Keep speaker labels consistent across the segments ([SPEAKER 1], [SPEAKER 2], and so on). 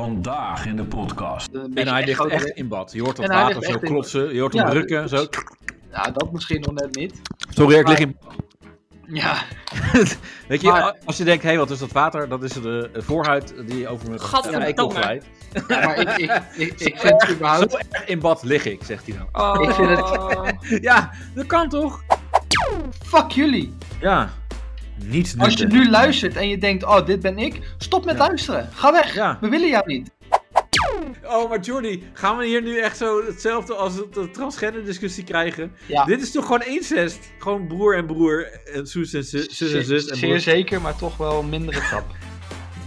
[SPEAKER 1] Vandaag in de podcast.
[SPEAKER 2] Een beetje
[SPEAKER 3] En hij ligt
[SPEAKER 2] gewoon-
[SPEAKER 3] echt in bad. Je hoort dat
[SPEAKER 2] En hij
[SPEAKER 3] water
[SPEAKER 2] ligt
[SPEAKER 3] zo
[SPEAKER 2] echt in-
[SPEAKER 3] klotsen. Je hoort hem
[SPEAKER 2] Ja,
[SPEAKER 3] rukken. Zo.
[SPEAKER 2] Nou, dat misschien nog net niet.
[SPEAKER 3] Sorry, ik lig in
[SPEAKER 2] Ja,
[SPEAKER 3] Weet je,
[SPEAKER 2] Maar-
[SPEAKER 3] als je denkt, hé, wat is dat water? Dat is de voorhuid die over mijn
[SPEAKER 4] Gadverdamme.
[SPEAKER 3] eikel glijdt.
[SPEAKER 2] maar ik, ik, ik, ik vind het überhaupt...
[SPEAKER 3] Zo erg in bad lig ik, zegt hij dan.
[SPEAKER 4] Oh.
[SPEAKER 2] Ik vind
[SPEAKER 3] Ja, dat kan toch?
[SPEAKER 2] Fuck jullie!
[SPEAKER 3] Ja. Niet
[SPEAKER 2] Als je
[SPEAKER 3] nutten.
[SPEAKER 2] nu luistert en je denkt, oh, dit ben ik, stop met luisteren. Ga weg.
[SPEAKER 3] Ja.
[SPEAKER 2] We willen jou niet.
[SPEAKER 3] Oh, maar Jordi, gaan we hier nu echt zo hetzelfde als het- de transgender discussie krijgen?
[SPEAKER 2] Ja.
[SPEAKER 3] Dit is toch gewoon incest? Gewoon broer en broer en zus en zus, zus en zus en
[SPEAKER 2] Zeer
[SPEAKER 3] broer.
[SPEAKER 2] zeker, maar toch wel een mindere grap.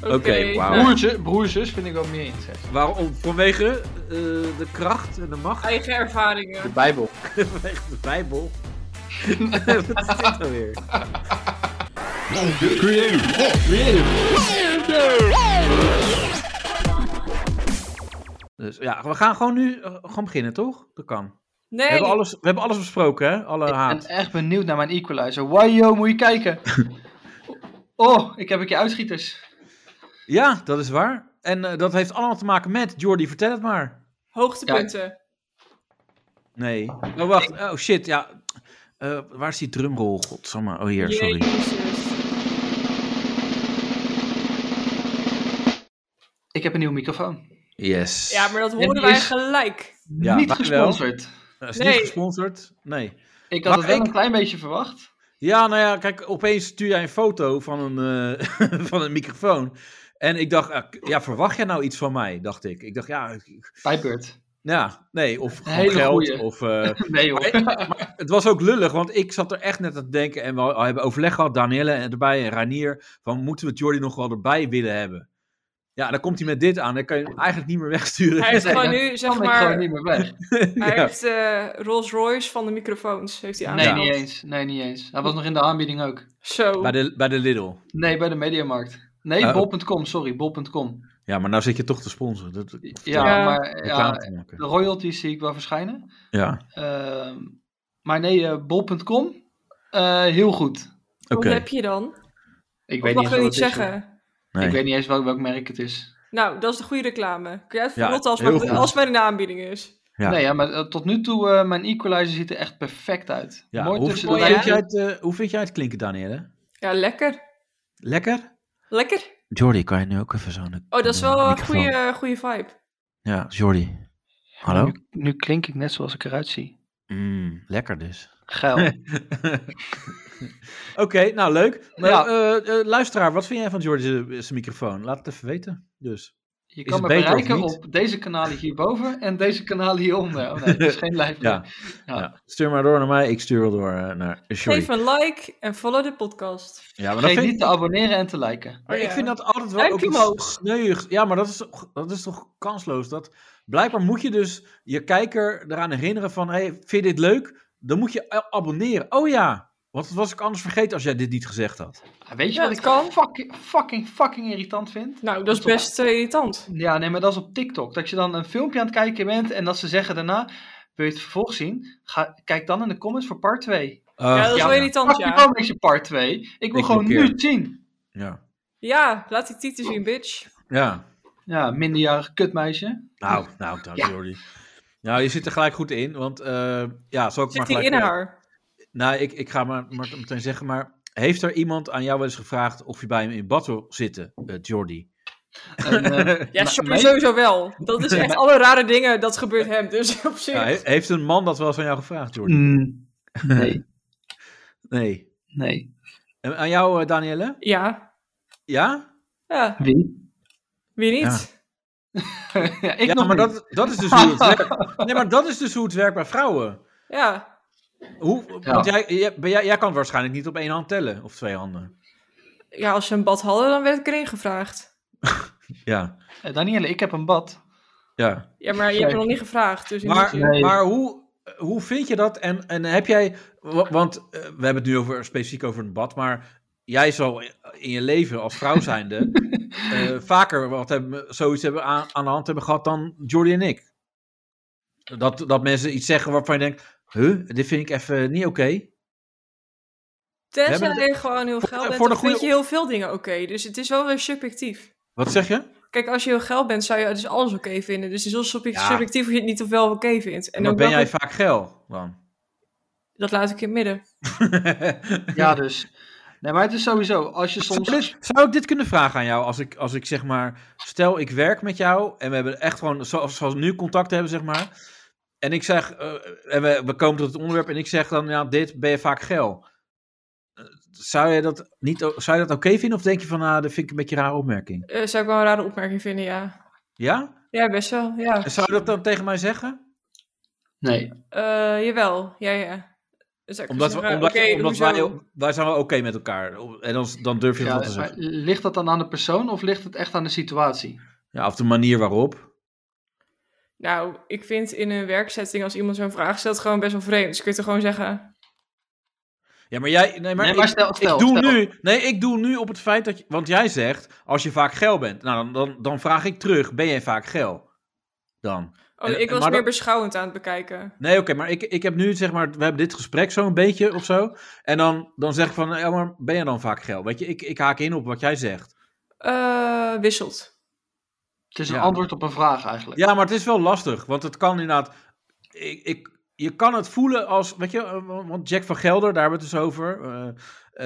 [SPEAKER 3] Oké, wauw.
[SPEAKER 4] nou,
[SPEAKER 2] Broer, zus vind ik wel meer incest.
[SPEAKER 3] Waarom? Vanwege eh, de kracht en de macht
[SPEAKER 4] Eigen
[SPEAKER 2] De
[SPEAKER 4] ervaringen.
[SPEAKER 2] Bijbel.
[SPEAKER 3] vanwege de Bijbel. Wat is dit nou weer? Dus ja, we gaan gewoon nu eh, gewoon beginnen, toch? Dat kan.
[SPEAKER 4] Nee.
[SPEAKER 3] We, hebben alles, we hebben alles besproken, hè? Alle
[SPEAKER 2] Ik
[SPEAKER 3] haat.
[SPEAKER 2] ben echt benieuwd naar mijn equalizer. Wajo, moet je kijken. Oh, ik heb een keer uitschieters.
[SPEAKER 3] Ja, dat is waar. En eh, dat heeft allemaal te maken met Jordi, vertel het maar.
[SPEAKER 4] Hoogtepunten.
[SPEAKER 3] Nee. Oh, wacht. Oh, shit. Ja. Eh, waar is die drumrol? Godsamme. Oh, hier. Sorry.
[SPEAKER 4] Jezus.
[SPEAKER 2] Ik heb een nieuwe microfoon.
[SPEAKER 3] Yes.
[SPEAKER 4] Ja, maar dat
[SPEAKER 2] En
[SPEAKER 4] hoorden
[SPEAKER 2] die
[SPEAKER 4] wij
[SPEAKER 2] is-
[SPEAKER 4] gelijk.
[SPEAKER 3] Ja,
[SPEAKER 2] niet
[SPEAKER 3] wij wel.
[SPEAKER 2] gesponsord.
[SPEAKER 3] Dat Nou, is
[SPEAKER 4] Nee.
[SPEAKER 3] niet gesponsord. Nee.
[SPEAKER 2] Ik had
[SPEAKER 3] Maar
[SPEAKER 2] het wel
[SPEAKER 3] ik-
[SPEAKER 2] een klein beetje verwacht.
[SPEAKER 3] Ja, nou ja, kijk, opeens stuur jij een foto van een, eh, van een microfoon. En ik dacht, ah, k- ja, verwacht jij nou iets van mij? Dacht ik. Ik dacht, ja, ik-
[SPEAKER 2] Bijbeurt.
[SPEAKER 3] ja nee, of gewoon
[SPEAKER 2] hele
[SPEAKER 3] geld.
[SPEAKER 2] goeie.
[SPEAKER 3] Of, eh,
[SPEAKER 2] Nee hoor.
[SPEAKER 3] het was ook lullig, want ik zat er echt net aan te denken. En we al- hebben overleg gehad, Danielle erbij en Ranier. Van moeten we Jordi nog wel erbij willen hebben? Ja, dan komt hij met dit aan. Dan kan je hem eigenlijk niet meer wegsturen.
[SPEAKER 4] Hij heeft gewoon
[SPEAKER 2] Nee,
[SPEAKER 4] nu,
[SPEAKER 2] Kan
[SPEAKER 4] zeg
[SPEAKER 2] ik
[SPEAKER 4] maar,
[SPEAKER 2] gewoon niet meer weg.
[SPEAKER 4] hij
[SPEAKER 3] Ja.
[SPEAKER 4] heeft eh, Rolls Royce van de microfoons. Heeft hij
[SPEAKER 2] Nee,
[SPEAKER 4] aangehad.
[SPEAKER 2] niet eens. Nee, niet eens. Hij was nog in de aanbieding ook.
[SPEAKER 4] Zo.
[SPEAKER 3] Bij de, bij de Lidl.
[SPEAKER 2] Nee, bij de Mediamarkt. Nee,
[SPEAKER 3] Oh.
[SPEAKER 2] bol.com, sorry, bol.com.
[SPEAKER 3] Ja, maar nou zit je toch te sponsoren. Dat, dat-
[SPEAKER 2] Ja,
[SPEAKER 4] Ja.
[SPEAKER 2] maar
[SPEAKER 3] reclame
[SPEAKER 2] ja,
[SPEAKER 3] te maken.
[SPEAKER 2] de royalties zie ik wel verschijnen.
[SPEAKER 3] ja.
[SPEAKER 2] Ehm, maar nee, eh, bol.com, eh, heel goed.
[SPEAKER 3] oké.
[SPEAKER 4] Wat heb je dan?
[SPEAKER 2] Ik
[SPEAKER 4] Dat
[SPEAKER 2] weet
[SPEAKER 4] mag
[SPEAKER 2] niet
[SPEAKER 4] je
[SPEAKER 2] eens
[SPEAKER 4] niet
[SPEAKER 2] wat het is, hoor.
[SPEAKER 4] zeggen.
[SPEAKER 3] Nee.
[SPEAKER 2] Ik weet niet eens welk, welk merk het is.
[SPEAKER 4] Nou, dat is de goede reclame. Kun jij het
[SPEAKER 3] Ja,
[SPEAKER 4] verrotten als,
[SPEAKER 3] heel
[SPEAKER 4] maar-
[SPEAKER 3] goed.
[SPEAKER 4] als maar in de aanbieding is?
[SPEAKER 3] Ja.
[SPEAKER 2] Nee, ja, maar eh, tot nu toe, eh, mijn equalizer ziet er echt perfect uit.
[SPEAKER 3] Ja,
[SPEAKER 2] Mooi
[SPEAKER 3] hoe,
[SPEAKER 2] tussen
[SPEAKER 3] hoe
[SPEAKER 2] de
[SPEAKER 4] mooie-
[SPEAKER 3] vind jij
[SPEAKER 2] lijntjes.
[SPEAKER 3] het, eh, hoe vind jij het klinken, Danielle?
[SPEAKER 4] Ja, lekker.
[SPEAKER 3] Lekker?
[SPEAKER 4] Lekker.
[SPEAKER 3] Jordi, kan je nu ook even zo'n...
[SPEAKER 4] Oh, dat is wel een goede, goede vibe.
[SPEAKER 3] Ja, Jordi. Hallo?
[SPEAKER 2] Nu, nu klink ik net zoals ik eruit zie.
[SPEAKER 3] Mm, lekker dus.
[SPEAKER 2] Geil.
[SPEAKER 3] Oké, nou leuk. Maar,
[SPEAKER 2] Ja.
[SPEAKER 3] eh, eh, luisteraar, wat vind jij van Jordi zijn- zijn microfoon? Laat het even weten. Dus.
[SPEAKER 2] Je
[SPEAKER 3] het
[SPEAKER 2] kan me
[SPEAKER 3] beter of
[SPEAKER 2] bereiken
[SPEAKER 3] niet?
[SPEAKER 2] op deze kanalen hierboven en deze kanalen hieronder. Oh nee, dat is geen live.
[SPEAKER 3] Ja.
[SPEAKER 2] Ja.
[SPEAKER 3] Ja, Stuur maar door naar mij, ik stuur wel door eh, naar Jordi.
[SPEAKER 4] Geef een like en follow de podcast.
[SPEAKER 3] Ja, maar dat
[SPEAKER 2] Vergeet
[SPEAKER 3] vind
[SPEAKER 2] niet
[SPEAKER 3] ik...
[SPEAKER 2] te abonneren en te liken.
[SPEAKER 3] Maar ik
[SPEAKER 4] Ja.
[SPEAKER 3] vind dat altijd wel
[SPEAKER 4] Duimpje
[SPEAKER 3] ook iets
[SPEAKER 4] omhoog.
[SPEAKER 3] sneuigs. Ja, maar dat is, toch- dat is toch kansloos. Dat, blijkbaar moet je dus je kijker eraan herinneren van... Hey, vind je dit leuk? Dan moet je a- abonneren. Oh ja, want dat was ik anders vergeten als jij dit niet gezegd had.
[SPEAKER 2] Ah, Weet je
[SPEAKER 4] Ja,
[SPEAKER 2] wat
[SPEAKER 4] dat
[SPEAKER 2] ik
[SPEAKER 4] kan.
[SPEAKER 2] fucking, fucking, fucking irritant vind?
[SPEAKER 4] Nou, dat is best eh, irritant.
[SPEAKER 2] Ja, nee, maar dat is op TikTok. Dat je dan een filmpje aan het kijken bent en dat ze zeggen daarna... Wil je het vervolg zien? Ga, kijk dan in de comments voor part 2.
[SPEAKER 4] ja, dat is
[SPEAKER 3] ja.
[SPEAKER 4] wel irritant,
[SPEAKER 2] Pak je
[SPEAKER 4] ja.
[SPEAKER 2] gewoon met je part 2. Ik wil
[SPEAKER 3] Ik
[SPEAKER 2] gewoon nu
[SPEAKER 3] blokkeer.
[SPEAKER 2] het zien.
[SPEAKER 3] ja.
[SPEAKER 4] Ja, laat die titel zien, bitch.
[SPEAKER 3] ja.
[SPEAKER 2] Ja, minderjarig kutmeisje.
[SPEAKER 3] Nou, nou, dank
[SPEAKER 2] Ja.
[SPEAKER 3] Jordi. Nou, je zit er gelijk goed in, want eh, ja, zal ik maar
[SPEAKER 4] Zit die
[SPEAKER 3] gelijk... eh,
[SPEAKER 4] in haar?
[SPEAKER 3] Nou, ik, ik ga maar, maar meteen zeggen, maar heeft er iemand aan jou wel eens gevraagd of je bij hem in bad wil zitten, eh, Jordi?
[SPEAKER 2] En, eh,
[SPEAKER 4] Ja,
[SPEAKER 2] me-
[SPEAKER 4] sorry,
[SPEAKER 2] mij-
[SPEAKER 4] sowieso wel. Dat is echt alle rare dingen, dat gebeurt hem. Dus op zich.
[SPEAKER 3] Ja, Nou, he- heeft een man dat wel eens aan jou gevraagd, Jordi?
[SPEAKER 2] Mm, nee,
[SPEAKER 3] Nee.
[SPEAKER 2] nee.
[SPEAKER 3] En aan jou, eh, Danielle?
[SPEAKER 4] Ja.
[SPEAKER 3] Ja?
[SPEAKER 4] ja,
[SPEAKER 2] Wie?
[SPEAKER 4] wie niet?
[SPEAKER 2] ja, ik
[SPEAKER 3] ja,
[SPEAKER 2] nog
[SPEAKER 3] maar
[SPEAKER 2] niet.
[SPEAKER 3] dat, dat is dus hoe het werkt. Nee, maar dat is dus hoe het werkt bij vrouwen.
[SPEAKER 4] Ja.
[SPEAKER 3] Hoe,
[SPEAKER 2] Ja.
[SPEAKER 3] Want jij, jij, ben jij, jij kan het waarschijnlijk niet op één hand tellen, of twee handen.
[SPEAKER 4] ja. als ze een bad hadden, dan werd ik erin gevraagd.
[SPEAKER 3] Ja,
[SPEAKER 2] Eh, Danielle, ik heb een bad.
[SPEAKER 3] ja.
[SPEAKER 4] Ja, maar je
[SPEAKER 2] Nee.
[SPEAKER 4] hebt me nog niet gevraagd. Dus in die
[SPEAKER 3] Maar,
[SPEAKER 4] zin-
[SPEAKER 2] Nee.
[SPEAKER 3] maar hoe, hoe vind je dat? En, en heb jij, wa- want eh, we hebben het nu over, specifiek over een bad, maar jij zal in je leven als vrouw zijnde eh, vaker wat hebben, zoiets hebben aan, aan de hand hebben gehad dan Jordi en ik. Dat, dat mensen iets zeggen waarvan je denkt, huh, dit vind ik even niet oké. We
[SPEAKER 4] Tenzij
[SPEAKER 3] hebben
[SPEAKER 4] je gewoon heel
[SPEAKER 3] Voor-
[SPEAKER 4] geld bent,
[SPEAKER 3] voor de
[SPEAKER 4] dan vind
[SPEAKER 3] goede-
[SPEAKER 4] je heel veel dingen oké. Dus het is wel weer subjectief.
[SPEAKER 3] Wat zeg je?
[SPEAKER 4] Kijk, als je heel geil bent, zou je dus alles oké vinden. Dus het is heel subje-
[SPEAKER 3] Ja.
[SPEAKER 4] subjectief of je het niet of wel oké vindt. En
[SPEAKER 3] maar
[SPEAKER 4] dan
[SPEAKER 3] ben
[SPEAKER 4] ben
[SPEAKER 3] jij vaak geil dan?
[SPEAKER 4] Dat laat ik in het midden.
[SPEAKER 2] Ja, dus. Nee, maar het is sowieso, als je soms...
[SPEAKER 3] Zou, dit- zou ik dit kunnen vragen aan jou? Als ik, als ik zeg maar, stel ik werk met jou en we hebben echt gewoon, zoals, zoals we nu contact hebben, zeg maar. En ik zeg, eh, en we, we komen tot het onderwerp en ik zeg dan, ja, dit ben je vaak geil. Eh, Zou je dat, niet o- zou je dat oké vinden of denk je van, ah, dat vind ik een beetje een rare opmerking?
[SPEAKER 4] Eh, zou ik wel een rare opmerking vinden, ja.
[SPEAKER 3] Ja?
[SPEAKER 4] Ja, best wel, ja.
[SPEAKER 3] En zou je dat dan tegen mij zeggen?
[SPEAKER 2] Nee.
[SPEAKER 4] Eh, jawel, ja, ja. Dan zou ik
[SPEAKER 3] Omdat, we,
[SPEAKER 4] zeggen,
[SPEAKER 3] omdat,
[SPEAKER 4] oké,
[SPEAKER 3] omdat
[SPEAKER 4] hoezo?
[SPEAKER 3] wij, wij zijn wel oké met elkaar. En dan, dan durf je dat
[SPEAKER 2] Ja,
[SPEAKER 3] wel te
[SPEAKER 2] maar
[SPEAKER 3] zeggen.
[SPEAKER 2] ligt dat dan aan de persoon of ligt het echt aan de situatie?
[SPEAKER 3] Ja, of de manier waarop.
[SPEAKER 4] Nou, ik vind in een werkzetting als iemand zo'n vraag stelt gewoon best wel vreemd. Dus kun je toch gewoon zeggen...
[SPEAKER 3] Ja, maar jij. Nee, maar,
[SPEAKER 2] Nee, maar
[SPEAKER 3] ik,
[SPEAKER 2] stel- stel-
[SPEAKER 3] ik doe
[SPEAKER 2] stel.
[SPEAKER 3] nu. Nee, ik doe nu op het feit dat. Je, want jij zegt. Als je vaak geil bent. Nou, dan, dan, dan vraag ik terug. Ben jij vaak geil? Dan.
[SPEAKER 4] Oh,
[SPEAKER 3] En-
[SPEAKER 4] ik was
[SPEAKER 3] maar
[SPEAKER 4] meer
[SPEAKER 3] dat-
[SPEAKER 4] beschouwend aan het bekijken.
[SPEAKER 3] Nee, oké, maar ik, ik heb nu zeg maar. We hebben dit gesprek zo'n beetje of zo. En dan, dan zeg ik van. Ja, maar ben je dan vaak geil? Weet je, ik, ik haak in op wat jij zegt.
[SPEAKER 4] Eh, wisselt.
[SPEAKER 2] Het is een
[SPEAKER 3] Ja.
[SPEAKER 2] antwoord op een vraag eigenlijk.
[SPEAKER 3] Ja, maar het is wel lastig. Want het kan inderdaad. Ik, ik, je kan het voelen als. Weet je, eh, want Jack van Gelder, daar hebben we het dus over. eh,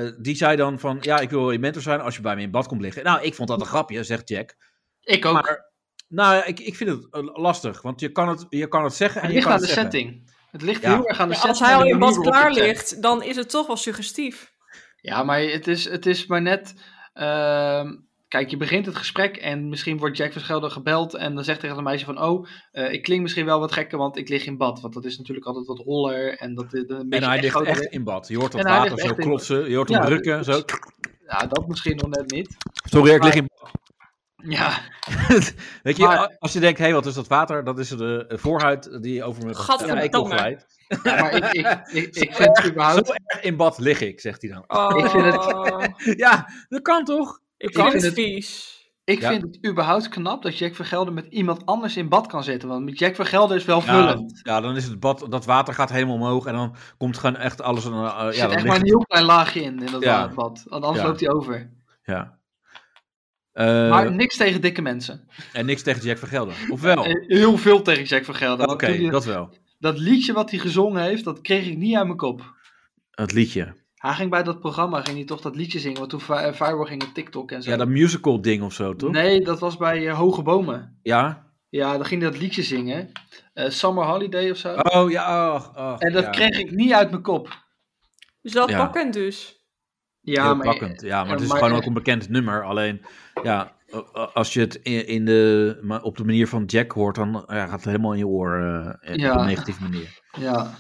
[SPEAKER 3] eh, die zei dan van. Ja, ik wil je mentor zijn als je bij me in bad komt liggen. Nou, ik vond dat een grapje, zegt Jack.
[SPEAKER 2] Ik ook.
[SPEAKER 3] Maar- Nou, ja, ik, ik vind het eh, lastig, want je kan het, je kan het zeggen en
[SPEAKER 2] het
[SPEAKER 3] je kan
[SPEAKER 2] ligt aan
[SPEAKER 3] het
[SPEAKER 2] de
[SPEAKER 3] zeggen.
[SPEAKER 2] setting. Het ligt
[SPEAKER 3] Ja.
[SPEAKER 2] heel erg aan de
[SPEAKER 4] Ja,
[SPEAKER 2] setting.
[SPEAKER 4] als hij al
[SPEAKER 2] en de
[SPEAKER 4] in bad
[SPEAKER 2] manier waarop
[SPEAKER 4] klaar
[SPEAKER 2] je het zegt.
[SPEAKER 4] ligt, dan is het toch wel suggestief.
[SPEAKER 2] Ja, maar het is, het is maar net. ehm, kijk, je begint het gesprek en misschien wordt Jack Verschelder gebeld. En dan zegt tegen een meisje van: Oh, eh, ik klink misschien wel wat gekker, want ik lig in bad. Want dat is natuurlijk altijd wat holler. En dat is een
[SPEAKER 3] En
[SPEAKER 2] beetje
[SPEAKER 3] hij ligt
[SPEAKER 2] echo-
[SPEAKER 3] echt in bad. Je hoort dat
[SPEAKER 2] En hij
[SPEAKER 3] water
[SPEAKER 2] ligt
[SPEAKER 3] zo
[SPEAKER 2] echt in
[SPEAKER 3] klotsen, je hoort hem
[SPEAKER 2] Ja,
[SPEAKER 3] drukken. Zo.
[SPEAKER 2] Ja, dat misschien nog net niet.
[SPEAKER 3] Sorry, ik lig in
[SPEAKER 2] Ja,
[SPEAKER 3] bad. Weet je,
[SPEAKER 2] Maar-
[SPEAKER 3] a- als je denkt, hé, wat is dat water? Dat is de eh, voorhuid die over mijn
[SPEAKER 4] Gadverdamme.
[SPEAKER 3] eikel glijdt.
[SPEAKER 2] ja, maar ik, ik, ik, ik vind het
[SPEAKER 3] Zo
[SPEAKER 2] überhaupt.
[SPEAKER 3] erg in bad lig ik, zegt hij dan.
[SPEAKER 4] Oh,
[SPEAKER 2] Ik vind het-
[SPEAKER 3] Ja, dat kan toch?
[SPEAKER 4] ik
[SPEAKER 2] vind
[SPEAKER 4] kan het
[SPEAKER 2] het-
[SPEAKER 4] vies.
[SPEAKER 2] Ik
[SPEAKER 3] Ja.
[SPEAKER 2] vind het überhaupt knap dat Jack Vergelder met iemand anders in bad kan zitten. Want Jack Vergelder is
[SPEAKER 3] Ja,
[SPEAKER 2] wel vullend.
[SPEAKER 3] ja, dan is het bad, dat water gaat helemaal omhoog en dan komt gewoon echt alles... Een, eh,
[SPEAKER 2] er
[SPEAKER 3] ja,
[SPEAKER 2] zit
[SPEAKER 3] dan
[SPEAKER 2] echt maar
[SPEAKER 3] ligt-
[SPEAKER 2] een heel klein laagje in, in dat
[SPEAKER 3] Ja.
[SPEAKER 2] bad. Want anders
[SPEAKER 3] Ja.
[SPEAKER 2] loopt hij over.
[SPEAKER 3] ja. Eh,
[SPEAKER 2] Maar niks tegen dikke mensen.
[SPEAKER 3] En niks tegen Jack van Gelder. Of wel?
[SPEAKER 2] Eh, Heel veel tegen Jack van Gelder.
[SPEAKER 3] Oh. Oké,
[SPEAKER 2] Want toen hij- dat...
[SPEAKER 3] dat wel.
[SPEAKER 2] liedje wat hij gezongen heeft, dat kreeg ik niet uit mijn kop.
[SPEAKER 3] Het liedje.
[SPEAKER 2] Hij ging bij dat programma, ging hij toch dat liedje zingen, want toen Fi- eh, Firewall ging op TikTok en zo.
[SPEAKER 3] Ja, dat musical ding of zo, toch?
[SPEAKER 2] Nee, dat was bij eh, Hoge Bomen.
[SPEAKER 3] Ja.
[SPEAKER 2] Ja, dan ging hij dat liedje zingen. eh, Summer Holiday of zo.
[SPEAKER 3] Oh ja, och, och,
[SPEAKER 2] en dat
[SPEAKER 3] ja.
[SPEAKER 2] kreeg ik niet uit mijn kop.
[SPEAKER 4] Dus dat
[SPEAKER 3] Ja.
[SPEAKER 4] pakkend dus.
[SPEAKER 2] Ja,
[SPEAKER 3] Heel
[SPEAKER 2] maar
[SPEAKER 3] pakkend. Ja, maar
[SPEAKER 2] ja,
[SPEAKER 3] het is
[SPEAKER 2] maar-
[SPEAKER 3] gewoon ook een bekend nummer. Alleen, ja, a- a- als je het in, in de, maar op de manier van Jack hoort, dan eh, ja, gaat het helemaal in je oor eh,
[SPEAKER 2] Ja.
[SPEAKER 3] op een negatieve manier.
[SPEAKER 2] ja.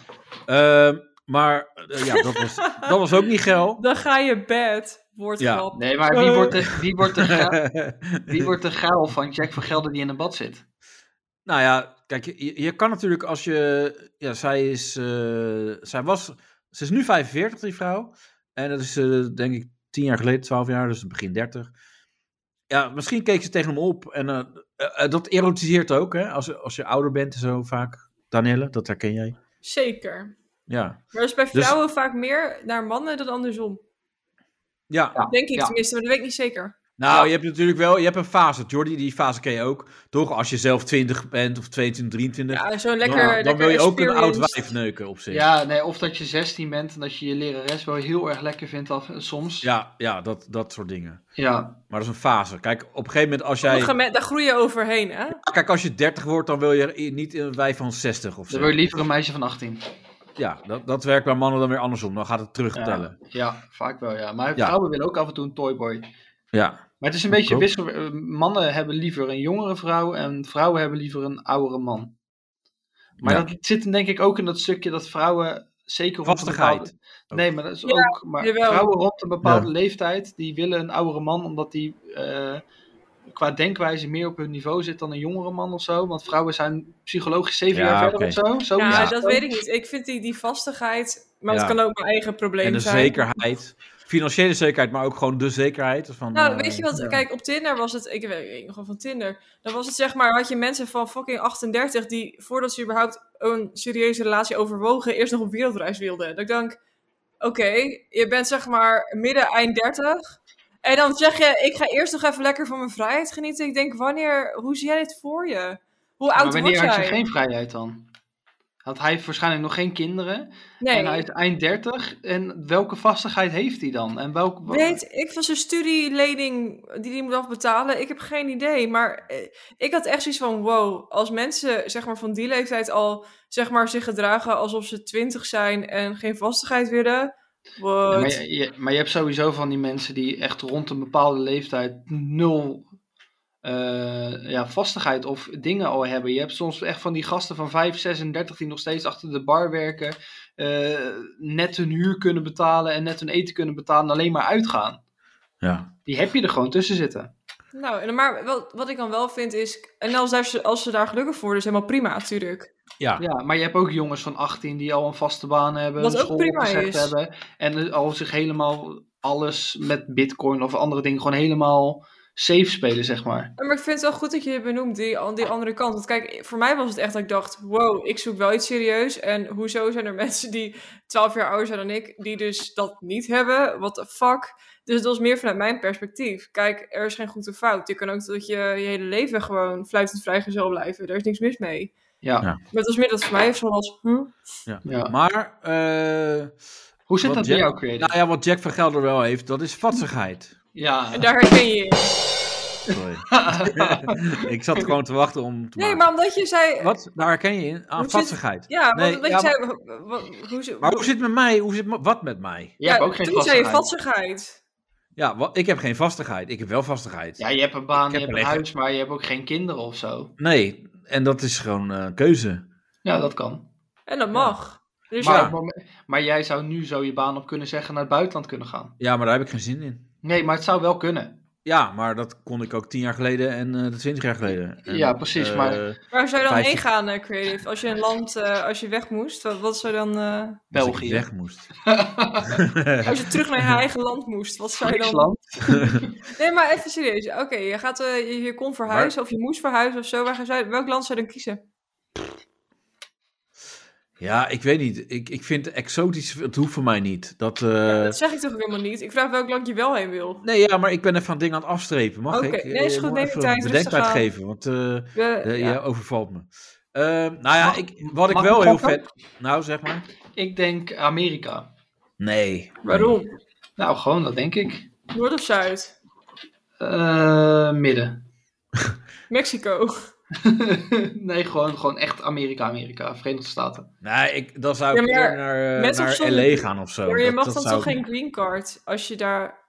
[SPEAKER 3] Ehm, maar eh, ja, dat was, dat was ook niet geil.
[SPEAKER 4] Dan ga je bed, wordt
[SPEAKER 3] Ja.
[SPEAKER 4] grap.
[SPEAKER 2] Nee, maar wie
[SPEAKER 3] Eh.
[SPEAKER 2] wordt, de, wie, wordt de geil, wie wordt de geil van Jack van Gelder die in een bad zit?
[SPEAKER 3] Nou ja, kijk, je, je kan natuurlijk als je. Ja, zij is. eh, zij was. Ze is nu 45, die vrouw. En dat is, eh, denk ik, 10 jaar geleden, 12 jaar, dus begin 30. Ja, misschien keek ze tegen hem op. En eh, eh, eh, dat erotiseert ook, hè? Als, als je ouder bent en zo vaak. Danielle, dat herken jij.
[SPEAKER 4] Zeker.
[SPEAKER 3] Ja.
[SPEAKER 4] Maar dat is bij
[SPEAKER 3] Dus-
[SPEAKER 4] vrouwen vaak meer naar mannen dan andersom.
[SPEAKER 3] Ja,
[SPEAKER 2] Ja,
[SPEAKER 4] Denk ik
[SPEAKER 2] ja.
[SPEAKER 4] tenminste, maar dat weet ik niet zeker.
[SPEAKER 3] nou,
[SPEAKER 2] Ja.
[SPEAKER 3] je hebt natuurlijk wel, je hebt een fase, Jordi, die fase ken je ook. Toch, als je zelf 20 bent of 22, 23,
[SPEAKER 4] Ja, zo'n
[SPEAKER 3] dan,
[SPEAKER 4] lekker,
[SPEAKER 3] dan
[SPEAKER 4] lekker
[SPEAKER 3] wil je ook een oud
[SPEAKER 4] experienced-
[SPEAKER 3] wijf neuken op zich.
[SPEAKER 2] Ja, nee, of dat je 16 bent en dat je je lerares wel heel erg lekker vindt af, soms.
[SPEAKER 3] ja, ja dat, dat soort dingen.
[SPEAKER 2] ja.
[SPEAKER 3] Maar dat is een fase. Kijk, op een gegeven moment als
[SPEAKER 4] Sommige
[SPEAKER 3] jij...
[SPEAKER 4] men- Daar groei je overheen, hè?
[SPEAKER 3] Kijk, als je 30 wordt, dan wil je i- niet een wijf van 60 of zo.
[SPEAKER 2] Dan wil je liever een meisje van 18.
[SPEAKER 3] Ja, dat, dat werkt bij mannen dan weer andersom. Dan gaat het terugtellen.
[SPEAKER 2] Ja, vaak wel, ja. Maar
[SPEAKER 3] Ja.
[SPEAKER 2] vrouwen willen ook af en toe een toyboy.
[SPEAKER 3] Ja.
[SPEAKER 2] Maar het is een beetje
[SPEAKER 3] Klopt.
[SPEAKER 2] wissel. eh, Mannen hebben liever een jongere vrouw en vrouwen hebben liever een oudere man. Maar
[SPEAKER 3] Ja.
[SPEAKER 2] dat zit denk ik ook in dat stukje dat vrouwen zeker... rond een
[SPEAKER 3] Vastigheid.
[SPEAKER 2] bepaalde- Nee, maar dat is
[SPEAKER 4] Ja,
[SPEAKER 2] ook... Maar
[SPEAKER 4] jawel.
[SPEAKER 2] vrouwen rond een bepaalde
[SPEAKER 3] Ja.
[SPEAKER 2] leeftijd, die willen een oudere man omdat die... eh, qua denkwijze meer op hun niveau zit dan een jongere man of zo. Want vrouwen zijn psychologisch zeven
[SPEAKER 3] Ja,
[SPEAKER 2] jaar verder
[SPEAKER 3] oké.
[SPEAKER 2] of zo. zo
[SPEAKER 4] Ja,
[SPEAKER 2] is het
[SPEAKER 4] Nou, dat
[SPEAKER 2] ook.
[SPEAKER 4] weet ik niet. Ik vind die, die vastigheid, maar dat
[SPEAKER 3] Ja.
[SPEAKER 4] kan ook mijn eigen probleem
[SPEAKER 3] En de
[SPEAKER 4] zijn.
[SPEAKER 3] zekerheid. Financiële zekerheid, maar ook gewoon de zekerheid. Van,
[SPEAKER 4] Nou,
[SPEAKER 3] eh,
[SPEAKER 4] weet je wat? Kijk, op Tinder was het. Ik weet ik nog wel van Tinder. Dan was het zeg maar. Had je mensen van fucking 38 die voordat ze überhaupt een serieuze relatie overwogen. eerst nog op wereldreis wilden. Dat ik denk, oké, je bent zeg maar midden, eind 30. En dan zeg je, ik ga eerst nog even lekker van mijn vrijheid genieten. Ik denk, wanneer, hoe zie jij dit voor je? Hoe
[SPEAKER 2] Maar
[SPEAKER 4] oud word
[SPEAKER 2] wanneer had je
[SPEAKER 4] jij?
[SPEAKER 2] geen vrijheid dan? Had hij waarschijnlijk nog geen kinderen? En hij
[SPEAKER 4] Nee,
[SPEAKER 2] is eind 30. En welke vastigheid heeft hij dan? En welk,
[SPEAKER 4] weet ik van zijn studielening die hij moet afbetalen. Ik heb geen idee, maar eh, ik had echt zoiets van, wow. Als mensen zeg maar, van die leeftijd al zeg maar, zich gedragen alsof ze twintig zijn en geen vastigheid willen.
[SPEAKER 2] Ja,
[SPEAKER 4] What?
[SPEAKER 2] maar, je, je- maar je hebt sowieso van die mensen die echt rond een bepaalde leeftijd nul eh, ja, vastigheid of dingen al hebben. Je hebt soms echt van die gasten van 5, 36 die nog steeds achter de bar werken, eh, net hun huur kunnen betalen en net hun eten kunnen betalen, en alleen maar uitgaan.
[SPEAKER 3] Ja.
[SPEAKER 2] Die heb je er gewoon tussen zitten.
[SPEAKER 4] Nou, en- maar wat, wat ik dan wel vind is... En als, daar, als ze daar gelukkig voor is, helemaal prima natuurlijk.
[SPEAKER 3] Ja.
[SPEAKER 2] Ja, maar je hebt ook jongens van 18 die al een vaste baan hebben,
[SPEAKER 4] Wat
[SPEAKER 2] een
[SPEAKER 4] ook
[SPEAKER 2] school
[SPEAKER 4] prima
[SPEAKER 2] opgezet
[SPEAKER 4] is.
[SPEAKER 2] hebben en eh, al zich helemaal alles met bitcoin of andere dingen gewoon helemaal safe spelen, zeg maar.
[SPEAKER 4] Maar ik vind het wel goed dat je dit benoemt, die, an- die andere kant. Want kijk, voor mij was het echt dat ik dacht... Wow, ik zoek wel iets serieus. En hoezo zijn er mensen die 12 jaar ouder zijn dan ik... die dus dat niet hebben? What the fuck? Dus het was meer vanuit mijn perspectief. Kijk, er is geen goed of fout. Je kan ook dat je je hele leven gewoon fluitend vrijgezel blijven. Daar is niks mis mee.
[SPEAKER 2] Ja.
[SPEAKER 3] Ja.
[SPEAKER 4] Maar het was meer dat voor mij zo was... Huh?
[SPEAKER 2] Ja.
[SPEAKER 3] Maar, eh,
[SPEAKER 2] Hoe zit
[SPEAKER 3] Wat
[SPEAKER 2] dat bij
[SPEAKER 3] Jack-
[SPEAKER 2] jou, Creative?
[SPEAKER 3] nou ja, wat Jack van Gelder wel heeft, dat is vatsigheid.
[SPEAKER 2] ja.
[SPEAKER 4] En daar herken je je in.
[SPEAKER 3] Sorry. ik zat gewoon te wachten om te
[SPEAKER 4] Nee,
[SPEAKER 3] maken.
[SPEAKER 4] maar omdat je zei...
[SPEAKER 3] Wat? Daar herken je in? Aan
[SPEAKER 4] zit-
[SPEAKER 3] vatsigheid.
[SPEAKER 4] Ja, want
[SPEAKER 3] Nee,
[SPEAKER 4] wat
[SPEAKER 3] ja,
[SPEAKER 4] je zei, wa- wa- hoe ze-
[SPEAKER 3] Maar hoe zit het met mij? Hoe zit me- wat met mij?
[SPEAKER 2] je hebt
[SPEAKER 4] ja,
[SPEAKER 2] ook geen
[SPEAKER 4] toen zei je
[SPEAKER 2] vastigheid.
[SPEAKER 4] vatsigheid.
[SPEAKER 3] Ja, wa- ik heb geen vastigheid. Ik heb wel vastigheid.
[SPEAKER 2] Ja, je hebt een baan,
[SPEAKER 3] Ik
[SPEAKER 2] je
[SPEAKER 3] heb
[SPEAKER 2] hebt
[SPEAKER 3] een
[SPEAKER 2] een
[SPEAKER 3] leven.
[SPEAKER 2] huis, maar je hebt ook geen kinderen of zo.
[SPEAKER 3] Nee, en dat is gewoon eh, keuze.
[SPEAKER 2] Ja, dat kan.
[SPEAKER 4] En dat mag. Dus
[SPEAKER 2] Maar,
[SPEAKER 4] ja,
[SPEAKER 2] op het moment- maar jij zou nu zo je baan op kunnen zeggen naar het buitenland kunnen gaan.
[SPEAKER 3] Ja, maar daar heb ik geen zin in.
[SPEAKER 2] Nee, maar het zou wel kunnen.
[SPEAKER 3] Ja, maar dat kon ik ook tien jaar geleden en eh twintig jaar geleden. En,
[SPEAKER 2] Ja, precies,
[SPEAKER 3] eh,
[SPEAKER 2] maar-
[SPEAKER 4] waar zou je dan
[SPEAKER 3] 50.
[SPEAKER 4] heen gaan, eh, Creative? Als je een land, eh, als je weg moest, wat, wat zou je dan... eh,
[SPEAKER 3] als ik
[SPEAKER 2] België.
[SPEAKER 3] weg moest.
[SPEAKER 4] als je terug naar je eigen land moest, wat zou je dan...
[SPEAKER 2] Griekenland.
[SPEAKER 4] Nee, maar even serieus. Oké, je, gaat, eh, je, je kon verhuizen of je moest verhuizen of zo. Waar ga- zou je- welk land zou je dan kiezen?
[SPEAKER 3] Ja, ik weet niet. Ik, ik vind exotisch, het hoeft voor mij niet. Dat, eh,
[SPEAKER 4] Dat zeg ik toch ook helemaal niet. Ik vraag welk land je wel heen wil.
[SPEAKER 3] Nee, ja, maar ik ben even aan dingen aan het afstrepen. Mag
[SPEAKER 4] Oké,
[SPEAKER 3] ik?
[SPEAKER 4] nee, is
[SPEAKER 3] Eh,
[SPEAKER 4] goed.
[SPEAKER 3] moet
[SPEAKER 4] Neem je
[SPEAKER 3] even
[SPEAKER 4] tijd, rustig
[SPEAKER 3] Bedenktijd
[SPEAKER 4] aan.
[SPEAKER 3] geven, want eh,
[SPEAKER 4] We-
[SPEAKER 3] eh,
[SPEAKER 4] ja.
[SPEAKER 3] je overvalt me. Eh, nou ja,
[SPEAKER 2] Mag-
[SPEAKER 3] ik, wat ik
[SPEAKER 2] mag
[SPEAKER 3] wel
[SPEAKER 2] ik
[SPEAKER 3] heel
[SPEAKER 2] gokken?
[SPEAKER 3] vet... Nou, zeg maar.
[SPEAKER 2] Ik denk Amerika.
[SPEAKER 3] Nee.
[SPEAKER 4] Waarom?
[SPEAKER 2] Nou, gewoon, dat denk ik.
[SPEAKER 4] Noord of Zuid?
[SPEAKER 2] Eh, midden.
[SPEAKER 4] Mexico.
[SPEAKER 3] Oh,
[SPEAKER 2] nee, gewoon, gewoon echt Amerika, Amerika. Verenigde Staten.
[SPEAKER 3] Nee, ik, dan zou ik
[SPEAKER 4] Ja, maar
[SPEAKER 3] eerder naar, eh,
[SPEAKER 4] mensen op
[SPEAKER 3] naar
[SPEAKER 4] zonder-
[SPEAKER 3] LA gaan of zo.
[SPEAKER 4] maar je
[SPEAKER 3] Dat-
[SPEAKER 4] mag
[SPEAKER 3] dat
[SPEAKER 4] dan
[SPEAKER 3] zou
[SPEAKER 4] toch
[SPEAKER 3] ik-
[SPEAKER 4] geen green card als je daar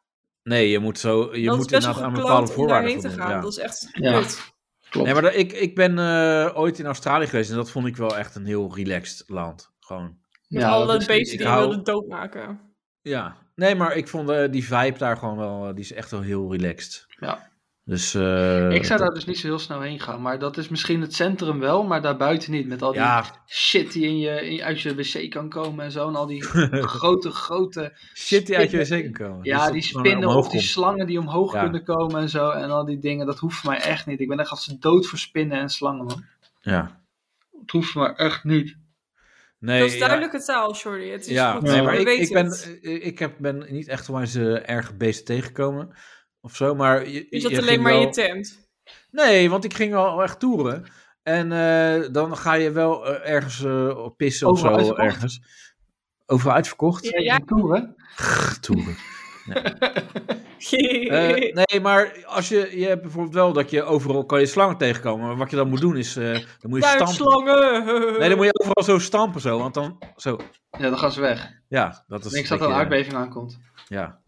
[SPEAKER 3] Nee, je moet, zo, je
[SPEAKER 4] dat
[SPEAKER 3] moet
[SPEAKER 4] is best wel
[SPEAKER 3] inderdaad aan bepaalde
[SPEAKER 4] gekloot om
[SPEAKER 3] voorwaarden
[SPEAKER 4] daarheen te
[SPEAKER 3] voldoen,
[SPEAKER 4] gaan.
[SPEAKER 3] ja.
[SPEAKER 4] Dat is echt
[SPEAKER 2] Ja.
[SPEAKER 4] kut.
[SPEAKER 2] Klopt.
[SPEAKER 3] Nee, maar dat- ik, ik ben eh, ooit in Australië geweest en dat vond ik wel echt een heel relaxed land. Gewoon.
[SPEAKER 4] Met
[SPEAKER 2] Ja, dat
[SPEAKER 4] alle
[SPEAKER 2] is-
[SPEAKER 4] beesten
[SPEAKER 3] ik
[SPEAKER 4] die je
[SPEAKER 3] hou-
[SPEAKER 4] wilde doodmaken.
[SPEAKER 3] Ja. Nee, maar ik vond eh, die vibe daar gewoon wel, eh, die is echt wel heel relaxed.
[SPEAKER 2] Ja.
[SPEAKER 3] Dus, eh,
[SPEAKER 2] Ik
[SPEAKER 3] dat-
[SPEAKER 2] zou daar dus niet zo heel snel heen gaan. Maar dat is misschien het centrum wel, maar daarbuiten niet. Met al die
[SPEAKER 3] Ja,
[SPEAKER 2] shit die in je, in, uit je wc kan komen en zo. En al die grote, grote.
[SPEAKER 3] shit die uit je wc kan komen. Dus
[SPEAKER 2] Ja,
[SPEAKER 3] dat
[SPEAKER 2] die
[SPEAKER 3] het gewoon
[SPEAKER 2] spinnen
[SPEAKER 3] omhoog
[SPEAKER 2] of die
[SPEAKER 3] komt.
[SPEAKER 2] slangen die omhoog
[SPEAKER 3] Ja.
[SPEAKER 2] kunnen komen en zo. En al die dingen. Dat hoeft voor mij echt niet. Ik ben echt als dood voor spinnen en slangen, man.
[SPEAKER 3] Ja.
[SPEAKER 2] Het hoeft voor mij echt niet.
[SPEAKER 3] Nee,
[SPEAKER 4] dat is
[SPEAKER 3] ja.
[SPEAKER 4] duidelijke taal, sorry. Het is
[SPEAKER 3] Ja,
[SPEAKER 4] goed.
[SPEAKER 3] nee, maar
[SPEAKER 4] we
[SPEAKER 3] ik,
[SPEAKER 4] weten
[SPEAKER 3] ik, ben,
[SPEAKER 4] het.
[SPEAKER 3] eh, ik heb, ben niet echt onwijs eh, erg beesten tegengekomen. Of zo, maar... Je,
[SPEAKER 4] Je zat
[SPEAKER 3] je
[SPEAKER 4] alleen
[SPEAKER 3] ging
[SPEAKER 4] maar in
[SPEAKER 3] wel-
[SPEAKER 4] je tent.
[SPEAKER 3] Nee, want ik ging wel echt toeren. En eh, dan ga je wel eh, ergens eh, op pissen of
[SPEAKER 2] Overal
[SPEAKER 3] zo.
[SPEAKER 2] uitverkocht.
[SPEAKER 3] Ergens. Overal uitverkocht?
[SPEAKER 2] Ja,
[SPEAKER 4] ja.
[SPEAKER 2] Toeren.
[SPEAKER 3] Pff, Toeren. Eh, nee, maar als je, je hebt bijvoorbeeld wel dat je overal kan je slangen tegenkomen. Maar wat je dan moet doen is, eh, dan moet je stampen.
[SPEAKER 4] Tuinslangen.
[SPEAKER 3] Nee, dan moet je overal zo stampen zo, want dan zo.
[SPEAKER 2] Ja, dan gaan ze weg.
[SPEAKER 3] Ja, dat is.
[SPEAKER 2] Ik denk
[SPEAKER 3] een
[SPEAKER 2] dat er een
[SPEAKER 3] beetje,
[SPEAKER 2] aardbeving aankomt.
[SPEAKER 3] Ja.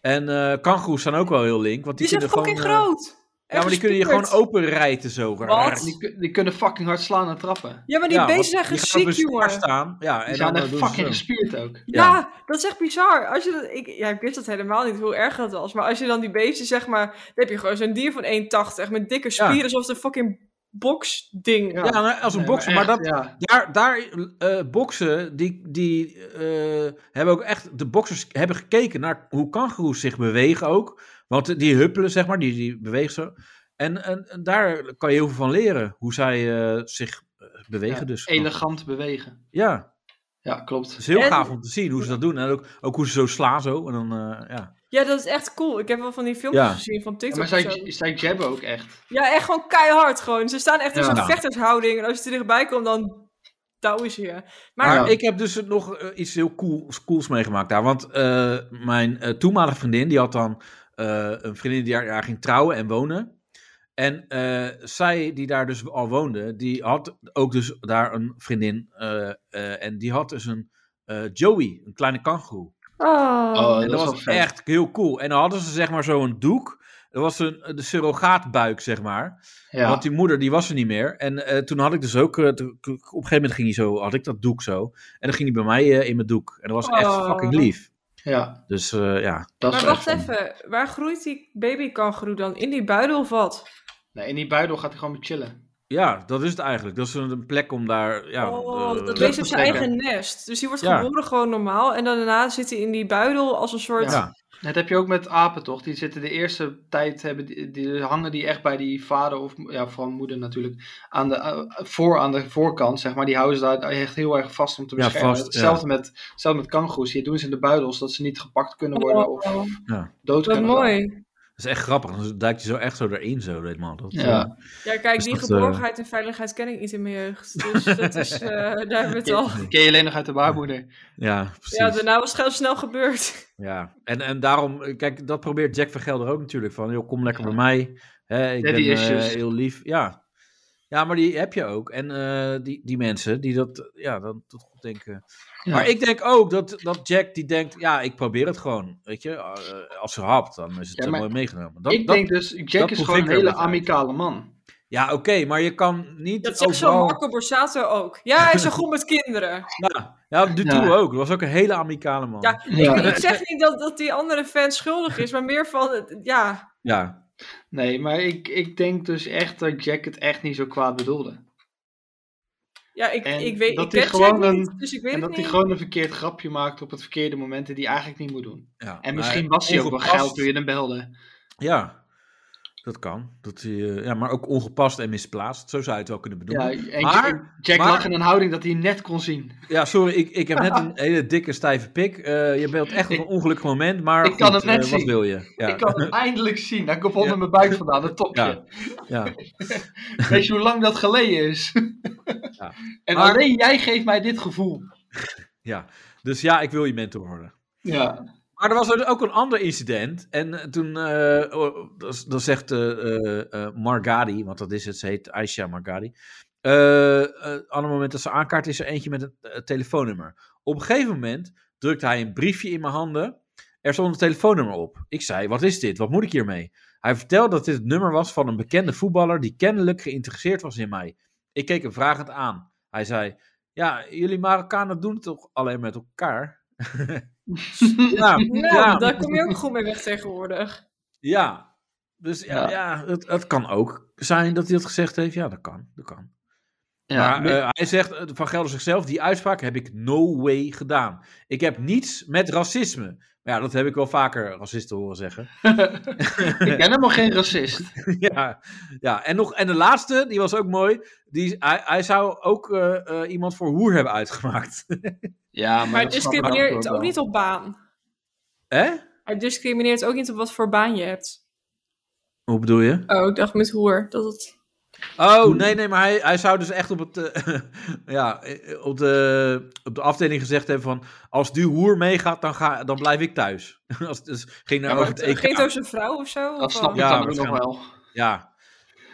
[SPEAKER 3] En eh kangoeroes zijn ook wel heel link, want die,
[SPEAKER 4] Die zijn
[SPEAKER 3] kunnen gewoon.
[SPEAKER 4] fucking
[SPEAKER 3] eh,
[SPEAKER 4] groot.
[SPEAKER 3] ja, maar die kunnen je gewoon openrijten zo.
[SPEAKER 4] Wat?
[SPEAKER 2] Die, ku- die kunnen fucking hard slaan en trappen.
[SPEAKER 4] Ja, maar die
[SPEAKER 3] Ja,
[SPEAKER 4] beesten
[SPEAKER 3] want
[SPEAKER 4] zijn
[SPEAKER 3] die dus gaan
[SPEAKER 4] geziek,
[SPEAKER 3] op een staar Staan.
[SPEAKER 4] jongen.
[SPEAKER 3] Ja, en
[SPEAKER 2] Die zijn
[SPEAKER 3] dan,
[SPEAKER 2] echt
[SPEAKER 3] eh, doen ze
[SPEAKER 2] fucking
[SPEAKER 3] zo.
[SPEAKER 2] gespierd ook.
[SPEAKER 3] Ja.
[SPEAKER 4] Ja. dat is echt bizar. Als je dat, ik, ja, ik wist dat helemaal niet, hoe erg dat was. Maar als je dan die beesten, zeg maar... Dan heb je gewoon zo'n dier van 1,80 met dikke spieren, alsof het een fucking boksding.
[SPEAKER 3] Ja, nou, als een
[SPEAKER 2] Nee,
[SPEAKER 3] bokser. Maar,
[SPEAKER 2] echt,
[SPEAKER 3] dat,
[SPEAKER 2] Ja.
[SPEAKER 3] daar, daar eh, boksen, die, die eh, hebben ook echt. De boksers hebben gekeken naar hoe kangoeroes zich bewegen ook. Want die huppelen, zeg maar, die, die bewegen zo. En, en, en daar kan je heel veel van leren. Hoe zij eh, zich eh, bewegen,
[SPEAKER 2] Ja,
[SPEAKER 3] dus.
[SPEAKER 2] Elegant bewegen.
[SPEAKER 3] Ja.
[SPEAKER 2] Ja, klopt.
[SPEAKER 3] Het is heel
[SPEAKER 4] En-
[SPEAKER 3] gaaf om te zien hoe ze dat doen. En ook, ook hoe ze zo slaan zo. En dan, eh, ja.
[SPEAKER 4] Ja, dat is echt cool. Ik heb wel van die filmpjes
[SPEAKER 3] Ja.
[SPEAKER 4] gezien van
[SPEAKER 2] Ja,
[SPEAKER 4] TikTok.
[SPEAKER 2] maar
[SPEAKER 4] of zo.
[SPEAKER 2] zij, zij jabben ook echt.
[SPEAKER 4] Ja, echt gewoon keihard gewoon. Ze staan echt in
[SPEAKER 2] Ja.
[SPEAKER 3] Nou.
[SPEAKER 4] zo'n vechtershouding. En als je er dichtbij komt, dan douwen ze je. Maar
[SPEAKER 3] Maar
[SPEAKER 2] Ja.
[SPEAKER 3] ik heb dus nog eh, iets heel cools, cools meegemaakt daar. Want eh, mijn eh, toenmalige vriendin, die had dan eh, een vriendin die daar, daar ging trouwen en wonen. En eh, zij, die daar dus al woonde, die had ook dus daar een vriendin. eh, eh, en die had dus een eh, Joey, een kleine kangoeroe.
[SPEAKER 4] Oh.
[SPEAKER 2] Oh,
[SPEAKER 3] en dat, was
[SPEAKER 2] is wel vet.
[SPEAKER 3] echt heel cool. En dan hadden ze zeg maar zo'n doek. Dat was een, de surrogaatbuik, zeg maar.
[SPEAKER 2] Ja.
[SPEAKER 3] Want die moeder, die was er niet meer. En eh, toen had ik dus ook, eh, toen- op een gegeven moment ging hij zo, had ik dat doek zo. En dan ging hij bij mij eh, in mijn doek. En dat was echt
[SPEAKER 4] Oh.
[SPEAKER 3] fucking lief.
[SPEAKER 2] ja,
[SPEAKER 3] Dus eh, ja.
[SPEAKER 2] dat is
[SPEAKER 4] Maar
[SPEAKER 2] wel
[SPEAKER 4] wacht even, waar groeit die babykangeroe dan? In die buidel of wat?
[SPEAKER 2] Nee, in die buidel gaat hij gewoon weer chillen.
[SPEAKER 3] Ja, dat is het eigenlijk. Dat is een, een plek om daar, ja.
[SPEAKER 4] oh,
[SPEAKER 3] eh,
[SPEAKER 2] leek
[SPEAKER 4] dat leest op zijn
[SPEAKER 2] verstrekken.
[SPEAKER 4] eigen nest. Dus die wordt
[SPEAKER 3] Ja.
[SPEAKER 4] geboren gewoon normaal. En dan daarna zit hij in die buidel als een soort... Oh,
[SPEAKER 3] ja.
[SPEAKER 2] Dat heb je ook met apen, toch? Die zitten de eerste tijd, hebben die, die hangen die echt bij die vader of ja, vooral moeder natuurlijk, aan de, eh, voor, aan de voorkant, zeg maar. Die houden ze daar echt heel erg vast om te
[SPEAKER 3] Ja,
[SPEAKER 2] beschermen.
[SPEAKER 3] vast, ja.
[SPEAKER 2] hetzelfde, met, hetzelfde met kangoes. Die doen ze in de buidel, zodat ze niet gepakt kunnen worden of
[SPEAKER 4] Oh,
[SPEAKER 2] dood
[SPEAKER 4] wat
[SPEAKER 2] kunnen gaan.
[SPEAKER 4] mooi.
[SPEAKER 3] Dat is echt grappig. Dan duikt je zo echt zo erin zo, weet man. Dat,
[SPEAKER 2] Ja.
[SPEAKER 3] eh,
[SPEAKER 4] Ja, kijk,
[SPEAKER 3] Dus
[SPEAKER 4] die
[SPEAKER 3] dat, eh,
[SPEAKER 4] geborgenheid en veiligheid ken ik niet in mijn jeugd. Dus dat is, eh, daar hebben we het al.
[SPEAKER 2] Die ken je alleen nog uit de baarmoeder.
[SPEAKER 3] ja, precies.
[SPEAKER 4] Ja,
[SPEAKER 3] Ja,
[SPEAKER 4] daarna was het heel snel gebeurd.
[SPEAKER 3] En, en daarom, eh, kijk, dat probeert Jack van Gelder ook natuurlijk. Van, joh, kom lekker bij mij. Hè, ik
[SPEAKER 2] Daddy
[SPEAKER 3] ben eh,
[SPEAKER 2] issues.
[SPEAKER 3] heel lief. Ja. ja, maar die heb je ook. En eh, die, die mensen die dat, eh, ja, dan toch denken...
[SPEAKER 2] Ja.
[SPEAKER 3] Maar ik denk ook dat, dat Jack die denkt, ja, ik probeer het gewoon. Weet je, eh, als ze hapt, dan is het
[SPEAKER 2] Ja,
[SPEAKER 3] eh,
[SPEAKER 2] maar
[SPEAKER 3] mooi meegenomen. Dat,
[SPEAKER 2] ik
[SPEAKER 3] dat-
[SPEAKER 2] denk dus, Jack is
[SPEAKER 3] proef
[SPEAKER 2] gewoon
[SPEAKER 3] ik
[SPEAKER 2] een
[SPEAKER 3] er
[SPEAKER 2] hele
[SPEAKER 3] een beetje uit.
[SPEAKER 2] amicale man.
[SPEAKER 3] Ja, oké, maar je kan niet
[SPEAKER 4] Dat zegt zo
[SPEAKER 3] overal...
[SPEAKER 4] Marco Borsato ook. Ja, hij is zo goed met
[SPEAKER 3] Oh.
[SPEAKER 4] kinderen.
[SPEAKER 3] Ja, ja Dutroux
[SPEAKER 2] Ja.
[SPEAKER 3] ook. Dat was ook een hele amicale man.
[SPEAKER 4] Ja,
[SPEAKER 3] Ja.
[SPEAKER 2] Ja.
[SPEAKER 4] Ik zeg niet dat, dat die andere fan schuldig is, maar meer van, eh, ja.
[SPEAKER 2] Nee, maar ik, ik denk dus echt dat Jack het echt niet zo kwaad bedoelde.
[SPEAKER 4] Ja, ik,
[SPEAKER 2] En
[SPEAKER 4] ik weet
[SPEAKER 2] dat
[SPEAKER 4] ik
[SPEAKER 2] hij
[SPEAKER 4] ken
[SPEAKER 2] gewoon
[SPEAKER 4] Jack
[SPEAKER 2] een-
[SPEAKER 4] niet, dus ik weet
[SPEAKER 2] En
[SPEAKER 4] het
[SPEAKER 2] dat hij
[SPEAKER 4] niet.
[SPEAKER 2] gewoon een verkeerd grapje maakt op het verkeerde moment en die hij eigenlijk niet moet doen.
[SPEAKER 3] ja.
[SPEAKER 2] En
[SPEAKER 3] Maar
[SPEAKER 2] misschien was hij ook wel
[SPEAKER 3] ongepast-
[SPEAKER 2] geld toen je hem belde.
[SPEAKER 3] Ja, dat kan. Dat hij, eh, ja, maar ook ongepast en misplaatst. Zo zou je het wel kunnen
[SPEAKER 2] Ja,
[SPEAKER 3] bedoelen. Ja,
[SPEAKER 2] en
[SPEAKER 3] Maar-
[SPEAKER 2] en Jack
[SPEAKER 3] maar-
[SPEAKER 2] lag in een houding dat hij hem net kon zien.
[SPEAKER 3] sorry, ik, ik heb net een hele dikke stijve pik. Eh, je bent echt op een ongelukkig moment, maar
[SPEAKER 2] Ik kan het net
[SPEAKER 3] eh, wat
[SPEAKER 2] zien.
[SPEAKER 3] wil je? Ja,
[SPEAKER 2] Ik kan hem eindelijk zien. Hij komt onder
[SPEAKER 3] Ja.
[SPEAKER 2] mijn buik vandaan, dat topje.
[SPEAKER 3] ja.
[SPEAKER 2] Weet je hoe lang dat geleden is?
[SPEAKER 3] Ja.
[SPEAKER 2] En
[SPEAKER 3] Maar-
[SPEAKER 2] alleen jij geeft mij dit gevoel.
[SPEAKER 3] ja. Dus ja, ik wil je mentor worden.
[SPEAKER 2] Ja,
[SPEAKER 3] Maar er was er ook een ander incident. En eh, toen, eh, oh, dat dat zegt eh eh, eh, Margadi, want dat is het, ze heet Aisha Margadi. Eh eh, aan het moment dat ze aankaart, is er eentje met een eh, telefoonnummer. Op een gegeven moment drukte hij een briefje in mijn handen. Er stond een telefoonnummer op. Ik zei: Wat is dit? Wat moet ik hiermee? Hij vertelde dat dit het nummer was van een bekende voetballer die kennelijk geïnteresseerd was in mij. Ik keek hem vragend aan. Hij zei: Ja, jullie Marokkanen doen het toch alleen met elkaar? ja,
[SPEAKER 4] Nou,
[SPEAKER 3] ja.
[SPEAKER 4] daar kom je ook goed mee weg tegenwoordig.
[SPEAKER 3] Ja. Dus ja,
[SPEAKER 2] Ja.
[SPEAKER 3] ja. het, het kan ook zijn dat hij dat gezegd heeft. Ja, dat kan. Dat kan.
[SPEAKER 2] ja.
[SPEAKER 3] maar eh, hij zegt, eh, Van Gelder zichzelf, die uitspraak heb ik no way gedaan. Ik heb niets met racisme. Maar ja, dat heb ik wel vaker racisten horen zeggen.
[SPEAKER 2] ik ben helemaal geen racist.
[SPEAKER 3] ja, ja. En, nog, en de laatste, die was ook mooi. Die, hij, hij zou ook eh, eh, iemand voor hoer hebben uitgemaakt.
[SPEAKER 2] Ja,
[SPEAKER 4] Maar
[SPEAKER 2] maar,
[SPEAKER 4] hij
[SPEAKER 2] dat snap ik
[SPEAKER 4] discrimineert ook
[SPEAKER 2] wel.
[SPEAKER 4] niet op baan.
[SPEAKER 3] Hè?
[SPEAKER 4] Hij discrimineert ook niet op wat voor baan je hebt.
[SPEAKER 3] Hoe bedoel je?
[SPEAKER 4] Oh, ik dacht met hoer. Dat het...
[SPEAKER 3] Oh, nee, nee, maar hij, hij zou dus echt op, het, eh, ja, eh, op, de, op de afdeling gezegd hebben van... als die hoer meegaat, dan, ga, dan blijf ik thuis. als, dus ging daar
[SPEAKER 2] Ja, maar
[SPEAKER 3] over het EK.
[SPEAKER 4] Geen door zijn vrouw of zo?
[SPEAKER 2] Dat
[SPEAKER 4] of
[SPEAKER 2] snap
[SPEAKER 4] wat?
[SPEAKER 2] ik
[SPEAKER 3] Ja,
[SPEAKER 2] dan ook nog
[SPEAKER 3] waarschijnlijk.
[SPEAKER 2] wel.
[SPEAKER 3] Ja.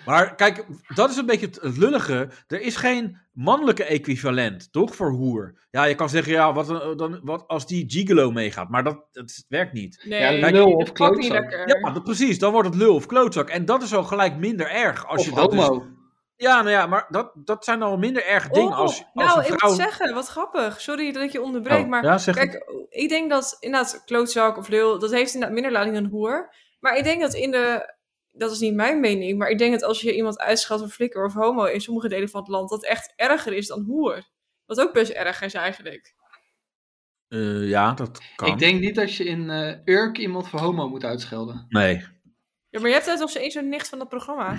[SPEAKER 3] Maar kijk, dat is een beetje het- het lullige. Er is geen mannelijke equivalent, toch, voor hoer. Ja, je kan zeggen, ja, wat, een- dan, wat als die gigolo meegaat. Maar dat, dat werkt niet.
[SPEAKER 4] Nee,
[SPEAKER 2] Ja, lul of
[SPEAKER 4] dat pakt niet
[SPEAKER 2] klootzak.
[SPEAKER 4] lekker.
[SPEAKER 3] Ja, dat- precies. Dan wordt het lul of klootzak. En dat is al gelijk minder erg. Als
[SPEAKER 2] Of
[SPEAKER 3] je dat dus-
[SPEAKER 2] homo.
[SPEAKER 3] ja, nou ja, maar dat, dat zijn al minder erg
[SPEAKER 4] Oh,
[SPEAKER 3] dingen. als, als
[SPEAKER 4] nou,
[SPEAKER 3] een
[SPEAKER 4] ik
[SPEAKER 3] vrouw...
[SPEAKER 4] moet zeggen, wat grappig. Sorry dat ik je onderbreek,
[SPEAKER 3] Oh,
[SPEAKER 4] maar
[SPEAKER 3] ja, zeg het.
[SPEAKER 4] kijk, ik denk dat inderdaad klootzak of lul, dat heeft inderdaad minder lading dan hoer. Maar ik denk dat in de, dat is niet mijn mening, maar ik denk dat als je iemand uitschat voor flikker of homo in sommige delen van het land, dat echt erger is dan hoer. Wat ook best erg is eigenlijk.
[SPEAKER 3] Eh, ja, dat kan.
[SPEAKER 2] Ik denk niet dat je in eh, Urk iemand voor homo moet uitschelden.
[SPEAKER 3] Nee.
[SPEAKER 4] Ja, maar je hebt net nog eens zo'n nicht van dat programma.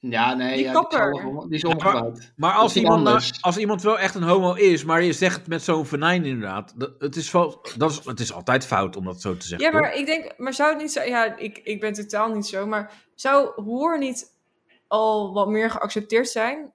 [SPEAKER 2] Ja, nee,
[SPEAKER 4] Die
[SPEAKER 2] ja,
[SPEAKER 4] kapper.
[SPEAKER 2] Die, is allemaal- die is
[SPEAKER 3] Ja, maar-
[SPEAKER 2] omgebouwd.
[SPEAKER 3] Maar als
[SPEAKER 2] is
[SPEAKER 3] iemand, nou-
[SPEAKER 2] anders.
[SPEAKER 3] als iemand wel echt een homo is, maar je zegt het met zo'n venijn inderdaad. Dat, het, is val- dat is, het is altijd fout om dat zo te zeggen.
[SPEAKER 4] Ja,
[SPEAKER 3] toch?
[SPEAKER 4] maar ik denk, maar zou het niet zo, ja, ik, ik ben totaal niet zo, maar zou hoer niet al wat meer geaccepteerd zijn?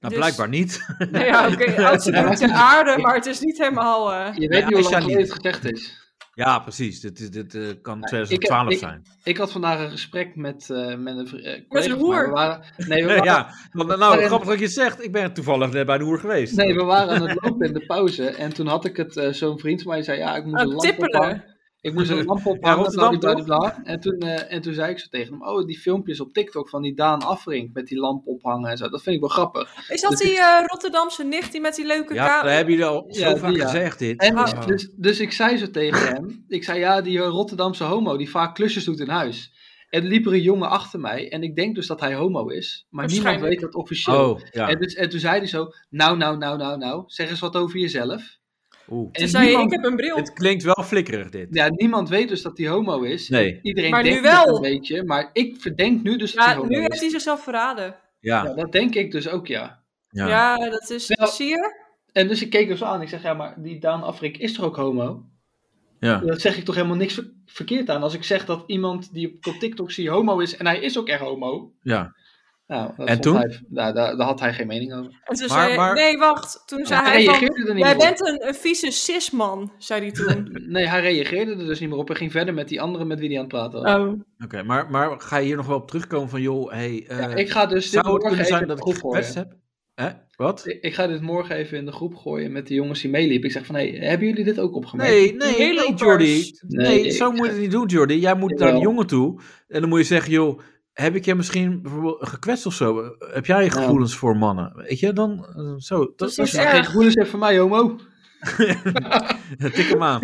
[SPEAKER 3] nou,
[SPEAKER 4] dus-
[SPEAKER 3] blijkbaar niet.
[SPEAKER 4] Nou ja, oké, oudste ter aarde, maar het is niet helemaal... eh,
[SPEAKER 2] Je weet
[SPEAKER 3] Ja,
[SPEAKER 2] niet hoe
[SPEAKER 3] Aisha
[SPEAKER 2] lang geleden
[SPEAKER 3] niet.
[SPEAKER 2] het gezegd is.
[SPEAKER 3] Ja, precies. Dit, is- dit eh, kan
[SPEAKER 2] ik
[SPEAKER 3] 2012
[SPEAKER 2] heb- ik-
[SPEAKER 3] zijn.
[SPEAKER 2] Ik had vandaag een gesprek met, eh, met een vri- eh, collega.
[SPEAKER 4] een
[SPEAKER 2] van mij.
[SPEAKER 4] hoer.
[SPEAKER 2] We waren, nee, we
[SPEAKER 3] Ja,
[SPEAKER 2] waren,
[SPEAKER 3] ja, want, nou,
[SPEAKER 2] Waarin-
[SPEAKER 3] grappig dat je het zegt. Ik ben toevallig net bij de hoer geweest.
[SPEAKER 2] nee, we waren aan het lopen in de pauze. En toen had ik het, eh, zo'n vriend van mij die zei, ja, ik moet
[SPEAKER 4] Aan
[SPEAKER 2] een
[SPEAKER 4] het
[SPEAKER 2] lamp ophangen.
[SPEAKER 4] tippelen.
[SPEAKER 2] Ik moest een lamp ophangen,
[SPEAKER 3] Ja, Rotterdam,
[SPEAKER 2] bla, bla, bla, bla. En toen, eh, en toen zei ik zo tegen hem, oh, die filmpjes op TikTok van die Daan Afrink met die lamp ophangen en zo. Dat vind ik wel grappig.
[SPEAKER 4] Is dat
[SPEAKER 2] Dus
[SPEAKER 4] die eh, Rotterdamse nicht die met die leuke
[SPEAKER 3] Ja,
[SPEAKER 4] kamer?
[SPEAKER 3] dat hebben jullie al zo
[SPEAKER 2] Ja, die,
[SPEAKER 3] vaak
[SPEAKER 2] ja.
[SPEAKER 3] gezegd dit. Oh.
[SPEAKER 2] En dus,
[SPEAKER 4] Ah.
[SPEAKER 3] Ja.
[SPEAKER 2] dus, dus ik zei zo tegen hem, ik zei, ja, die eh, Rotterdamse homo die vaak klusjes doet in huis. En liep er een jongen achter mij en ik denk dus dat hij homo is. Maar niemand
[SPEAKER 4] Waarschijnlijk.
[SPEAKER 2] weet dat officieel.
[SPEAKER 3] Oh, ja.
[SPEAKER 2] En, dus, en toen zei hij zo, nou, nou, nou, nou, nou, zeg eens wat over jezelf.
[SPEAKER 3] Oeh.
[SPEAKER 2] En
[SPEAKER 4] Toen zei je,
[SPEAKER 2] niemand,
[SPEAKER 4] ik heb een bril.
[SPEAKER 3] Het klinkt wel flikkerig dit.
[SPEAKER 2] ja, niemand weet dus dat hij homo is.
[SPEAKER 3] Nee.
[SPEAKER 2] Iedereen
[SPEAKER 4] Maar nu
[SPEAKER 2] denkt het
[SPEAKER 4] wel.
[SPEAKER 2] een beetje, maar ik verdenk nu dus dat hij
[SPEAKER 4] Ja,
[SPEAKER 2] homo
[SPEAKER 4] nu
[SPEAKER 2] is.
[SPEAKER 4] heeft hij zichzelf verraden.
[SPEAKER 2] Ja,
[SPEAKER 3] Ja.
[SPEAKER 2] dat denk ik dus ook, ja.
[SPEAKER 3] ja.
[SPEAKER 4] Ja, dat is...
[SPEAKER 2] Wel-
[SPEAKER 4] Zie je?
[SPEAKER 2] En dus ik keek hem zo aan. Ik zeg, ja, maar die Daan Afrik is toch ook homo?
[SPEAKER 3] ja.
[SPEAKER 2] Dat zeg ik toch helemaal niks ver- verkeerd aan. Als ik zeg dat iemand die op, op TikTok zie homo is en hij is ook echt homo.
[SPEAKER 3] ja.
[SPEAKER 2] Nou, dat
[SPEAKER 3] En
[SPEAKER 2] vond
[SPEAKER 3] toen?
[SPEAKER 2] Hij, nou, daar, daar had hij geen mening over.
[SPEAKER 4] En toen
[SPEAKER 3] Maar-
[SPEAKER 4] zei hij,
[SPEAKER 3] maar-
[SPEAKER 4] nee, wacht. Toen zei
[SPEAKER 2] hij
[SPEAKER 4] hij van,
[SPEAKER 2] reageerde er niet
[SPEAKER 4] jij
[SPEAKER 2] meer
[SPEAKER 4] bent een, een vieze cisman, zei hij toen.
[SPEAKER 2] op. Nee, hij reageerde er dus niet meer op en ging verder met die andere met wie hij aan het praten was.
[SPEAKER 4] Oh.
[SPEAKER 3] Oké, maar, maar ga je hier nog wel op terugkomen van, joh, hey, eh,
[SPEAKER 2] Ja,
[SPEAKER 4] Oh.
[SPEAKER 2] ik ga dus dit
[SPEAKER 3] zou het
[SPEAKER 2] morgen
[SPEAKER 3] kunnen
[SPEAKER 2] even
[SPEAKER 3] zijn
[SPEAKER 2] in de
[SPEAKER 3] dat ik
[SPEAKER 2] groep
[SPEAKER 3] gekwetst
[SPEAKER 2] gooien.
[SPEAKER 3] heb? Hè? Wat?
[SPEAKER 2] Ik ik ga dit morgen even in de groep gooien met de jongens die meeliepen. Ik zeg van, hé, hebben jullie dit ook opgemerkt?
[SPEAKER 3] Nee, nee,
[SPEAKER 4] Hele
[SPEAKER 3] nee,
[SPEAKER 4] opers.
[SPEAKER 3] Jordi. Nee,
[SPEAKER 2] Nee,
[SPEAKER 3] zo
[SPEAKER 2] ik-
[SPEAKER 3] moet je het niet doen, Jordi. Jij moet naar
[SPEAKER 2] Jawel.
[SPEAKER 3] die jongen toe en dan moet je zeggen, joh, heb ik je misschien bijvoorbeeld gekwetst of zo? Heb jij gevoelens voor mannen? Weet je, dan eh, zo. Dat,
[SPEAKER 4] Dat is
[SPEAKER 3] dat
[SPEAKER 4] dus
[SPEAKER 3] is
[SPEAKER 2] nou Geen
[SPEAKER 4] erg.
[SPEAKER 2] gevoelens heeft van mij, homo.
[SPEAKER 3] tik hem aan.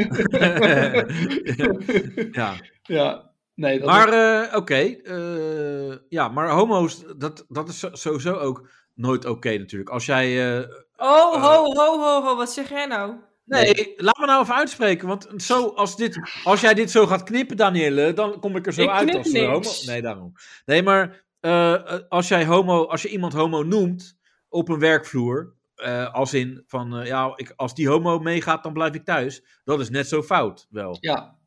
[SPEAKER 3] ja.
[SPEAKER 2] Ja, nee, dat
[SPEAKER 3] Maar eh, oké, eh, ja, maar homo's, dat, dat is zo- sowieso ook nooit oké natuurlijk. Als jij, eh,
[SPEAKER 4] Oh, ho, ho, ho, ho, wat zeg jij nou?
[SPEAKER 3] nee, laat me nou even uitspreken, want zo als, dit, als jij dit zo gaat knippen, Danielle, dan kom ik er zo
[SPEAKER 4] Ik
[SPEAKER 3] uit
[SPEAKER 4] knip
[SPEAKER 3] als eh, homo.
[SPEAKER 4] niks.
[SPEAKER 3] Nee, daarom. Nee, maar eh, eh, als jij homo, als je iemand homo noemt op een werkvloer, eh, als in van, eh, ja, ik, als die homo meegaat, dan blijf ik thuis. Dat is net zo fout, wel.
[SPEAKER 2] Ja,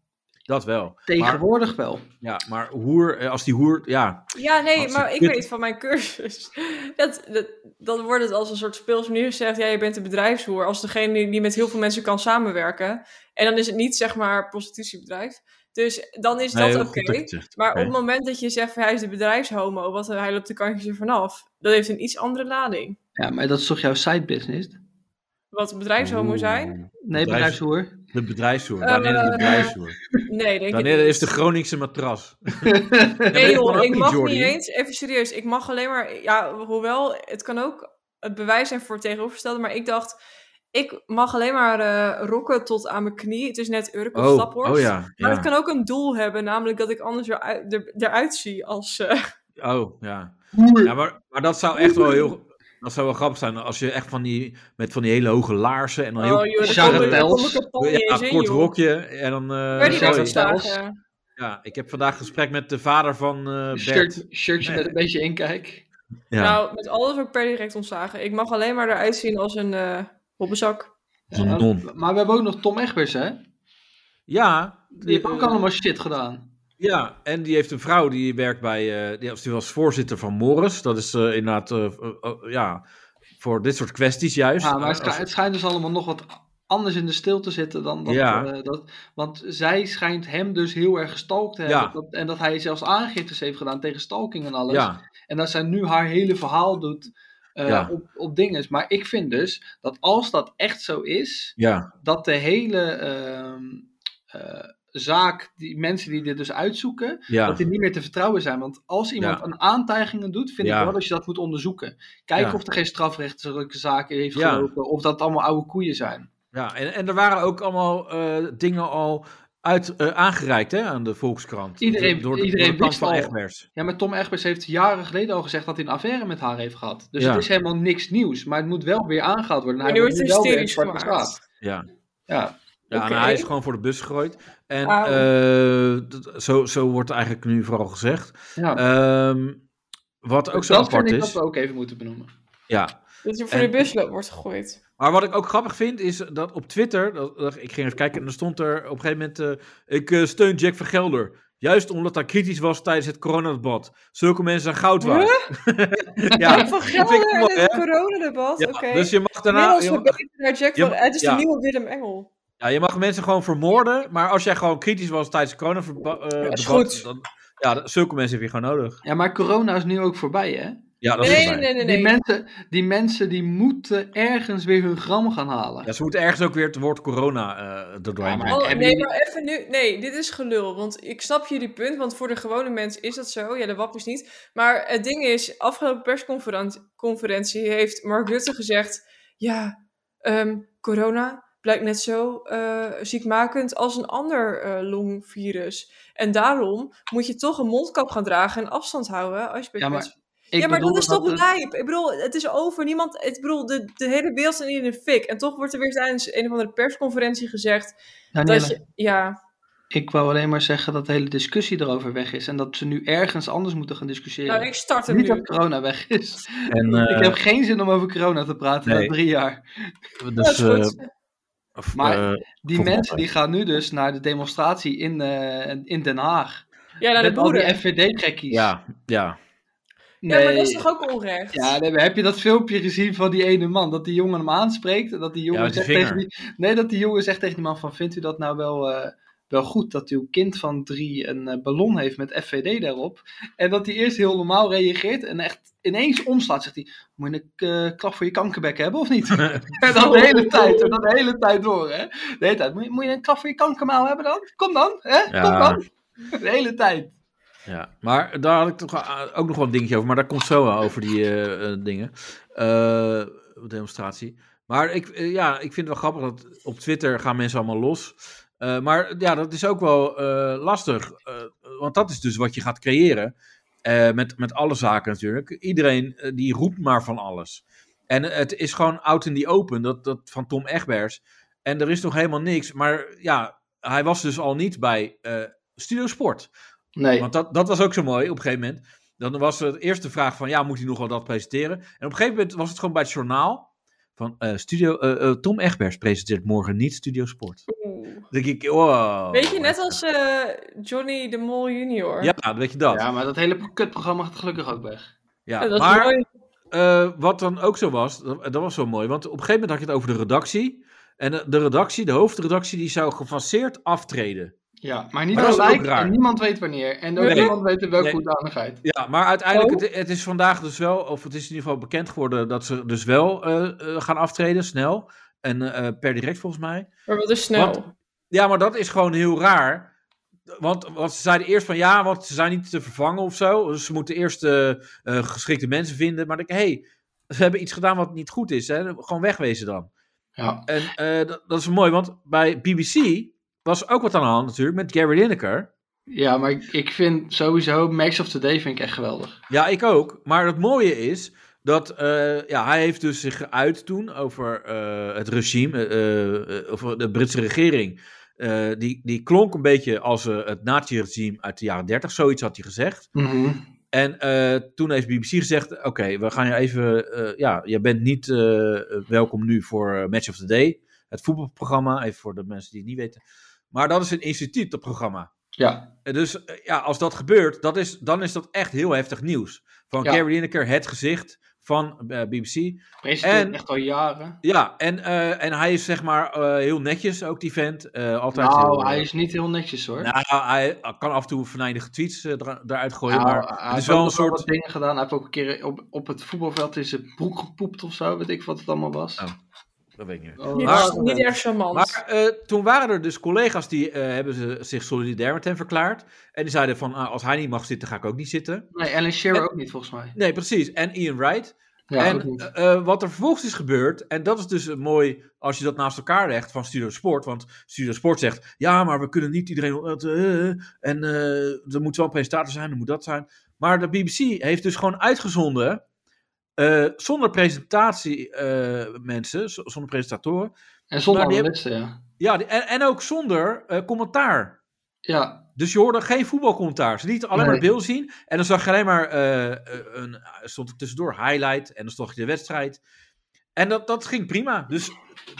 [SPEAKER 3] Dat wel. Maar,
[SPEAKER 2] tegenwoordig wel.
[SPEAKER 3] ja, maar hoer, eh, als die hoer, ja,
[SPEAKER 4] Ja, nee,
[SPEAKER 3] Als je
[SPEAKER 4] maar ik
[SPEAKER 3] kut-
[SPEAKER 4] weet van mijn cursus. Dat, dat, dan wordt het als een soort speels manier gezegd. Ja, je bent een bedrijfshoer. Als degene die, die met heel veel mensen kan samenwerken. En dan is het niet, zeg maar, prostitutiebedrijf. Dus dan is
[SPEAKER 3] Nee,
[SPEAKER 4] dat
[SPEAKER 3] heel
[SPEAKER 4] oké.
[SPEAKER 3] goed dat je het zegt.
[SPEAKER 4] Maar
[SPEAKER 3] Oké.
[SPEAKER 4] op het moment dat je zegt, van, hij is de bedrijfshomo. Wat eh, hij loopt de kantjes er vanaf. Dat heeft een iets andere lading.
[SPEAKER 2] Ja, maar dat is toch jouw side business?
[SPEAKER 4] Wat bedrijfshomo zijn?
[SPEAKER 2] Nee,
[SPEAKER 3] Bedrijf-
[SPEAKER 2] bedrijfshoer.
[SPEAKER 3] De bedrijfshoer.
[SPEAKER 4] Eh,
[SPEAKER 3] Daniel is de bedrijfshoer.
[SPEAKER 4] Nee, denk ik
[SPEAKER 3] Daniel
[SPEAKER 4] niet.
[SPEAKER 3] Nou, is de Groningse matras.
[SPEAKER 4] Nee
[SPEAKER 3] dat kan
[SPEAKER 4] joh,
[SPEAKER 3] ook
[SPEAKER 4] ik
[SPEAKER 3] niet,
[SPEAKER 4] mag
[SPEAKER 3] Jordi.
[SPEAKER 4] niet eens. Even serieus, ik mag alleen maar. Ja, hoewel, het kan ook het bewijs zijn voor het tegenovergestelde. Maar ik dacht, ik mag alleen maar eh, rokken tot aan mijn knie. Het is net Urk of
[SPEAKER 3] Oh,
[SPEAKER 4] Staphorst.
[SPEAKER 3] oh ja.
[SPEAKER 4] Maar
[SPEAKER 3] ja.
[SPEAKER 4] het kan ook een doel hebben, namelijk dat ik anders eruit, er, eruit zie als. eh,
[SPEAKER 3] Oh, ja. ja maar, maar dat zou echt wel heel... Dat zou wel grappig zijn als je echt van die... Met van die hele hoge laarzen en dan heel...
[SPEAKER 4] oh joh, daar
[SPEAKER 2] bizarre
[SPEAKER 4] kom ik- daar kom ik
[SPEAKER 2] pijls.
[SPEAKER 4] een pan niet
[SPEAKER 3] ja,
[SPEAKER 4] eens in,
[SPEAKER 3] kort
[SPEAKER 4] Oh, joh.
[SPEAKER 3] rokje en dan... eh,
[SPEAKER 4] Waar die
[SPEAKER 2] Sorry.
[SPEAKER 4] daar zo
[SPEAKER 3] sorry.
[SPEAKER 4] staan.
[SPEAKER 2] Pijls.
[SPEAKER 4] eh.
[SPEAKER 3] ja, ik heb vandaag gesprek met de vader van eh Bert.
[SPEAKER 2] Shirt, shirtje met een beetje inkijk.
[SPEAKER 3] Ja.
[SPEAKER 4] Nou, met alles ook per direct ontslagen. Ik mag alleen maar eruit zien als een eh hobbenzak.
[SPEAKER 3] Dat is een non.
[SPEAKER 2] Maar we hebben ook nog Tom Egbers, hè?
[SPEAKER 3] Ja.
[SPEAKER 2] Die heeft ook
[SPEAKER 3] eh,
[SPEAKER 2] allemaal shit gedaan.
[SPEAKER 3] Ja, en die heeft een vrouw die werkt bij, eh die, of die was voorzitter van Morris. Dat is eh, inderdaad, eh, eh, eh, ja, voor dit soort kwesties juist.
[SPEAKER 4] Ah,
[SPEAKER 2] Ja, maar het,
[SPEAKER 3] Eh,
[SPEAKER 2] scha-
[SPEAKER 3] als-
[SPEAKER 2] het schijnt dus allemaal nog wat anders in de stil te zitten dan dat,
[SPEAKER 3] Ja.
[SPEAKER 2] eh, dat. Want zij schijnt hem dus heel erg gestalkt te hebben.
[SPEAKER 3] Ja.
[SPEAKER 2] Dat- en dat hij zelfs aangiftes heeft gedaan tegen stalking en alles.
[SPEAKER 3] ja,
[SPEAKER 2] En dat zij nu haar hele verhaal doet eh,
[SPEAKER 3] Ja.
[SPEAKER 2] op, op dinges. Maar ik vind dus dat als dat echt zo is,
[SPEAKER 3] ja,
[SPEAKER 2] dat de hele ehm, eh, zaak, die mensen die dit dus uitzoeken,
[SPEAKER 3] ja.
[SPEAKER 2] dat die niet meer te vertrouwen zijn. Want als iemand
[SPEAKER 3] Ja.
[SPEAKER 2] een aantijgingen doet, vind
[SPEAKER 3] Ja.
[SPEAKER 2] ik wel dat je dat moet onderzoeken. Kijken
[SPEAKER 3] Ja.
[SPEAKER 2] of er geen strafrechtelijke zaken heeft
[SPEAKER 3] Ja.
[SPEAKER 2] gelopen, of dat allemaal oude koeien zijn.
[SPEAKER 3] ja. En, en er waren ook allemaal eh, dingen al uit, eh, aangereikt hè, aan de Volkskrant.
[SPEAKER 2] Iedereen- iedereen
[SPEAKER 3] kant
[SPEAKER 2] wist
[SPEAKER 3] van
[SPEAKER 2] al.
[SPEAKER 3] Egbers.
[SPEAKER 2] Ja, maar Tom Egbers heeft jaren geleden al gezegd dat hij een affaire met haar heeft gehad. Dus
[SPEAKER 3] Ja.
[SPEAKER 2] het is helemaal niks nieuws, maar het moet wel weer aangehaald worden.
[SPEAKER 4] Maar
[SPEAKER 2] Hij
[SPEAKER 4] nu
[SPEAKER 2] wordt
[SPEAKER 4] wordt het
[SPEAKER 2] wel weer in
[SPEAKER 4] hysterisch
[SPEAKER 2] zwart
[SPEAKER 4] gemaakt.
[SPEAKER 2] gestraat.
[SPEAKER 3] Ja,
[SPEAKER 2] Ja.
[SPEAKER 3] ja
[SPEAKER 4] Oké.
[SPEAKER 3] en hij is gewoon voor de bus gegooid. En
[SPEAKER 4] Au.
[SPEAKER 3] eh, dat- zo, zo wordt eigenlijk nu vooral gezegd.
[SPEAKER 2] Ja.
[SPEAKER 3] Ehm, Wat ook zo
[SPEAKER 2] Dus dat
[SPEAKER 3] apart
[SPEAKER 2] vind ik
[SPEAKER 3] is.
[SPEAKER 2] dat we ook even moeten benoemen.
[SPEAKER 3] Ja,
[SPEAKER 4] Dat je Dus voor
[SPEAKER 3] En-
[SPEAKER 4] de busloop wordt gegooid.
[SPEAKER 3] Maar wat ik ook grappig vind, is dat op Twitter, dat, dat- ik ging even kijken en er stond er op een gegeven moment, eh, ik eh, steun Jack Vergelder. Juist omdat hij kritisch was tijdens het coronadebat. Zulke mensen zijn goud waard. ja,
[SPEAKER 4] Jack van
[SPEAKER 3] vind ik
[SPEAKER 4] Gelder
[SPEAKER 3] mooi,
[SPEAKER 4] en het
[SPEAKER 3] hè?
[SPEAKER 4] coronadebat.
[SPEAKER 3] ja,
[SPEAKER 4] Oké.
[SPEAKER 3] dus je mag daarna,
[SPEAKER 4] Inmiddels
[SPEAKER 3] je mag,
[SPEAKER 4] verbeterd naar Jack
[SPEAKER 3] je
[SPEAKER 4] van...
[SPEAKER 3] mag-
[SPEAKER 4] Het is
[SPEAKER 3] ja.
[SPEAKER 4] de nieuwe Willem Engel.
[SPEAKER 3] ja, je mag mensen gewoon vermoorden, maar als jij gewoon kritisch was tijdens het coronadebat, eh,
[SPEAKER 4] is
[SPEAKER 3] debat,
[SPEAKER 4] goed.
[SPEAKER 3] dan, ja, dat- zulke mensen heb je gewoon nodig.
[SPEAKER 2] Ja, maar corona is nu ook voorbij, hè?
[SPEAKER 3] Ja, dat is
[SPEAKER 4] Nee,
[SPEAKER 3] fijn.
[SPEAKER 4] nee, nee,
[SPEAKER 2] Die,
[SPEAKER 4] nee.
[SPEAKER 2] mensen, die mensen die moeten ergens weer hun gram gaan halen.
[SPEAKER 3] Ja, ze moeten ergens ook weer het woord corona eh erdoorheen
[SPEAKER 2] Ja, maar-
[SPEAKER 3] brengen.
[SPEAKER 4] Oh,
[SPEAKER 2] Hebben
[SPEAKER 4] nee,
[SPEAKER 2] jullie-
[SPEAKER 4] maar even nu. Nee, dit is gelul. Want ik snap jullie punt. Want voor de gewone mens is dat zo. Ja, de wappies niet. Maar het ding is, afgelopen persconferentie heeft Mark Rutte gezegd. Ja, ehm, corona blijkt net zo eh, ziekmakend als een ander eh, longvirus. En daarom moet je toch een mondkap gaan dragen en afstand houden als je bij
[SPEAKER 2] Ja, maar
[SPEAKER 4] kwets- ja, maar
[SPEAKER 2] bedoel eh,
[SPEAKER 4] dat is toch
[SPEAKER 2] het-
[SPEAKER 4] lijp? Ik bedoel, het is over. Niemand, ik bedoel, de, de hele wereld staat in de fik. En toch wordt er weer tijdens een of andere persconferentie gezegd
[SPEAKER 2] Danielle,
[SPEAKER 4] dat je, ja,
[SPEAKER 2] ik wou alleen maar zeggen dat de hele discussie erover weg is. En dat ze nu ergens anders moeten gaan discussiëren.
[SPEAKER 4] nou ik start hem
[SPEAKER 2] Niet
[SPEAKER 4] nu.
[SPEAKER 2] dat corona weg is.
[SPEAKER 3] En, eh,
[SPEAKER 2] ik heb geen zin om over corona te praten
[SPEAKER 3] nee.
[SPEAKER 2] na drie jaar.
[SPEAKER 4] Dat
[SPEAKER 3] dus,
[SPEAKER 4] is goed.
[SPEAKER 3] eh, f-
[SPEAKER 2] Maar-
[SPEAKER 3] eh,
[SPEAKER 2] Die
[SPEAKER 3] Volgens
[SPEAKER 2] mensen die gaan nu dus naar de demonstratie in, eh, in Den Haag.
[SPEAKER 4] ja, naar de
[SPEAKER 2] Met al
[SPEAKER 4] boeren.
[SPEAKER 2] die FVD-gekkies.
[SPEAKER 3] ja, ja.
[SPEAKER 4] Ja, maar dat is toch ook onrecht?
[SPEAKER 2] Ja, nee, maar heb je dat filmpje gezien van die ene man? Dat die jongen hem aanspreekt. En dat die jongen
[SPEAKER 3] Ja, met die
[SPEAKER 2] zegt tegen
[SPEAKER 3] vinger.
[SPEAKER 2] die. Nee, dat die jongen zegt tegen die man: van, Vindt u dat nou wel, eh, wel goed dat uw kind van drie een eh, ballon heeft met FVD daarop? En dat hij eerst heel normaal reageert en echt ineens omslaat. Zegt hij: Moet je een eh, klap voor je kankerbek hebben of niet? en dat de hele tijd, en dat de hele tijd door, hè? De hele tijd: Moet je, moet je een klap voor je kankermaal hebben dan? Kom dan, hè? Kom
[SPEAKER 3] Ja.
[SPEAKER 2] dan. De hele tijd.
[SPEAKER 3] Ja, maar daar had ik toch eh, ook nog wel een dingetje over. Maar daar komt zo wel over die eh, eh, dingen. Eh, demonstratie. Maar ik, eh, ja, ik vind het wel grappig dat op Twitter gaan mensen allemaal los. Eh, maar ja, dat is ook wel eh, lastig. Eh, want dat is dus wat je gaat creëren. Eh, met, met alle zaken natuurlijk. Iedereen eh, die roept maar van alles. En het is gewoon out in the open. Dat, dat van Tom Egbers. En er is nog helemaal niks. Maar ja, hij was dus al niet bij eh Studio Sport.
[SPEAKER 2] Nee.
[SPEAKER 3] Want dat, dat was ook zo mooi op een gegeven moment. Dan was er de eerste vraag van, ja, moet hij nog wel dat presenteren? En op een gegeven moment was het gewoon bij het journaal van eh, studio, eh, eh, Tom Egbers presenteert morgen niet Studio Sport.
[SPEAKER 4] Oeh.
[SPEAKER 3] Dan denk ik, wow.
[SPEAKER 4] Weet je, net als eh, Johnny de Mol junior.
[SPEAKER 3] Ja, weet je dat. Ja,
[SPEAKER 2] Ja, maar dat hele kutprogramma gaat gelukkig ook weg.
[SPEAKER 4] Ja, dat is
[SPEAKER 3] maar
[SPEAKER 4] mooi.
[SPEAKER 3] eh, wat dan ook zo was, dat, dat was zo mooi, want op een gegeven moment had je het over de redactie. En de, de redactie, de hoofdredactie, die zou gefaseerd aftreden.
[SPEAKER 2] Ja, maar niet
[SPEAKER 3] Maar dat is
[SPEAKER 2] gelijk
[SPEAKER 3] ook raar.
[SPEAKER 2] en niemand weet wanneer. En ook
[SPEAKER 4] Nee.
[SPEAKER 2] niemand weet in welke
[SPEAKER 3] Nee.
[SPEAKER 2] hoedanigheid.
[SPEAKER 3] Ja, maar uiteindelijk, het, het is vandaag dus wel, of het is in ieder geval bekend geworden dat ze dus wel eh, eh, gaan aftreden, snel. En eh, per direct volgens mij.
[SPEAKER 4] Maar wat is snel.
[SPEAKER 3] Wat? Ja, maar dat is gewoon heel raar. Want, want ze zeiden eerst van ja, want ze zijn niet te vervangen of zo. Dus ze moeten eerst eh, eh, geschikte mensen vinden. Maar dan denk ik, hé, ze hebben iets gedaan wat niet goed is. Hè? Gewoon wegwezen dan.
[SPEAKER 2] Ja.
[SPEAKER 3] En eh, dat, dat is mooi, want bij BBC was ook wat aan de hand natuurlijk met Gary Lineker.
[SPEAKER 2] ja, maar ik, ik vind sowieso Max of the Day vind ik echt geweldig.
[SPEAKER 3] Ja, ik ook. Maar het mooie is dat eh, ja, hij heeft dus zich geuit toen over eh, het regime, eh, eh, of de Britse regering. Eh, die, die klonk een beetje als eh, het nazi-regime uit de jaren 30, zoiets had hij gezegd. En eh, toen heeft BBC gezegd: Oké, we gaan je even. eh, ja, je bent niet eh, welkom nu voor eh, Match of the Day, het voetbalprogramma. Even voor de mensen die het niet weten. Maar dat is een instituut, dat programma.
[SPEAKER 2] Ja.
[SPEAKER 3] Eh, Dus eh, ja, als dat gebeurt, dat is, dan is dat echt heel heftig nieuws. Van
[SPEAKER 2] Ja.
[SPEAKER 3] Gary Lineker, het gezicht van eh, BBC.
[SPEAKER 2] Presenteert
[SPEAKER 3] En-
[SPEAKER 2] echt al jaren.
[SPEAKER 3] Ja, en, eh, en hij is zeg maar eh, heel netjes ook, die vent. Eh, altijd heel,
[SPEAKER 2] Nou,
[SPEAKER 3] eh,
[SPEAKER 2] hij is niet heel netjes hoor.
[SPEAKER 3] nou, hij kan af en toe verneindige tweets eh, dra- eruit gooien,
[SPEAKER 2] Nou,
[SPEAKER 3] maar
[SPEAKER 2] hij
[SPEAKER 3] het is
[SPEAKER 2] heeft
[SPEAKER 3] wel
[SPEAKER 2] ook
[SPEAKER 3] een soort...
[SPEAKER 2] wat dingen gedaan. Hij heeft ook een keer op, op het voetbalveld in zijn broek gepoept of zo. Weet ik wat het allemaal was.
[SPEAKER 3] Oh. Dat weet ik niet meer.
[SPEAKER 2] Oh,
[SPEAKER 4] Niet,
[SPEAKER 3] Maar-
[SPEAKER 2] rare
[SPEAKER 4] niet
[SPEAKER 2] vent.
[SPEAKER 4] erg charmant.
[SPEAKER 3] Maar eh, toen waren er dus collega's die eh, hebben ze, zich solidair met hem verklaard. En die zeiden van, ah, als hij niet mag zitten, ga ik ook niet zitten.
[SPEAKER 2] Nee, Alan Shearer ook niet volgens mij.
[SPEAKER 3] Nee, precies. En Ian Wright.
[SPEAKER 2] Ja, ook
[SPEAKER 3] en
[SPEAKER 2] niet.
[SPEAKER 3] eh, eh, wat er vervolgens is gebeurd, en dat is dus een mooi als je dat naast elkaar legt van Studio Sport. Want Studio Sport zegt: ja, maar we kunnen niet iedereen. eh, eh, en eh, er moet wel een presentator zijn, er moet dat zijn. Maar de BBC heeft dus gewoon uitgezonden, eh, zonder presentatie eh, mensen, z- zonder presentatoren.
[SPEAKER 2] En zonder
[SPEAKER 3] maar die
[SPEAKER 2] analisten, ja.
[SPEAKER 3] Ja, die- en, en ook zonder eh, commentaar.
[SPEAKER 2] Ja,
[SPEAKER 3] Dus je hoorde geen voetbalcommentaar. Ze lieten alleen maar
[SPEAKER 2] Nee.
[SPEAKER 3] beeld zien. En dan zag je alleen maar eh, eh, een, stond er tussendoor highlight. En dan stond je de wedstrijd. En dat, dat ging prima. Dus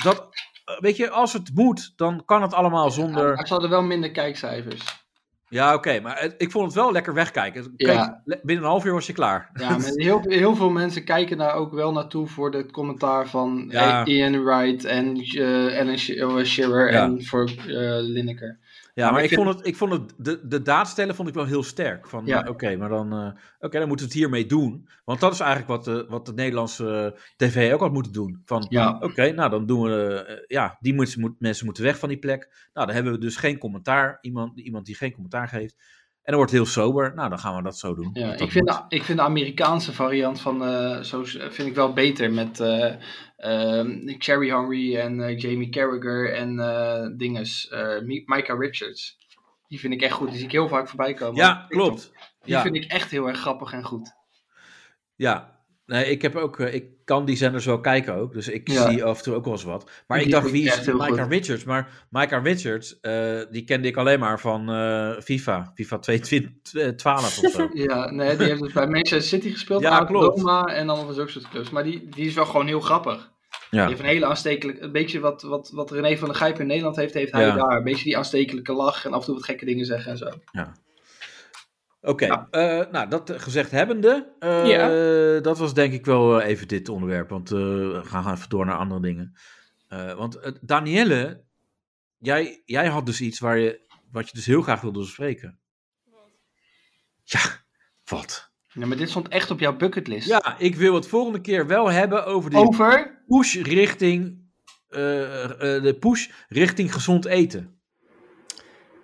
[SPEAKER 3] dat, eh, weet je, als het moet, dan kan het allemaal zonder.
[SPEAKER 2] Maar ze hadden wel minder kijkcijfers.
[SPEAKER 3] Ja, oké, maar het- ik vond het wel lekker wegkijken. Het-
[SPEAKER 2] Ja.
[SPEAKER 3] kijk, le- binnen een half uur was je klaar.
[SPEAKER 2] Ja, maar heel, heel veel mensen kijken daar ook wel naartoe voor het commentaar van
[SPEAKER 3] Ja.
[SPEAKER 2] Ian Wright en eh Alan Sh- eh, Shearer
[SPEAKER 3] Ja.
[SPEAKER 2] en voor eh Lineker.
[SPEAKER 3] Ja, maar ik
[SPEAKER 2] ik vind-
[SPEAKER 3] vond het, ik vond het de, de daadstellen vond ik wel heel sterk. Van,
[SPEAKER 2] Ja.
[SPEAKER 3] ja. oké, maar dan, eh oké, dan moeten we het hiermee doen. Want dat is eigenlijk wat, de wat de Nederlandse eh, tv ook had moeten doen. Van,
[SPEAKER 2] Ja.
[SPEAKER 3] oké, nou dan doen we, eh, ja, die mensen, moet, mensen moeten weg van die plek. Nou, dan hebben we dus geen commentaar. Iemand, iemand die geen commentaar geeft. En dan wordt het heel sober. Nou, dan gaan we dat zo doen.
[SPEAKER 2] Ja,
[SPEAKER 3] Want dat
[SPEAKER 2] ik, vind
[SPEAKER 3] moet.
[SPEAKER 2] de, ik vind de Amerikaanse variant van eh, zo vind ik wel beter met eh ehm, Cherry Henry en eh, Jamie Carragher en eh dinges, eh, Mi- Micah Richards. Die vind ik echt goed, die zie ik heel vaak voorbij komen.
[SPEAKER 3] ja klopt.
[SPEAKER 2] Die
[SPEAKER 3] Ja.
[SPEAKER 2] vind ik echt heel erg grappig en goed.
[SPEAKER 3] Ja, nee, ik heb ook, eh, ik kan die zenders wel kijken ook, dus ik
[SPEAKER 2] Ja.
[SPEAKER 3] zie af en toe ook wel eens wat. Maar
[SPEAKER 2] Die
[SPEAKER 3] ik dacht,
[SPEAKER 2] vind
[SPEAKER 3] wie
[SPEAKER 2] ik
[SPEAKER 3] is
[SPEAKER 2] echt
[SPEAKER 3] de
[SPEAKER 2] heel
[SPEAKER 3] Micah
[SPEAKER 2] goed.
[SPEAKER 3] Richards? Maar Micah Richards, eh, die kende ik alleen maar van eh, FIFA, FIFA 2012 of zo.
[SPEAKER 2] Ja, nee, die heeft dus bij Manchester City gespeeld,
[SPEAKER 3] Ja,
[SPEAKER 2] AS
[SPEAKER 3] klopt.
[SPEAKER 2] Roma en allemaal zulke soort clubs. Maar die, die is wel gewoon heel grappig.
[SPEAKER 3] Ja,
[SPEAKER 2] Die heeft een hele aanstekelijk, een beetje wat, wat, wat René van der Gijp in Nederland heeft, heeft hij
[SPEAKER 3] Ja.
[SPEAKER 2] daar. Een beetje die aanstekelijke lach en af en toe wat gekke dingen zeggen en zo.
[SPEAKER 3] oké.
[SPEAKER 2] Ja.
[SPEAKER 3] eh, nou, dat eh, gezegd hebbende, eh, dat was denk ik wel eh, even dit onderwerp, want eh, we gaan even door naar andere dingen. Eh, want eh, Danielle, jij, jij had dus iets waar je, wat je dus heel graag wilde bespreken. Ja, wat?
[SPEAKER 2] Ja, maar dit stond echt op jouw bucketlist.
[SPEAKER 3] Ja, ik wil het volgende keer wel hebben over die
[SPEAKER 2] Over?
[SPEAKER 3] push richting. eh, eh, de push richting gezond eten.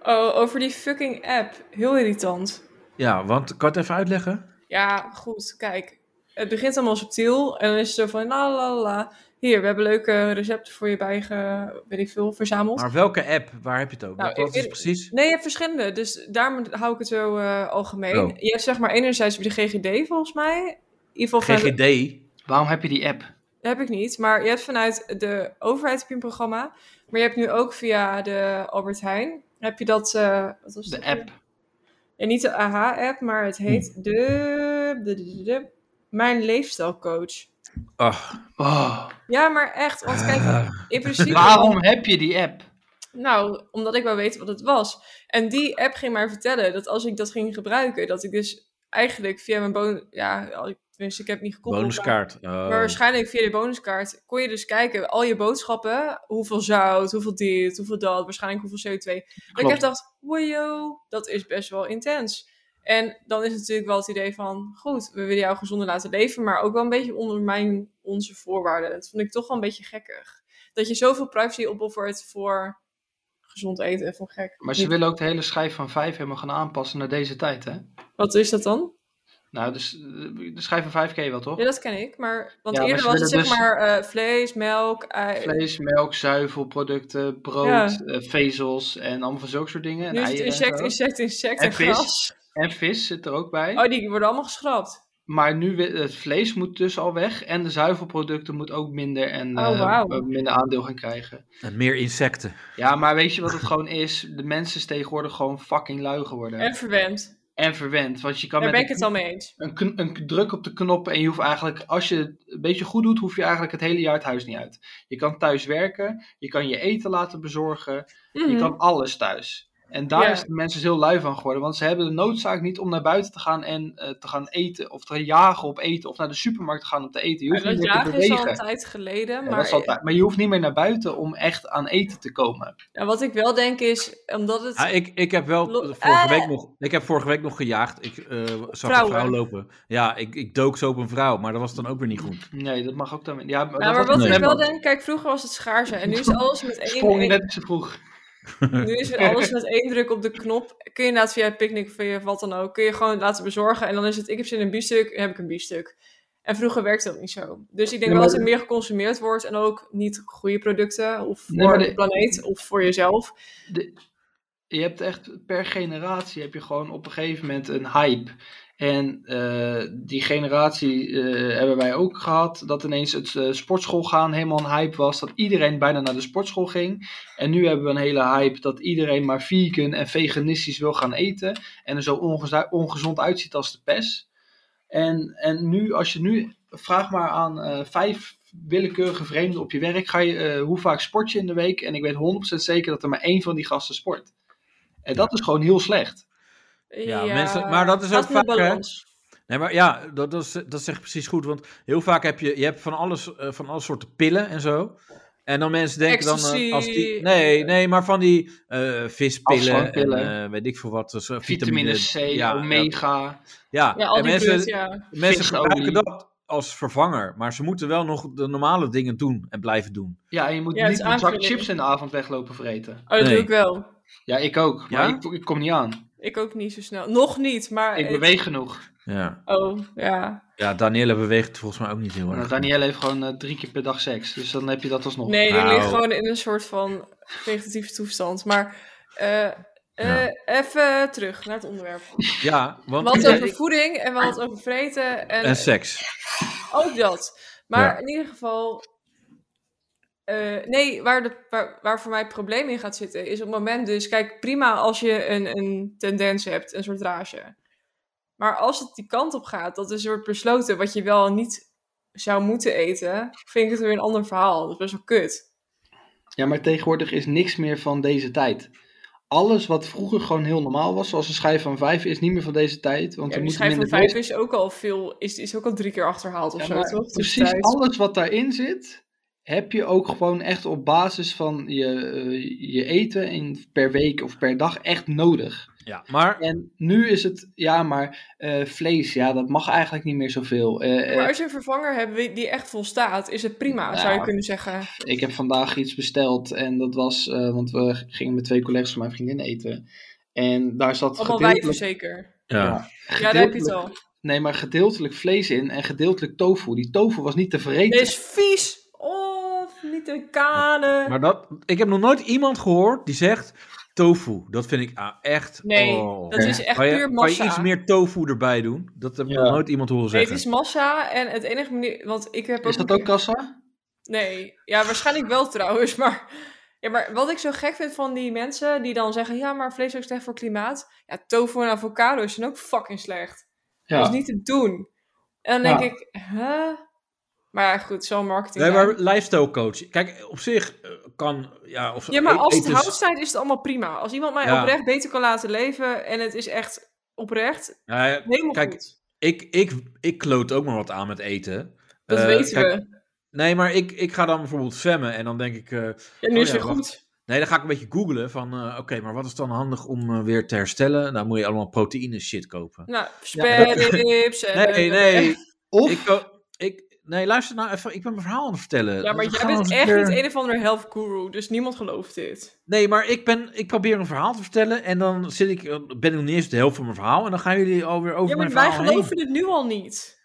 [SPEAKER 4] Oh, over die fucking app. Heel irritant.
[SPEAKER 3] Ja, want kan je het even uitleggen?
[SPEAKER 4] Ja, goed, kijk. Het begint allemaal subtiel en dan is het zo van la la la, la. Hier, we hebben leuke recepten voor je bijge, weet ik veel, verzameld.
[SPEAKER 3] Maar welke app? Waar heb je het over?
[SPEAKER 4] Nou,
[SPEAKER 3] Wat
[SPEAKER 4] ik
[SPEAKER 3] is
[SPEAKER 4] weet-
[SPEAKER 3] precies?
[SPEAKER 4] Nee, je hebt verschillende, dus daarom hou ik het zo eh, algemeen.
[SPEAKER 3] Oh.
[SPEAKER 4] Je hebt zeg maar enerzijds de GGD volgens mij. In ieder geval vanuit-
[SPEAKER 3] GGD.
[SPEAKER 2] Waarom heb je die app?
[SPEAKER 4] Dat heb ik niet, maar je hebt vanuit de overheid heb je een programma. Maar je hebt nu ook via de Albert Heijn, heb je dat... eh, wat was
[SPEAKER 2] De
[SPEAKER 4] dat
[SPEAKER 2] app.
[SPEAKER 4] En niet de AH-app, maar het heet de, de, de, de- de- Mijn Leefstijlcoach.
[SPEAKER 3] Ach,
[SPEAKER 2] Oh,
[SPEAKER 4] Ja, maar echt, want kijk,
[SPEAKER 3] eh,
[SPEAKER 4] in principe...
[SPEAKER 2] waarom heb je die app?
[SPEAKER 4] Nou, omdat ik wou weten wat het was. En die app ging mij vertellen dat als ik dat ging gebruiken, dat ik dus eigenlijk via mijn bonus... Ja, al- tenminste, ik heb het niet gekoppeld. maar-
[SPEAKER 3] bonuskaart.
[SPEAKER 2] Ehm.
[SPEAKER 3] Oh.
[SPEAKER 4] Maar waarschijnlijk via de bonuskaart kon je dus kijken, al je boodschappen, hoeveel zout, hoeveel dit, hoeveel dat, waarschijnlijk hoeveel CO2. Maar ik
[SPEAKER 2] Klopt.
[SPEAKER 4] heb gedacht, wojo, dat is best wel intens. En dan is natuurlijk wel het idee van, goed, we willen jou gezonder laten leven, maar ook wel een beetje ondermijn onze voorwaarden. Dat vond ik toch wel een beetje gekkig. Dat je zoveel privacy opoffert voor gezond eten en voor gek.
[SPEAKER 2] Maar ze willen ook de hele schijf van vijf helemaal gaan aanpassen naar deze tijd, hè?
[SPEAKER 4] Wat is dat dan?
[SPEAKER 2] Nou, dus eh, de schijf van vijf ken je wel, toch?
[SPEAKER 4] Ja, dat ken ik, maar want
[SPEAKER 2] Ja, maar
[SPEAKER 4] eerder
[SPEAKER 2] ze
[SPEAKER 4] was het
[SPEAKER 2] willen
[SPEAKER 4] zeg
[SPEAKER 2] dus-
[SPEAKER 4] maar eh, vlees, melk, ei.
[SPEAKER 2] Vlees, melk, zuivelproducten, brood,
[SPEAKER 4] Eh, Ja.
[SPEAKER 2] eh, vezels en allemaal van zulke soort dingen. En,
[SPEAKER 4] Nu is het
[SPEAKER 2] eieren en
[SPEAKER 4] insect,
[SPEAKER 2] zo.
[SPEAKER 4] insect, insect en,
[SPEAKER 2] En vis.
[SPEAKER 4] gras.
[SPEAKER 2] En vis zit er ook bij.
[SPEAKER 4] Oh, die worden allemaal geschrapt.
[SPEAKER 2] Maar nu wi- het vlees moet dus al weg en de zuivelproducten moet ook minder en
[SPEAKER 4] Oh,
[SPEAKER 2] eh,
[SPEAKER 4] wauw.
[SPEAKER 2] eh, minder aandeel gaan krijgen.
[SPEAKER 3] En meer insecten.
[SPEAKER 2] Ja, maar weet je wat het gewoon is? De mensen is tegenwoordig gewoon fucking lui geworden.
[SPEAKER 4] En verwend.
[SPEAKER 2] En verwend. Want je kan
[SPEAKER 4] Daar
[SPEAKER 2] met
[SPEAKER 4] ben ik het al mee eens.
[SPEAKER 2] een, kn- een druk op de knop en je hoeft eigenlijk, als je het een beetje goed doet, hoef je eigenlijk het hele jaar het huis niet uit. Je kan thuis werken, je kan je eten laten bezorgen, je
[SPEAKER 4] Mhm.
[SPEAKER 2] kan alles thuis. En daar
[SPEAKER 4] Ja.
[SPEAKER 2] is de mensen dus heel lui van geworden, want ze hebben de noodzaak niet om naar buiten te gaan en eh, te gaan eten, of te jagen op eten, of naar de supermarkt te gaan om te eten. Je
[SPEAKER 4] Maar
[SPEAKER 2] hoeft niet
[SPEAKER 4] dat
[SPEAKER 2] meer te
[SPEAKER 4] jagen is al een
[SPEAKER 2] bewegen.
[SPEAKER 4] tijd geleden.
[SPEAKER 2] Ja,
[SPEAKER 4] Maar
[SPEAKER 2] dat is altijd- maar je hoeft niet meer naar buiten om echt aan eten te komen.
[SPEAKER 4] Ja, wat ik wel denk is, omdat het...
[SPEAKER 3] Ah, ik, ik heb wel
[SPEAKER 4] Lo- Eh.
[SPEAKER 3] vorige week nog, ik heb vorige week nog gejaagd. Ik eh, zag
[SPEAKER 4] vrouwen.
[SPEAKER 3] een vrouw lopen. Ja, ik, ik dook zo op een vrouw, maar dat was dan ook weer niet goed.
[SPEAKER 2] Nee, dat mag ook dan. Ja, maar,
[SPEAKER 4] ja, maar
[SPEAKER 2] was
[SPEAKER 4] wat
[SPEAKER 2] het
[SPEAKER 4] ik
[SPEAKER 2] net
[SPEAKER 4] wel
[SPEAKER 2] ook.
[SPEAKER 4] denk, kijk, vroeger was het schaarse en nu is alles met
[SPEAKER 2] Sprong je
[SPEAKER 4] één,
[SPEAKER 2] net te vroeg.
[SPEAKER 4] nu is alles met één druk op de knop. Kun je inderdaad via Picnic, via wat dan ook, kun je gewoon laten bezorgen en dan is het, ik heb zin in een biefstuk, dan heb ik een biefstuk. En vroeger werkte dat niet zo. Dus ik denk
[SPEAKER 2] Ja,
[SPEAKER 4] wel
[SPEAKER 2] maar
[SPEAKER 4] dat er meer geconsumeerd wordt en ook niet goede producten of voor
[SPEAKER 2] Nee, maar
[SPEAKER 4] de
[SPEAKER 2] de-
[SPEAKER 4] planeet of voor jezelf.
[SPEAKER 2] De- je hebt echt per generatie heb je gewoon op een gegeven moment een hype. En eh, die generatie eh, hebben wij ook gehad. Dat ineens het eh, sportschool gaan helemaal een hype was. Dat iedereen bijna naar de sportschool ging. En nu hebben we een hele hype dat iedereen maar vegan en veganistisch wil gaan eten. En er zo ongeza- ongezond uitziet als de pes. En, en nu, als je nu, vraag maar aan eh, vijf willekeurige vreemden op je werk. Ga je, eh, hoe vaak sport je in de week? En ik weet 100% zeker dat er maar één van die gasten sport. En dat is gewoon heel slecht.
[SPEAKER 3] Ja, mensen- maar dat is ook
[SPEAKER 4] gaat met
[SPEAKER 3] vaak, hè?
[SPEAKER 4] balans.
[SPEAKER 3] Nee, maar ja, dat, dat, is, dat zegt precies goed. Want heel vaak heb je, je hebt van alles, eh, van alle soorten pillen en zo. En dan mensen denken dan eh,
[SPEAKER 4] Ecstasy.
[SPEAKER 3] als die. Nee, nee, maar van die eh, vispillen en
[SPEAKER 2] Afslankpillen.
[SPEAKER 3] eh, weet ik veel wat. Dus, eh,
[SPEAKER 2] Vitamine C,
[SPEAKER 3] ja,
[SPEAKER 2] omega.
[SPEAKER 3] Ja,
[SPEAKER 4] Ja,
[SPEAKER 3] ja.
[SPEAKER 4] al
[SPEAKER 3] en
[SPEAKER 4] die
[SPEAKER 3] mensen,
[SPEAKER 4] buurt, ja. Oh,
[SPEAKER 3] mensen
[SPEAKER 2] Visolie.
[SPEAKER 3] gebruiken dat als vervanger. Maar ze moeten wel nog de normale dingen doen en blijven doen.
[SPEAKER 2] Ja, en je moet
[SPEAKER 4] Ja, het
[SPEAKER 2] niet
[SPEAKER 4] is
[SPEAKER 2] een zak
[SPEAKER 4] aanvulling.
[SPEAKER 2] chips in de avond weglopen vreten.
[SPEAKER 4] Oh, dat
[SPEAKER 3] Nee.
[SPEAKER 4] doe ik wel.
[SPEAKER 2] Ja, ik ook. Maar
[SPEAKER 3] Ja?
[SPEAKER 2] ik, ik kom niet aan.
[SPEAKER 4] Ik ook niet zo snel. Nog niet, maar...
[SPEAKER 2] Ik beweeg genoeg.
[SPEAKER 3] Ja,
[SPEAKER 4] Oh, ja.
[SPEAKER 3] ja Danielle beweegt volgens mij ook niet heel
[SPEAKER 2] Nou,
[SPEAKER 3] erg.
[SPEAKER 2] Danielle heeft gewoon eh, drie keer per dag seks. Dus dan heb je dat alsnog.
[SPEAKER 4] Nee, ik
[SPEAKER 3] Nou.
[SPEAKER 4] lig gewoon in een soort van vegetatieve toestand. Maar eh, eh,
[SPEAKER 3] Ja.
[SPEAKER 4] even terug naar het onderwerp.
[SPEAKER 3] Ja,
[SPEAKER 4] We
[SPEAKER 3] want.
[SPEAKER 4] hadden het over voeding en we hadden het over vreten. En,
[SPEAKER 3] En seks.
[SPEAKER 4] ook dat. Maar
[SPEAKER 3] Ja.
[SPEAKER 4] in ieder geval... eh, nee, waar, de, waar, waar voor mij het probleem in gaat zitten is op het moment dus... Kijk, prima als je een, een tendens hebt, een soort rage. Maar als het die kant op gaat, dat is wordt besloten wat je wel en niet zou moeten eten, vind ik het weer een ander verhaal. Dat is best wel kut.
[SPEAKER 2] Ja, maar tegenwoordig is niks meer van deze tijd. Alles wat vroeger gewoon heel normaal was, zoals een schijf van vijf, is niet meer van deze tijd. Want
[SPEAKER 4] Ja,
[SPEAKER 2] er
[SPEAKER 4] die
[SPEAKER 2] moet
[SPEAKER 4] schijf
[SPEAKER 2] minder
[SPEAKER 4] van vijf
[SPEAKER 2] vlees-
[SPEAKER 4] is ook al veel, is, is ook al drie keer achterhaald of
[SPEAKER 2] Ja,
[SPEAKER 4] zo,
[SPEAKER 2] maar
[SPEAKER 4] toch? Dus
[SPEAKER 2] Precies
[SPEAKER 4] tijd-
[SPEAKER 2] alles wat daarin zit, heb je ook gewoon echt op basis van je, eh, je eten in, per week of per dag echt nodig.
[SPEAKER 3] Ja, maar.
[SPEAKER 2] En nu is het, ja, maar eh, vlees, ja, dat mag eigenlijk niet meer zoveel. Eh, eh,
[SPEAKER 4] Maar als je een vervanger hebt die- die echt volstaat, is het prima, zou je
[SPEAKER 2] Ja.
[SPEAKER 4] kunnen zeggen.
[SPEAKER 2] ik heb vandaag iets besteld en dat was, eh, want we gingen met twee collega's van mijn vriendin eten. En daar zat
[SPEAKER 4] Allemaal
[SPEAKER 2] gedeeltelijk,
[SPEAKER 4] wijven zeker.
[SPEAKER 3] Ja.
[SPEAKER 4] Ja, daar heb je het al.
[SPEAKER 2] Nee, maar gedeeltelijk vlees in en gedeeltelijk tofu. Die tofu was niet te vereten.
[SPEAKER 4] Dit is vies. Of niet de kanen.
[SPEAKER 3] Maar dat, ik heb nog nooit iemand gehoord die zegt tofu. Dat vind ik ah, echt.
[SPEAKER 4] Nee,
[SPEAKER 3] oh.
[SPEAKER 4] dat is echt
[SPEAKER 3] kan je,
[SPEAKER 4] puur
[SPEAKER 3] kan je
[SPEAKER 4] massa.
[SPEAKER 3] iets meer tofu erbij doen? Dat heb ik
[SPEAKER 2] Ja.
[SPEAKER 3] nog nooit iemand horen
[SPEAKER 4] Nee, het
[SPEAKER 3] zeggen.
[SPEAKER 4] is massa en het enige manier... Want ik heb
[SPEAKER 2] Is dat
[SPEAKER 4] een
[SPEAKER 2] ook
[SPEAKER 4] keer-
[SPEAKER 2] kassa?
[SPEAKER 4] Nee, ja, waarschijnlijk wel trouwens, maar... Ja, maar wat ik zo gek vind van die mensen die dan zeggen... Ja, maar vlees is ook slecht voor klimaat. Ja, tofu en avocado zijn ook fucking slecht.
[SPEAKER 2] Ja.
[SPEAKER 4] Dat is niet te doen. En dan denk
[SPEAKER 2] Ja.
[SPEAKER 4] ik, hè? Maar ja, goed, zo'n marketing.
[SPEAKER 3] Nee,
[SPEAKER 4] zijn.
[SPEAKER 3] maar lifestyle coach. Kijk, op zich eh, kan. Ja, of,
[SPEAKER 4] Ja, maar als het
[SPEAKER 3] eten is-
[SPEAKER 4] hout staat, is het allemaal prima. Als iemand mij
[SPEAKER 3] e- Ja.
[SPEAKER 4] oprecht beter kan laten leven... en het is echt oprecht,
[SPEAKER 3] Nou ja,
[SPEAKER 4] helemaal
[SPEAKER 3] Kijk,
[SPEAKER 4] goed.
[SPEAKER 3] ik, ik, ik kloot ook maar wat aan met eten.
[SPEAKER 4] Dat
[SPEAKER 3] Eh,
[SPEAKER 4] weten
[SPEAKER 3] kijk,
[SPEAKER 4] we.
[SPEAKER 3] Nee, maar ik, ik ga dan bijvoorbeeld zwemmen en dan denk ik. eh,
[SPEAKER 4] Ja, nu
[SPEAKER 3] Oh
[SPEAKER 4] is
[SPEAKER 3] ja,
[SPEAKER 4] het weer
[SPEAKER 3] wacht.
[SPEAKER 4] goed.
[SPEAKER 3] nee, dan ga ik een beetje googlen van. eh, Oké, maar wat is dan handig om eh, weer te herstellen? Dan moet je allemaal proteïne shit kopen.
[SPEAKER 4] Nou, sperrips en... eh,
[SPEAKER 3] Nee, nee.
[SPEAKER 2] Of,
[SPEAKER 3] Ik, eh, ik, nee, luister nou even. Ik ben mijn verhaal aan het vertellen.
[SPEAKER 4] Ja, maar
[SPEAKER 3] We
[SPEAKER 4] jij
[SPEAKER 3] gaan
[SPEAKER 4] bent
[SPEAKER 3] ons een
[SPEAKER 4] echt
[SPEAKER 3] keer-
[SPEAKER 4] niet een of andere health guru, dus niemand gelooft dit.
[SPEAKER 3] Nee, maar ik, ben, ik probeer een verhaal te vertellen. En dan zit ik, eh, ben ik nog niet eens de helft van mijn verhaal. En dan gaan jullie alweer over
[SPEAKER 4] Ja, maar
[SPEAKER 3] mijn
[SPEAKER 4] wij
[SPEAKER 3] verhaal heen.
[SPEAKER 4] geloven het nu al niet.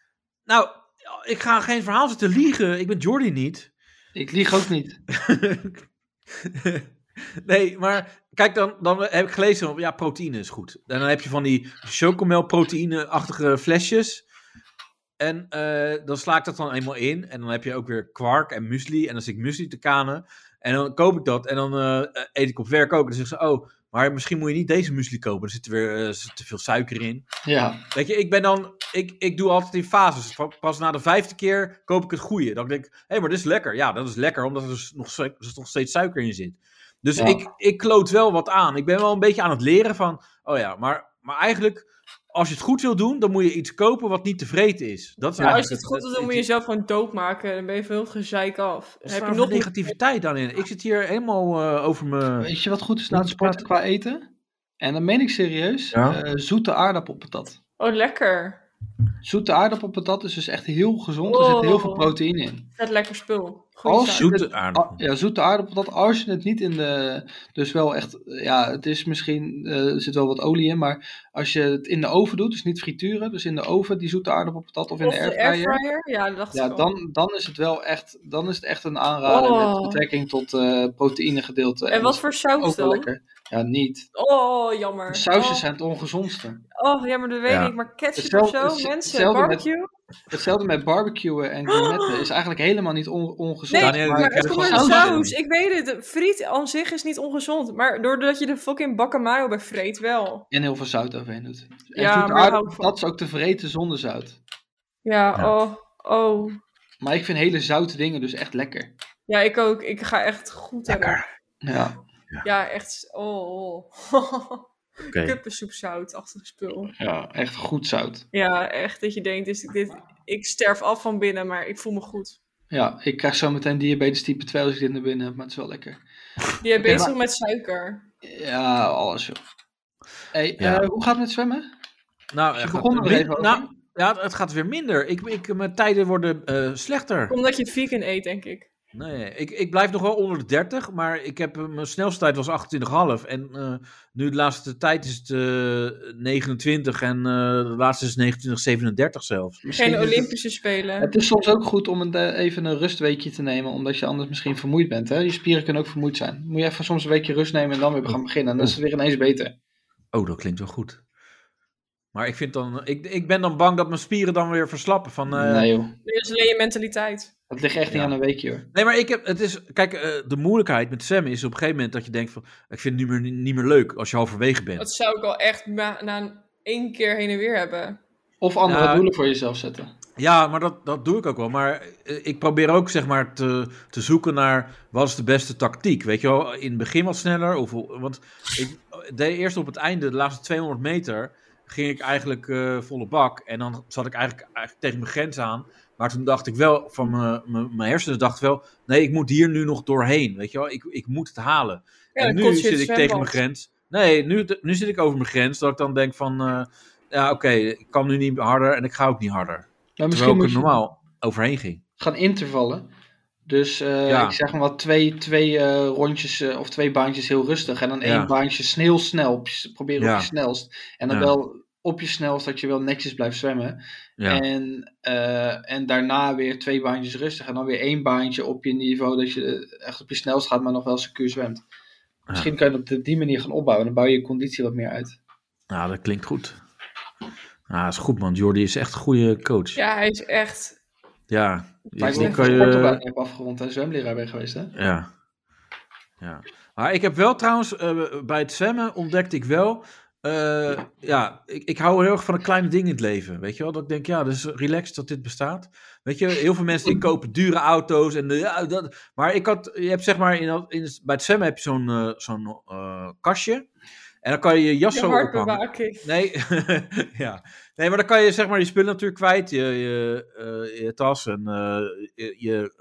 [SPEAKER 3] Nou, ik ga geen verhaal zitten liegen. Ik ben Jordi niet.
[SPEAKER 2] ik lieg ook niet.
[SPEAKER 3] nee, maar kijk, dan, dan heb ik gelezen, ja, proteïne is goed. En dan heb je van die chocomelproteïne-achtige flesjes. En eh, dan sla ik dat dan eenmaal in. En dan heb je ook weer kwark en muesli. En dan zit ik muesli te kanen. En dan koop ik dat. En dan eh, eet ik op werk ook. En dan zeggen ze, oh, maar misschien moet je niet deze muesli kopen. Er zit weer eh, zit te veel suiker in.
[SPEAKER 2] Ja,
[SPEAKER 3] Weet je, ik ben dan, ik, ik doe altijd in fases. Pa- Pas na de vijfde keer koop ik het goede. Dan denk ik, hé, maar dit is lekker. Ja, dat is lekker, omdat er dus nog, su- er is nog steeds suiker in zit. Dus
[SPEAKER 2] Ja.
[SPEAKER 3] ik, ik kloot wel wat aan. Ik ben wel een beetje aan het leren van, oh ja, maar, maar eigenlijk, als je het goed wil doen, dan moet je iets kopen wat niet tevreden is. Dat is
[SPEAKER 2] Ja,
[SPEAKER 4] Maar als
[SPEAKER 3] eigenlijk
[SPEAKER 4] je Nou, het goed doet, dan moet je
[SPEAKER 3] het-
[SPEAKER 4] jezelf gewoon doodmaken. Dan ben je veel gezeik af. Dan
[SPEAKER 3] het is
[SPEAKER 4] heb
[SPEAKER 3] waar
[SPEAKER 4] je
[SPEAKER 3] voor
[SPEAKER 4] nog niet...
[SPEAKER 3] negativiteit dan in. Ik zit hier helemaal eh, over mijn...
[SPEAKER 2] weet je wat goed is na het sporten qua eten? En dan meen ik serieus,
[SPEAKER 3] Ja.
[SPEAKER 2] eh, zoete aardappelpatat.
[SPEAKER 4] Oh, lekker.
[SPEAKER 2] Zoete aardappelpatat is dus echt heel gezond. Er zit heel
[SPEAKER 4] Wow.
[SPEAKER 2] veel proteïne in.
[SPEAKER 4] Vet lekker spul. Goeie
[SPEAKER 2] Als
[SPEAKER 4] zaak.
[SPEAKER 2] je
[SPEAKER 3] Zoete nou.
[SPEAKER 2] het-
[SPEAKER 3] aardappel.
[SPEAKER 2] ah, ja, zoete aardappel, dat als je het niet in de... Dus wel echt, ja, het is misschien, eh, er zit wel wat olie in, maar als je het in de oven doet, dus niet frituren, dus in de oven die zoete aardappelpatat of in
[SPEAKER 4] Of
[SPEAKER 2] de
[SPEAKER 4] de
[SPEAKER 2] airfryer.
[SPEAKER 4] airfryer. Ja, dat dacht
[SPEAKER 2] Ja,
[SPEAKER 4] ik al.
[SPEAKER 2] dan, dan is het wel echt, dan is het echt een aanrader
[SPEAKER 4] Oh.
[SPEAKER 2] met betrekking tot eh proteïnegedeelte.
[SPEAKER 4] En wat
[SPEAKER 2] dat
[SPEAKER 4] voor
[SPEAKER 2] is
[SPEAKER 4] saus
[SPEAKER 2] ook wel
[SPEAKER 4] dan?
[SPEAKER 2] lekker. Ja, niet.
[SPEAKER 4] Oh, jammer.
[SPEAKER 2] Sausjes
[SPEAKER 4] oh,
[SPEAKER 2] zijn het ongezondste.
[SPEAKER 4] Oh, ja, maar dat weet
[SPEAKER 3] Ja.
[SPEAKER 4] ik. Maar ketchup
[SPEAKER 2] Hetzelfde-
[SPEAKER 4] of
[SPEAKER 2] het-
[SPEAKER 4] zo, mensen,
[SPEAKER 2] hetzelfde met-
[SPEAKER 4] barbecue.
[SPEAKER 2] Hetzelfde met barbecuen en grilletten is eigenlijk helemaal niet on- ongezond.
[SPEAKER 4] Nee,
[SPEAKER 3] Daniel,
[SPEAKER 4] maar
[SPEAKER 3] ik heb
[SPEAKER 4] het
[SPEAKER 3] het
[SPEAKER 4] komt door
[SPEAKER 2] gewoon
[SPEAKER 4] de
[SPEAKER 2] saus
[SPEAKER 4] saus. Ik weet het. Friet aan zich is niet ongezond. Maar doordat je de fucking bakamayo bij vreet wel.
[SPEAKER 2] En heel veel zout overheen doet. En
[SPEAKER 4] Ja,
[SPEAKER 2] zoete
[SPEAKER 4] maar hou ik
[SPEAKER 2] aardappel,
[SPEAKER 4] van.
[SPEAKER 2] dat is ook te vreten zonder zout.
[SPEAKER 4] Ja,
[SPEAKER 3] Ja.
[SPEAKER 4] oh. Oh.
[SPEAKER 2] Maar ik vind hele zoute dingen dus echt lekker.
[SPEAKER 4] Ja, ik ook. Ik ga echt goed hebben.
[SPEAKER 2] Ja,
[SPEAKER 4] Ja, echt. Oh. oh.
[SPEAKER 3] Oké.
[SPEAKER 4] Kuppensoepzoutachtig spul.
[SPEAKER 2] ja echt goed zout.
[SPEAKER 4] Ja, echt. Dat je denkt, is dit, ik sterf af van binnen, maar ik voel me goed.
[SPEAKER 2] Ja, ik krijg zo meteen diabetes type 2 als ik dit naar binnen heb, maar het is wel lekker.
[SPEAKER 4] Diabetes
[SPEAKER 2] Oké,
[SPEAKER 4] bezig met suiker.
[SPEAKER 2] Ja, alles joh. Hey,
[SPEAKER 3] Ja.
[SPEAKER 2] eh, hoe gaat het met zwemmen?
[SPEAKER 3] Nou,
[SPEAKER 2] Je
[SPEAKER 3] het
[SPEAKER 2] begon
[SPEAKER 3] gaat-
[SPEAKER 2] er even over.
[SPEAKER 3] nou, ja, het gaat weer minder. Ik, ik, mijn tijden worden eh, slechter.
[SPEAKER 4] Omdat je vegan eet, denk ik.
[SPEAKER 3] Nee, ik, ik blijf nog wel onder de 30, maar ik heb, eh, mijn snelste tijd was 28,5. En eh, nu de laatste tijd is het eh, 29 en eh, de laatste is 29,37 zelfs.
[SPEAKER 2] Misschien
[SPEAKER 4] Geen
[SPEAKER 2] is het-
[SPEAKER 4] Olympische Spelen.
[SPEAKER 2] Het is soms ook goed om een, eh, even een rustweekje te nemen, omdat je anders misschien vermoeid bent. Hè? Je spieren kunnen ook vermoeid zijn. Moet je even soms een weekje rust nemen en dan weer gaan beginnen. En dan is het weer ineens beter.
[SPEAKER 3] Oh, dat klinkt wel goed. Maar ik, vind dan, ik, ik ben dan bang dat mijn spieren dan weer verslappen. Van, eh,
[SPEAKER 2] nee joh,
[SPEAKER 4] Dat is alleen je mentaliteit.
[SPEAKER 2] dat ligt echt niet
[SPEAKER 3] Ja.
[SPEAKER 2] aan een weekje hoor.
[SPEAKER 3] Nee, maar ik heb, het is, kijk, eh, de moeilijkheid met zwemmen is op een gegeven moment dat je denkt van, ik vind het niet meer, niet meer leuk als je halverwege bent.
[SPEAKER 4] Dat zou ik al echt ma- na een één keer heen en weer hebben.
[SPEAKER 2] Of andere
[SPEAKER 3] Nou,
[SPEAKER 2] doelen voor jezelf zetten.
[SPEAKER 3] Ja, maar dat, dat doe ik ook wel. Maar eh, ik probeer ook zeg maar te, te zoeken naar wat is de beste tactiek. Weet je wel, in het begin wat sneller. Of, want ik deed eerst op het einde, de laatste 200 meter, ging ik eigenlijk eh, volle bak. En dan zat ik eigenlijk, eigenlijk tegen mijn grens aan. Maar toen dacht ik wel, van mijn- mijn mijn hersenen dacht wel, nee, ik moet hier nu nog doorheen. Weet je wel, ik, ik moet het halen.
[SPEAKER 4] Ja,
[SPEAKER 3] en
[SPEAKER 4] dan
[SPEAKER 3] nu
[SPEAKER 4] kots je
[SPEAKER 3] zit
[SPEAKER 4] het
[SPEAKER 3] ik tegen mijn
[SPEAKER 4] zwembad.
[SPEAKER 3] grens. Nee, nu, nu zit ik over mijn grens. Dat ik dan denk van, eh, ja oké, ik kan nu niet harder en ik ga ook niet harder.
[SPEAKER 2] Maar misschien
[SPEAKER 3] Terwijl ik
[SPEAKER 2] moet
[SPEAKER 3] er
[SPEAKER 2] je
[SPEAKER 3] normaal overheen ging.
[SPEAKER 2] gaan intervallen. Dus eh,
[SPEAKER 3] Ja.
[SPEAKER 2] ik zeg maar wat twee, twee eh, rondjes eh, of twee baantjes heel rustig. En dan
[SPEAKER 3] Ja.
[SPEAKER 2] één baantje heel snel. p- Proberen
[SPEAKER 3] Ja.
[SPEAKER 2] op je snelst. En dan
[SPEAKER 3] Ja.
[SPEAKER 2] wel op je snelst dat je wel netjes blijft zwemmen.
[SPEAKER 3] Ja.
[SPEAKER 2] En, eh, en daarna weer twee baantjes rustig. En dan weer één baantje op je niveau dat je eh, echt op je snelst gaat, maar nog wel secuur zwemt. Misschien kan je dat op die manier gaan opbouwen. Dan bouw je je conditie wat meer uit.
[SPEAKER 3] Nou, dat klinkt goed. Nou, dat is goed, man. Jordi is echt een goede coach. Ja.
[SPEAKER 4] Ja, hij is echt...
[SPEAKER 2] Maar ik
[SPEAKER 3] die
[SPEAKER 2] ben
[SPEAKER 3] kan je-
[SPEAKER 2] sportopleiding heb afgerond en zwemleraar ben geweest, hè?
[SPEAKER 3] ja. ja. Maar ik heb wel trouwens, eh, bij het zwemmen ontdekte ik wel... eh, ja, ik, ik hou heel erg van een klein ding in het leven. Weet je wel? Dat ik denk, ja, dus relaxed dat dit bestaat. Weet je, heel veel mensen die kopen dure auto's. En, de- ja, dat, maar ik had, je hebt zeg maar, in, dat- in, bij het zwemmen heb je zo'n eh, zo'n eh, kastje. En dan kan je je jas
[SPEAKER 4] Je
[SPEAKER 3] zo ophangen.
[SPEAKER 4] hartbewaking.
[SPEAKER 3] Nee, ja. nee, maar dan kan je zeg maar je spullen natuurlijk kwijt. Je, je, eh, je tas en eh, je, je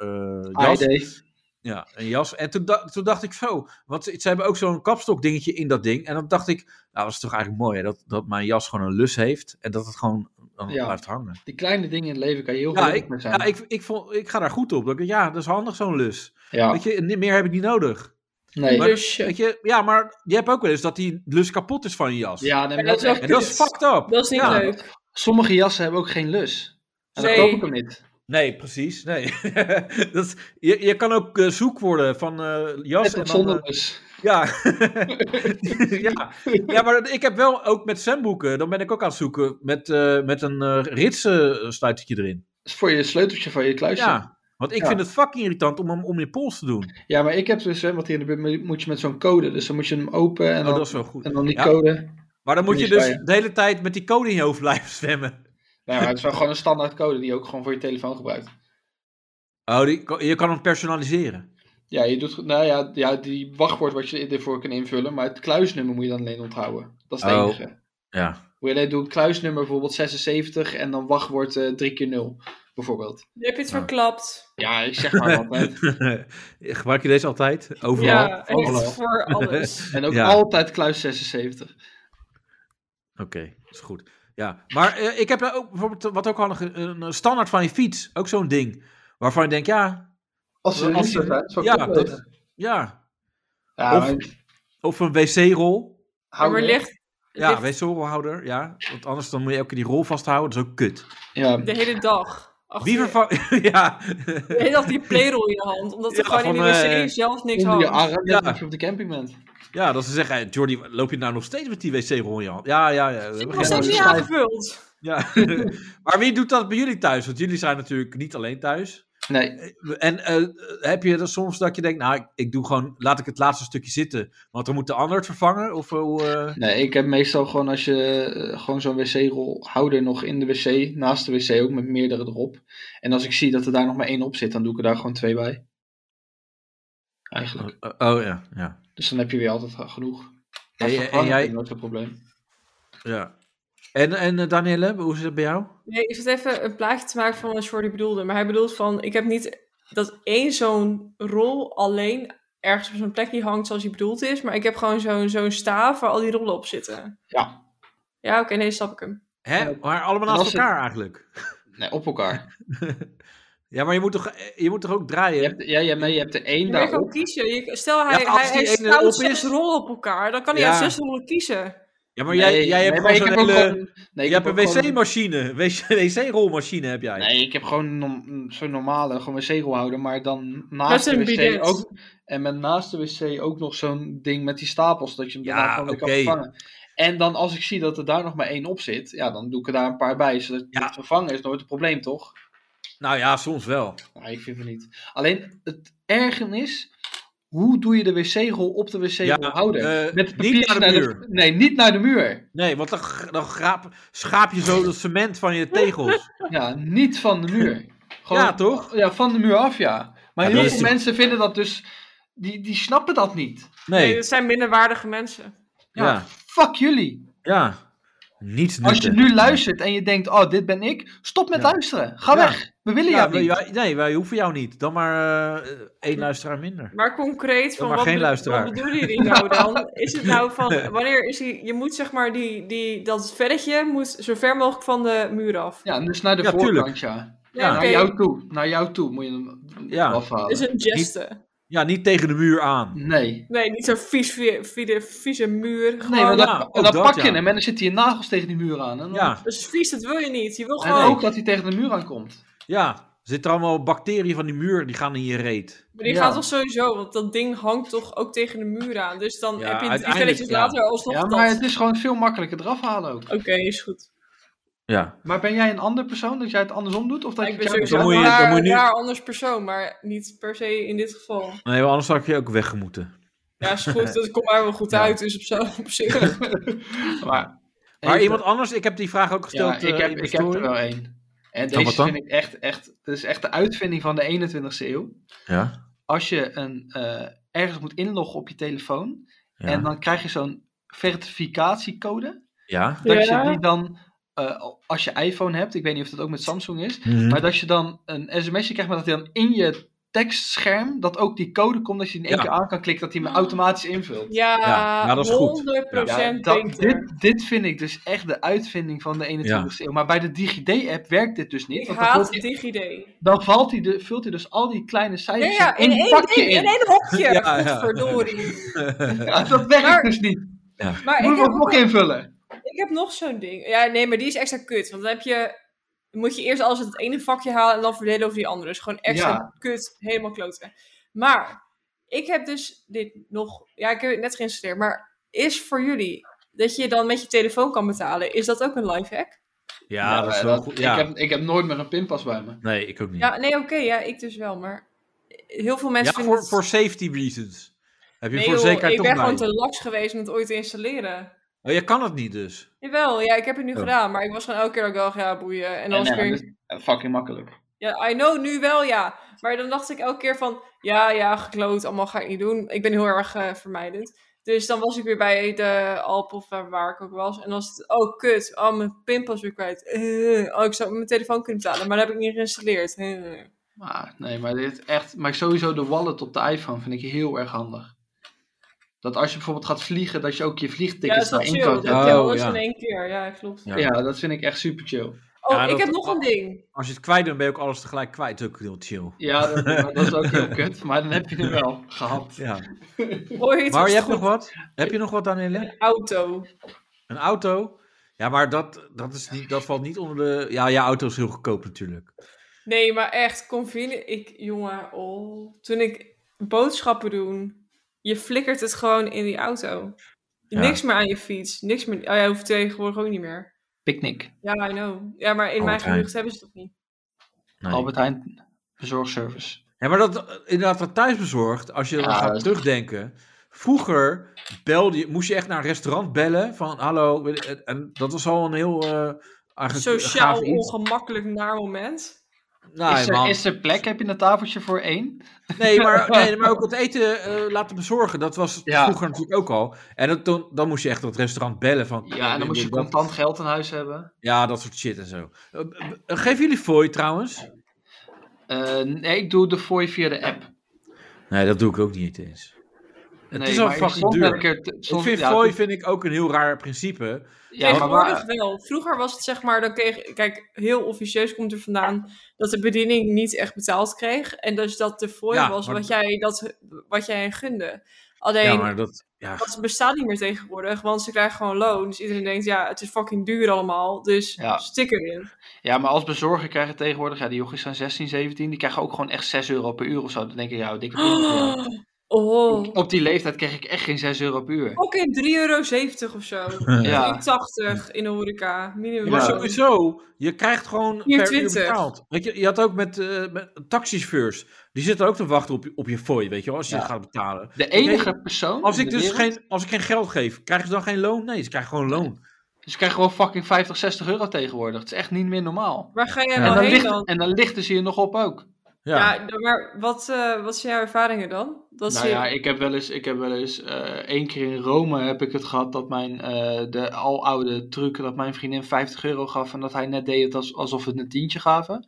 [SPEAKER 3] eh, jas.
[SPEAKER 2] AED.
[SPEAKER 3] Ja, een jas. En toen, da- toen dacht ik zo, want ze, ze hebben ook zo'n kapstok dingetje in dat ding. En dan dacht ik, nou dat is toch eigenlijk mooi hè, dat, dat mijn jas gewoon een lus heeft. En dat het gewoon dan
[SPEAKER 2] Ja.
[SPEAKER 3] blijft hangen.
[SPEAKER 2] Die kleine dingen in het leven kan je heel
[SPEAKER 3] Ja,
[SPEAKER 2] gelukkig
[SPEAKER 3] ik,
[SPEAKER 2] mee
[SPEAKER 3] ja
[SPEAKER 2] zijn.
[SPEAKER 3] ik, ik, vond, ik ga daar goed op. Dat ik, ja, dat is handig zo'n lus.
[SPEAKER 2] Ja,
[SPEAKER 3] Weet je, ni- meer heb ik niet nodig.
[SPEAKER 2] nee.
[SPEAKER 3] Maar-
[SPEAKER 4] Lusje.
[SPEAKER 3] Weet je, ja, maar je hebt ook wel eens dat die lus kapot is van je jas.
[SPEAKER 2] Ja, nee, maar
[SPEAKER 4] En dat
[SPEAKER 2] dat
[SPEAKER 4] is ook
[SPEAKER 2] echt-
[SPEAKER 3] En dat is fucked up.
[SPEAKER 4] Dat is niet
[SPEAKER 3] Ja.
[SPEAKER 4] leuk.
[SPEAKER 2] Sommige jassen hebben ook geen lus. En
[SPEAKER 4] Nee.
[SPEAKER 2] dan koop ik hem niet.
[SPEAKER 3] Nee, precies. Nee. dat is, je, je kan ook eh, zoek worden van eh, jas.
[SPEAKER 2] Net
[SPEAKER 3] En
[SPEAKER 2] op
[SPEAKER 3] dan,
[SPEAKER 2] zonder
[SPEAKER 3] eh,
[SPEAKER 2] lus.
[SPEAKER 3] ja. ja. ja, maar ik heb wel ook met zwemboeken, dan ben ik ook aan het zoeken met, eh, met een eh ritssluitertje erin.
[SPEAKER 2] Dat is voor je sleuteltje van je kluisje. Ja,
[SPEAKER 3] Ja, want ik
[SPEAKER 2] Ja.
[SPEAKER 3] vind het fucking irritant om hem om je pols te doen.
[SPEAKER 2] maar ik heb dus zwembad hier in de buurt, moet je met zo'n code. Dus dan moet je hem open en
[SPEAKER 3] Oh,
[SPEAKER 2] dan,
[SPEAKER 3] dat is wel goed.
[SPEAKER 2] en dan die
[SPEAKER 3] Ja.
[SPEAKER 2] code.
[SPEAKER 3] Maar dan moet
[SPEAKER 2] Die
[SPEAKER 3] je
[SPEAKER 2] is
[SPEAKER 3] dus
[SPEAKER 2] bij
[SPEAKER 3] de hele tijd met die code in je hoofd blijven zwemmen.
[SPEAKER 2] Nee, maar het is wel gewoon een standaard code die je ook gewoon voor je telefoon gebruikt.
[SPEAKER 3] Oh, die, je kan hem personaliseren.
[SPEAKER 2] Ja, je doet, nou ja, ja, die wachtwoord wat je ervoor kan invullen. Maar het kluisnummer moet je dan alleen onthouden. Dat is het
[SPEAKER 3] Oh.
[SPEAKER 2] enige.
[SPEAKER 3] Ja.
[SPEAKER 2] Moet je alleen doen kluisnummer bijvoorbeeld 76 en dan wachtwoord eh 3 keer 0 bijvoorbeeld.
[SPEAKER 4] Je hebt iets
[SPEAKER 3] Ja.
[SPEAKER 4] verklapt.
[SPEAKER 2] Ja, ik zeg maar wat. hè.
[SPEAKER 3] Gebruik je deze altijd? Overal?
[SPEAKER 4] Ja,
[SPEAKER 2] overal.
[SPEAKER 4] echt voor alles.
[SPEAKER 2] En ook
[SPEAKER 3] Ja.
[SPEAKER 2] altijd kluis 76.
[SPEAKER 3] Oké, is goed. Ja, maar eh, ik heb daar ook bijvoorbeeld eh, wat ook handig, een eh, standaard van je fiets, ook zo'n ding. Waarvan je denkt, ja,
[SPEAKER 2] Als ze
[SPEAKER 3] Als
[SPEAKER 2] lief
[SPEAKER 3] ze-
[SPEAKER 2] zijn, zou ik
[SPEAKER 3] ja,
[SPEAKER 2] ook
[SPEAKER 3] dat-
[SPEAKER 2] weten.
[SPEAKER 3] ja.
[SPEAKER 2] Ja,
[SPEAKER 3] of-
[SPEAKER 2] maar-
[SPEAKER 3] Of een wc-rol.
[SPEAKER 4] Ja, maar
[SPEAKER 2] Houden.
[SPEAKER 4] ligt,
[SPEAKER 3] Ja,
[SPEAKER 4] ligt
[SPEAKER 3] wc-rolhouder, ja. Want anders dan moet je elke keer die rol vasthouden. Dat is ook kut.
[SPEAKER 2] Ja.
[SPEAKER 4] de hele dag. achter-
[SPEAKER 3] Wie vervangt... ja.
[SPEAKER 4] De hele dag die playrol in je hand. Omdat
[SPEAKER 3] Ja,
[SPEAKER 4] er gewoon in
[SPEAKER 3] van,
[SPEAKER 4] de wc
[SPEAKER 3] eh,
[SPEAKER 4] zelf niks
[SPEAKER 2] Onder je
[SPEAKER 4] hangt.
[SPEAKER 2] arm, net
[SPEAKER 3] Ja.
[SPEAKER 2] als je op de camping bent.
[SPEAKER 3] ja, dat ze zeggen, hey, Jordi, loop je nou nog steeds met die wc-rol in je hand? Ja, ja, dus ja. we
[SPEAKER 4] Ik
[SPEAKER 3] hebben
[SPEAKER 4] heb
[SPEAKER 3] geen-
[SPEAKER 4] nog steeds niet
[SPEAKER 2] schijf.
[SPEAKER 4] aangevuld.
[SPEAKER 3] Ja. maar wie doet dat bij jullie thuis? Want jullie zijn natuurlijk niet alleen thuis.
[SPEAKER 2] Nee,
[SPEAKER 3] En eh, heb je er soms dat je denkt, nou, ik, ik doe gewoon, laat ik het laatste stukje zitten. Want dan moet de ander het vervangen? Of hoe, eh,
[SPEAKER 2] nee, ik heb meestal gewoon als je eh, gewoon zo'n wc-rolhouder nog in de wc, naast de wc ook met meerdere erop. En als ik zie dat er daar nog maar één op zit, dan doe ik er daar gewoon twee bij. Eigenlijk.
[SPEAKER 3] eh, Oh ja, ja.
[SPEAKER 2] Dus dan heb je weer altijd genoeg.
[SPEAKER 3] En- en
[SPEAKER 2] vervangen
[SPEAKER 3] jij-
[SPEAKER 2] vind ik nooit zo'n probleem.
[SPEAKER 3] ja. En, en eh, Danielle, hoe zit het bij jou?
[SPEAKER 4] Nee, ik zit even een plaatje te maken van wat Jordi bedoelde. Maar hij bedoelt van, ik heb niet dat één zo'n rol alleen ergens op zo'n plekje hangt zoals hij bedoeld is. Maar ik heb gewoon zo'n zo'n staaf waar al die rollen op zitten.
[SPEAKER 2] Ja.
[SPEAKER 4] Ja, oké, nee, snap ik hem.
[SPEAKER 3] Hè?
[SPEAKER 2] Ja,
[SPEAKER 3] Maar allemaal naast
[SPEAKER 2] was het-
[SPEAKER 3] elkaar eigenlijk.
[SPEAKER 2] Nee, op elkaar.
[SPEAKER 3] Ja, maar je moet toch, eh, je moet toch ook
[SPEAKER 2] Je
[SPEAKER 3] draaien?
[SPEAKER 2] hebt, ja, ja, nee, je hebt er één
[SPEAKER 4] Maar je kan
[SPEAKER 2] daarop.
[SPEAKER 4] kiezen. Je- stel, hij,
[SPEAKER 3] Nou. Ja, als
[SPEAKER 4] hij, hij
[SPEAKER 3] die ene
[SPEAKER 4] stouwt
[SPEAKER 3] op
[SPEAKER 4] zes
[SPEAKER 3] is-
[SPEAKER 4] rollen op elkaar. Dan kan hij
[SPEAKER 3] Ja.
[SPEAKER 4] uit zes rollen kiezen.
[SPEAKER 3] Ja, maar jij,
[SPEAKER 2] Nee,
[SPEAKER 3] jij hebt
[SPEAKER 2] nee, maar ik
[SPEAKER 3] gewoon
[SPEAKER 2] heb
[SPEAKER 3] zo'n
[SPEAKER 2] ook
[SPEAKER 3] hele...
[SPEAKER 2] gewoon- nee, ik
[SPEAKER 3] je hebt
[SPEAKER 2] heb
[SPEAKER 3] een
[SPEAKER 2] ook gewoon-
[SPEAKER 3] wc-machine. Wc-rolmachine heb jij.
[SPEAKER 2] Nee, ik heb gewoon nom- zo'n normale, gewoon wc-rolhouder, maar dan
[SPEAKER 4] Met
[SPEAKER 2] naast de
[SPEAKER 4] een
[SPEAKER 2] wc
[SPEAKER 4] bidet.
[SPEAKER 2] ook. En met naast de wc ook nog zo'n ding met die stapels, dat je hem
[SPEAKER 3] Ja,
[SPEAKER 2] daarna gewoon weer
[SPEAKER 3] oké.
[SPEAKER 2] kan vervangen. En dan als ik zie dat er daar nog maar één op zit, ja, dan doe ik er daar een paar bij. Zodat
[SPEAKER 3] Ja.
[SPEAKER 2] het vervangen is nooit een probleem, toch?
[SPEAKER 3] Nou ja, soms wel.
[SPEAKER 2] Nou, ik vind het niet. Alleen, het ergen is, hoe doe je de wc-rol op de wc-rolhouder?
[SPEAKER 3] eh,
[SPEAKER 2] met
[SPEAKER 3] niet
[SPEAKER 2] papiertjes
[SPEAKER 3] naar de muur.
[SPEAKER 2] Nee, niet naar de muur.
[SPEAKER 3] Nee, want dan, g- dan graap, schaap je zo dat cement van je tegels.
[SPEAKER 2] Ja, niet van de muur. Gewoon,
[SPEAKER 3] Ja, toch?
[SPEAKER 2] Ja, van de muur af, ja. Maar
[SPEAKER 3] Ja, dat
[SPEAKER 2] heel
[SPEAKER 3] is
[SPEAKER 2] veel
[SPEAKER 3] toch-
[SPEAKER 2] mensen vinden dat dus... Die, die snappen dat niet.
[SPEAKER 4] Nee,
[SPEAKER 3] Nee,
[SPEAKER 4] dat zijn minderwaardige mensen.
[SPEAKER 2] Ja,
[SPEAKER 3] ja,
[SPEAKER 2] fuck jullie.
[SPEAKER 3] ja. Niets
[SPEAKER 2] Als je
[SPEAKER 3] nuttig.
[SPEAKER 2] nu luistert en je denkt, oh, dit ben ik. Stop met
[SPEAKER 3] Ja.
[SPEAKER 2] luisteren. Ga
[SPEAKER 3] Ja.
[SPEAKER 2] weg. We willen
[SPEAKER 3] Ja,
[SPEAKER 2] jou
[SPEAKER 3] wij,
[SPEAKER 2] niet.
[SPEAKER 3] Nou, wij- nee, wij hoeven jou niet. Dan maar eh, één luisteraar minder.
[SPEAKER 4] Maar concreet, van
[SPEAKER 3] maar
[SPEAKER 4] wat,
[SPEAKER 3] geen
[SPEAKER 4] be-
[SPEAKER 3] luisteraar.
[SPEAKER 4] wat bedoelen jullie nou dan? Is het nou van, wanneer is die, je moet zeg maar die, die, dat velletje moet zo ver mogelijk van de muur af.
[SPEAKER 2] Ja, dus naar de
[SPEAKER 3] Ja, tuurlijk.
[SPEAKER 2] voorkant, ja.
[SPEAKER 3] Ja. nou,
[SPEAKER 4] Ja, oké.
[SPEAKER 2] Naar jou toe. Naar jou toe moet je hem
[SPEAKER 3] Ja.
[SPEAKER 4] Dat
[SPEAKER 2] afhalen.
[SPEAKER 4] is een geste.
[SPEAKER 3] Ja, niet tegen de muur aan.
[SPEAKER 2] Nee.
[SPEAKER 4] Nee, niet zo'n vies, vie- vieze, vieze muur. Gewoon,
[SPEAKER 2] Nee, want
[SPEAKER 3] ja,
[SPEAKER 2] dan,
[SPEAKER 3] ook
[SPEAKER 2] dan
[SPEAKER 3] dat,
[SPEAKER 2] pak je
[SPEAKER 3] ja.
[SPEAKER 2] hem en dan zitten je nagels tegen die muur aan. En, dan,
[SPEAKER 3] Ja, Oh.
[SPEAKER 4] Dat is dus vies, dat wil je niet. Je wil
[SPEAKER 2] en
[SPEAKER 4] gewoon...
[SPEAKER 2] ook dat hij tegen de muur aankomt.
[SPEAKER 3] ja. Zit er allemaal bacteriën van die muur, die gaan in je reet.
[SPEAKER 4] Maar die
[SPEAKER 2] Ja.
[SPEAKER 4] gaat toch sowieso, want dat ding hangt toch ook tegen de muur aan. Dus dan
[SPEAKER 3] Ja,
[SPEAKER 4] heb je drie
[SPEAKER 3] uiteindelijk,
[SPEAKER 4] velletjes
[SPEAKER 3] ja.
[SPEAKER 4] later alsnog
[SPEAKER 2] Ja, maar
[SPEAKER 4] dat.
[SPEAKER 2] het is gewoon veel makkelijker eraf halen ook.
[SPEAKER 4] Oké, is goed.
[SPEAKER 3] Ja.
[SPEAKER 2] Maar ben jij een ander persoon dat jij het andersom doet? Of dat
[SPEAKER 4] ik
[SPEAKER 2] je
[SPEAKER 4] ben
[SPEAKER 2] het
[SPEAKER 4] sowieso
[SPEAKER 3] dan
[SPEAKER 4] een
[SPEAKER 3] moet je- dan
[SPEAKER 4] raar,
[SPEAKER 3] moet je nu-
[SPEAKER 4] raar anders persoon, maar niet per se in dit geval.
[SPEAKER 3] Nee, want anders had ik je ook weggemoeten.
[SPEAKER 4] Ja, is goed. Dat komt maar wel goed
[SPEAKER 3] Ja.
[SPEAKER 4] uit, dus op, zo, op zich.
[SPEAKER 2] Maar,
[SPEAKER 3] Maar
[SPEAKER 2] Even-
[SPEAKER 3] iemand anders, ik heb die vraag ook
[SPEAKER 2] Ja,
[SPEAKER 3] gesteld.
[SPEAKER 2] ik
[SPEAKER 3] eh,
[SPEAKER 2] heb,
[SPEAKER 3] in de
[SPEAKER 2] ik heb
[SPEAKER 3] story.
[SPEAKER 2] er wel één. En
[SPEAKER 3] Nou,
[SPEAKER 2] deze
[SPEAKER 3] wat dan?
[SPEAKER 2] vind ik echt, echt, dat is echt de uitvinding van de 21ste eeuw.
[SPEAKER 3] Ja.
[SPEAKER 2] Als je een, eh, ergens moet inloggen op je telefoon
[SPEAKER 3] Ja.
[SPEAKER 2] en dan krijg je zo'n verificatiecode,
[SPEAKER 3] ja.
[SPEAKER 2] dat
[SPEAKER 4] Ja.
[SPEAKER 2] je die dan, eh, als je iPhone hebt, ik weet niet of dat ook met Samsung is,
[SPEAKER 3] Mhm.
[SPEAKER 2] maar dat je dan een sms'je krijgt, maar dat hij dan in je tekstscherm, dat ook die code komt, dat je die in één
[SPEAKER 3] Ja.
[SPEAKER 2] keer aan kan klikken, dat hij
[SPEAKER 4] Ah.
[SPEAKER 2] hem automatisch invult.
[SPEAKER 4] Ja,
[SPEAKER 3] Ja, nou, dat is goed.
[SPEAKER 4] 100%
[SPEAKER 2] dat-
[SPEAKER 4] beter.
[SPEAKER 2] dit, dit vind ik dus echt de uitvinding van de 21ste eeuw. Maar bij de DigiD-app werkt dit dus niet.
[SPEAKER 4] Ik
[SPEAKER 2] want dan, vult
[SPEAKER 4] haat
[SPEAKER 2] hij,
[SPEAKER 4] DigiD.
[SPEAKER 2] dan valt hij de, vult hij dus al die kleine
[SPEAKER 4] Ja,
[SPEAKER 2] cijfers
[SPEAKER 4] ja,
[SPEAKER 2] in
[SPEAKER 4] in
[SPEAKER 2] één
[SPEAKER 4] één
[SPEAKER 2] pakje
[SPEAKER 4] ding, in
[SPEAKER 2] in.
[SPEAKER 4] één hokje.
[SPEAKER 3] Ja, ja.
[SPEAKER 4] Godverdorie.
[SPEAKER 2] Ja, dat werkt
[SPEAKER 4] Maar-
[SPEAKER 2] dus niet.
[SPEAKER 4] Maar
[SPEAKER 2] Moet
[SPEAKER 4] ik
[SPEAKER 2] je
[SPEAKER 4] heb,
[SPEAKER 2] hem ook
[SPEAKER 4] ook,
[SPEAKER 2] invullen.
[SPEAKER 4] ik heb nog zo'n ding. Ja, nee, maar die is extra kut. Want dan heb je, moet je eerst alles uit het ene vakje halen en dan verdelen over die andere. Dus gewoon extra
[SPEAKER 2] Ja.
[SPEAKER 4] kut, helemaal kloten. Maar ik heb dus dit nog, ja, ik heb het net geïnstalleerd. Maar is voor jullie dat je dan met je telefoon kan betalen, is dat ook een lifehack?
[SPEAKER 3] Ja, eh, dat is
[SPEAKER 2] maar
[SPEAKER 3] wel goed. Ja.
[SPEAKER 2] ik, heb, ik heb nooit meer een pinpas bij me.
[SPEAKER 3] Nee, ik ook niet.
[SPEAKER 4] Ja, nee, oké, ja, ik dus wel. Maar heel veel mensen
[SPEAKER 3] Ja,
[SPEAKER 4] vinden
[SPEAKER 3] voor,
[SPEAKER 4] het-
[SPEAKER 3] voor safety reasons. Heb je
[SPEAKER 4] Nee,
[SPEAKER 3] voor
[SPEAKER 4] joh,
[SPEAKER 3] zekerheid
[SPEAKER 4] ik
[SPEAKER 3] toch
[SPEAKER 4] ben gewoon
[SPEAKER 3] bij.
[SPEAKER 4] te laks geweest om het ooit te installeren.
[SPEAKER 3] Oh, je kan het niet dus.
[SPEAKER 4] Jawel, ja, ik heb het nu
[SPEAKER 3] Ja.
[SPEAKER 4] gedaan, maar ik was gewoon elke keer dat ik dacht, ja, boeien. En dan was ik
[SPEAKER 2] nee,
[SPEAKER 4] weer,
[SPEAKER 2] maar dat is, eh, fucking makkelijk.
[SPEAKER 4] ja, I know, nu wel, ja. Maar dan dacht ik elke keer van, ja, ja, gekloot, allemaal ga ik niet doen. Ik ben heel erg eh, vermijdend. Dus dan was ik weer bij de Alp of waar, waar ik ook was. En dan was het, oh, kut, oh, mijn pinpas weer kwijt. Eh, oh, ik zou mijn telefoon kunnen betalen, maar dat heb ik niet geïnstalleerd. Eh.
[SPEAKER 2] Maar, Ah, nee, maar, dit echt, maar sowieso de wallet op de iPhone vind ik heel erg handig. Dat als je bijvoorbeeld gaat vliegen, dat je ook je
[SPEAKER 4] Ja, dat
[SPEAKER 2] vliegtickets
[SPEAKER 4] is wel
[SPEAKER 2] daarin
[SPEAKER 4] chill.
[SPEAKER 2] kan
[SPEAKER 4] Dat
[SPEAKER 2] zetten.
[SPEAKER 4] heb je
[SPEAKER 3] Oh,
[SPEAKER 4] alles
[SPEAKER 3] ja.
[SPEAKER 4] in één keer, ja, klopt.
[SPEAKER 3] Ja.
[SPEAKER 2] Ja, dat vind ik echt super chill.
[SPEAKER 4] Oh,
[SPEAKER 3] Ja,
[SPEAKER 4] ik
[SPEAKER 3] dat-
[SPEAKER 4] heb nog een ding.
[SPEAKER 3] Als je het kwijt bent, ben je ook alles tegelijk kwijt. Dat is ook heel chill.
[SPEAKER 2] Ja, dat, dat is ook heel kut, maar dan heb je hem wel gehad.
[SPEAKER 3] Ja.
[SPEAKER 4] Ooit
[SPEAKER 3] Maar
[SPEAKER 4] was
[SPEAKER 3] je hebt
[SPEAKER 4] het goed.
[SPEAKER 3] nog wat? Heb je nog wat, Danielle?
[SPEAKER 4] Auto.
[SPEAKER 3] Een auto? Ja, maar dat, dat, is niet, dat valt niet onder de... Ja, ja, auto is heel goedkoop natuurlijk.
[SPEAKER 4] Nee, maar echt, convenience. Ik, jongen, oh. Toen ik boodschappen doen, je flikkert het gewoon in die auto.
[SPEAKER 3] Ja.
[SPEAKER 4] Niks meer aan je fiets. Niks meer. Oh ja, hoeft tegenwoordig ook niet meer.
[SPEAKER 2] Picnic,
[SPEAKER 4] Ja, I know. Ja, maar in
[SPEAKER 3] Albert Heijn.
[SPEAKER 4] mijn gerucht hebben ze dat niet.
[SPEAKER 3] Nee.
[SPEAKER 2] Albert Heijn, bezorgservice.
[SPEAKER 3] Ja, maar dat eh, inderdaad dat thuisbezorgd, als je
[SPEAKER 2] Ja,
[SPEAKER 3] dan
[SPEAKER 2] dat
[SPEAKER 3] gaat
[SPEAKER 2] is-
[SPEAKER 3] terugdenken. Vroeger belde je, moest je echt naar een restaurant bellen van hallo. wil je- En dat was al een heel eh, eigenlijk een
[SPEAKER 4] Sociaal
[SPEAKER 3] gaaf iets.
[SPEAKER 4] ongemakkelijk naar moment.
[SPEAKER 3] Nou,
[SPEAKER 2] is, er,
[SPEAKER 3] man.
[SPEAKER 2] is er plek? Heb je een tafeltje voor één?
[SPEAKER 3] Nee, maar, nee, maar ook het eten eh, laten bezorgen, dat was
[SPEAKER 2] Ja.
[SPEAKER 3] vroeger natuurlijk ook al. En dat, dan, dan moest je echt dat restaurant bellen van.
[SPEAKER 2] Ja, en
[SPEAKER 3] wil
[SPEAKER 2] dan moest je
[SPEAKER 3] dat?
[SPEAKER 2] contant geld in huis hebben.
[SPEAKER 3] Ja, dat soort shit en zo. Eh, b- b- eh, geven jullie fooi trouwens?
[SPEAKER 2] Eh, nee, ik doe de fooi via de app.
[SPEAKER 3] Nee, dat doe ik ook niet eens. Het
[SPEAKER 2] nee,
[SPEAKER 3] is al
[SPEAKER 2] maar
[SPEAKER 3] fucking
[SPEAKER 2] soms heb
[SPEAKER 3] duur.
[SPEAKER 2] ik er te-
[SPEAKER 3] Ik
[SPEAKER 2] soms-
[SPEAKER 3] vind
[SPEAKER 2] ja,
[SPEAKER 3] fooi vind ik ook een heel raar principe.
[SPEAKER 2] Ja, maar
[SPEAKER 4] Tegenwoordig
[SPEAKER 2] waar-
[SPEAKER 4] wel. Vroeger was het zeg maar, dan kreeg, kijk, heel officieus komt er vandaan dat de bediening niet echt betaald kreeg. En dus dat de fooi
[SPEAKER 3] Ja,
[SPEAKER 4] was
[SPEAKER 3] maar-
[SPEAKER 4] wat jij, dat, wat jij hen gunde. Alleen,
[SPEAKER 3] Ja, maar dat. Ja,
[SPEAKER 4] dat bestaat niet meer tegenwoordig, want ze krijgen gewoon loon. Dus iedereen denkt, ja, het is fucking duur allemaal, dus
[SPEAKER 2] Ja.
[SPEAKER 4] stik erin.
[SPEAKER 2] ja, maar als bezorger krijg je tegenwoordig, ja, die jochies zijn 16, 17, die krijgen ook gewoon echt 6 euro per uur of zo. Dan denk ik, ja, dikke vriend voor jou.
[SPEAKER 4] Oh,
[SPEAKER 2] Op die leeftijd kreeg ik echt geen 6 euro per uur.
[SPEAKER 4] fucking 3,70 euro of zo. 3,80
[SPEAKER 2] Ja,
[SPEAKER 4] in de horeca, minimum.
[SPEAKER 3] Ja, maar
[SPEAKER 2] Ja.
[SPEAKER 3] sowieso, je krijgt gewoon per uur
[SPEAKER 4] 4,20.
[SPEAKER 3] betaald. Weet je, je had ook met, eh met taxichauffeurs, die zitten ook te wachten op, je- op je fooi, weet je wel, als je
[SPEAKER 2] Ja.
[SPEAKER 3] gaat betalen.
[SPEAKER 2] de enige persoon.
[SPEAKER 3] Als
[SPEAKER 2] in
[SPEAKER 3] ik
[SPEAKER 2] de
[SPEAKER 3] dus
[SPEAKER 2] wereld-
[SPEAKER 3] geen, als ik geen geld geef, krijgen ze dan geen loon? Nee, ze krijgen gewoon loon.
[SPEAKER 2] Dus ik krijg gewoon fucking 50, 60 euro tegenwoordig. Het is echt niet meer normaal.
[SPEAKER 4] Waar ga jij
[SPEAKER 3] Ja.
[SPEAKER 2] En
[SPEAKER 4] nou
[SPEAKER 2] dan,
[SPEAKER 4] heen
[SPEAKER 2] ligt,
[SPEAKER 4] dan?
[SPEAKER 2] en dan lichten ze je nog op ook.
[SPEAKER 3] Ja.
[SPEAKER 4] Ja, maar wat, eh, wat zijn jouw ervaringen dan? Dat
[SPEAKER 2] nou
[SPEAKER 4] ze-
[SPEAKER 2] ja, ik heb wel eens, ik heb wel eens eh, één keer in Rome heb ik het gehad dat mijn, eh, de aloude truc, dat mijn vriendin 50 euro gaf en dat hij net deed het als, alsof het een tientje gaven.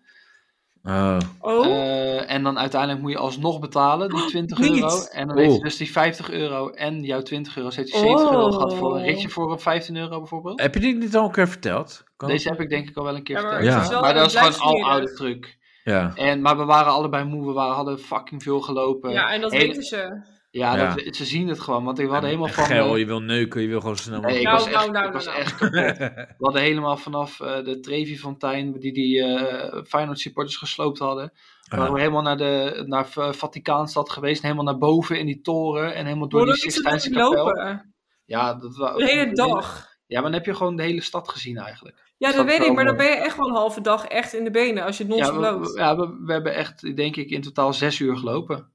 [SPEAKER 3] Oh.
[SPEAKER 4] Oh,
[SPEAKER 2] Eh, en dan uiteindelijk moet je alsnog betalen, die 20
[SPEAKER 4] niet.
[SPEAKER 2] euro. En dan heeft hij
[SPEAKER 3] Oh.
[SPEAKER 2] dus die 50 euro en jouw 20 euro. Dus heeft hij 70 euro gehad voor een
[SPEAKER 4] Oh.
[SPEAKER 2] ritje voor een 15 euro bijvoorbeeld.
[SPEAKER 3] Heb je dit niet al een keer verteld? Kan
[SPEAKER 2] Deze heb ik denk ik al wel een keer
[SPEAKER 4] Ja, maar
[SPEAKER 3] het
[SPEAKER 2] verteld. Maar,
[SPEAKER 3] is
[SPEAKER 4] wel-
[SPEAKER 2] dat
[SPEAKER 4] het
[SPEAKER 2] is gewoon
[SPEAKER 4] blijft
[SPEAKER 2] een
[SPEAKER 4] smerig.
[SPEAKER 2] aloude truc.
[SPEAKER 3] Ja.
[SPEAKER 2] En, maar we waren allebei moe, we waren, hadden fucking veel gelopen. Ja,
[SPEAKER 4] ja, en dat
[SPEAKER 2] hele-
[SPEAKER 4] weten ze.
[SPEAKER 3] Ja.
[SPEAKER 2] Dat, ze zien het gewoon, want ik had helemaal
[SPEAKER 3] En
[SPEAKER 2] van...
[SPEAKER 3] Geil,
[SPEAKER 2] eh,
[SPEAKER 3] je wil neuken, je wil gewoon snel
[SPEAKER 2] Nee, ik
[SPEAKER 4] Nou,
[SPEAKER 2] was echt,
[SPEAKER 4] nou, nou,
[SPEAKER 2] ik was
[SPEAKER 4] nou, nou.
[SPEAKER 2] echt kapot. We hadden helemaal vanaf eh, de Trevi-fontein, die die eh Feyenoord supporters gesloopt hadden, waren we helemaal naar de naar V- Vaticaanstad geweest, en helemaal naar boven in die toren en helemaal door
[SPEAKER 4] Hoe lang
[SPEAKER 2] die
[SPEAKER 4] is het dan
[SPEAKER 2] Sixtijnse
[SPEAKER 4] niet
[SPEAKER 2] kapel. Oh,
[SPEAKER 4] lopen?
[SPEAKER 2] Ja, dat was
[SPEAKER 4] De hele dag.
[SPEAKER 2] Ja, maar dan heb je gewoon de hele stad gezien eigenlijk.
[SPEAKER 4] Ja,
[SPEAKER 2] Dat
[SPEAKER 4] dat
[SPEAKER 2] is
[SPEAKER 4] weet
[SPEAKER 2] wel
[SPEAKER 4] ik, maar dan
[SPEAKER 2] mooi.
[SPEAKER 4] ben je echt wel een halve dag echt in de benen als je het
[SPEAKER 2] Ja,
[SPEAKER 4] non-stop
[SPEAKER 2] we, we-
[SPEAKER 4] loopt.
[SPEAKER 2] ja we, we hebben echt, denk ik, in totaal zes uur gelopen.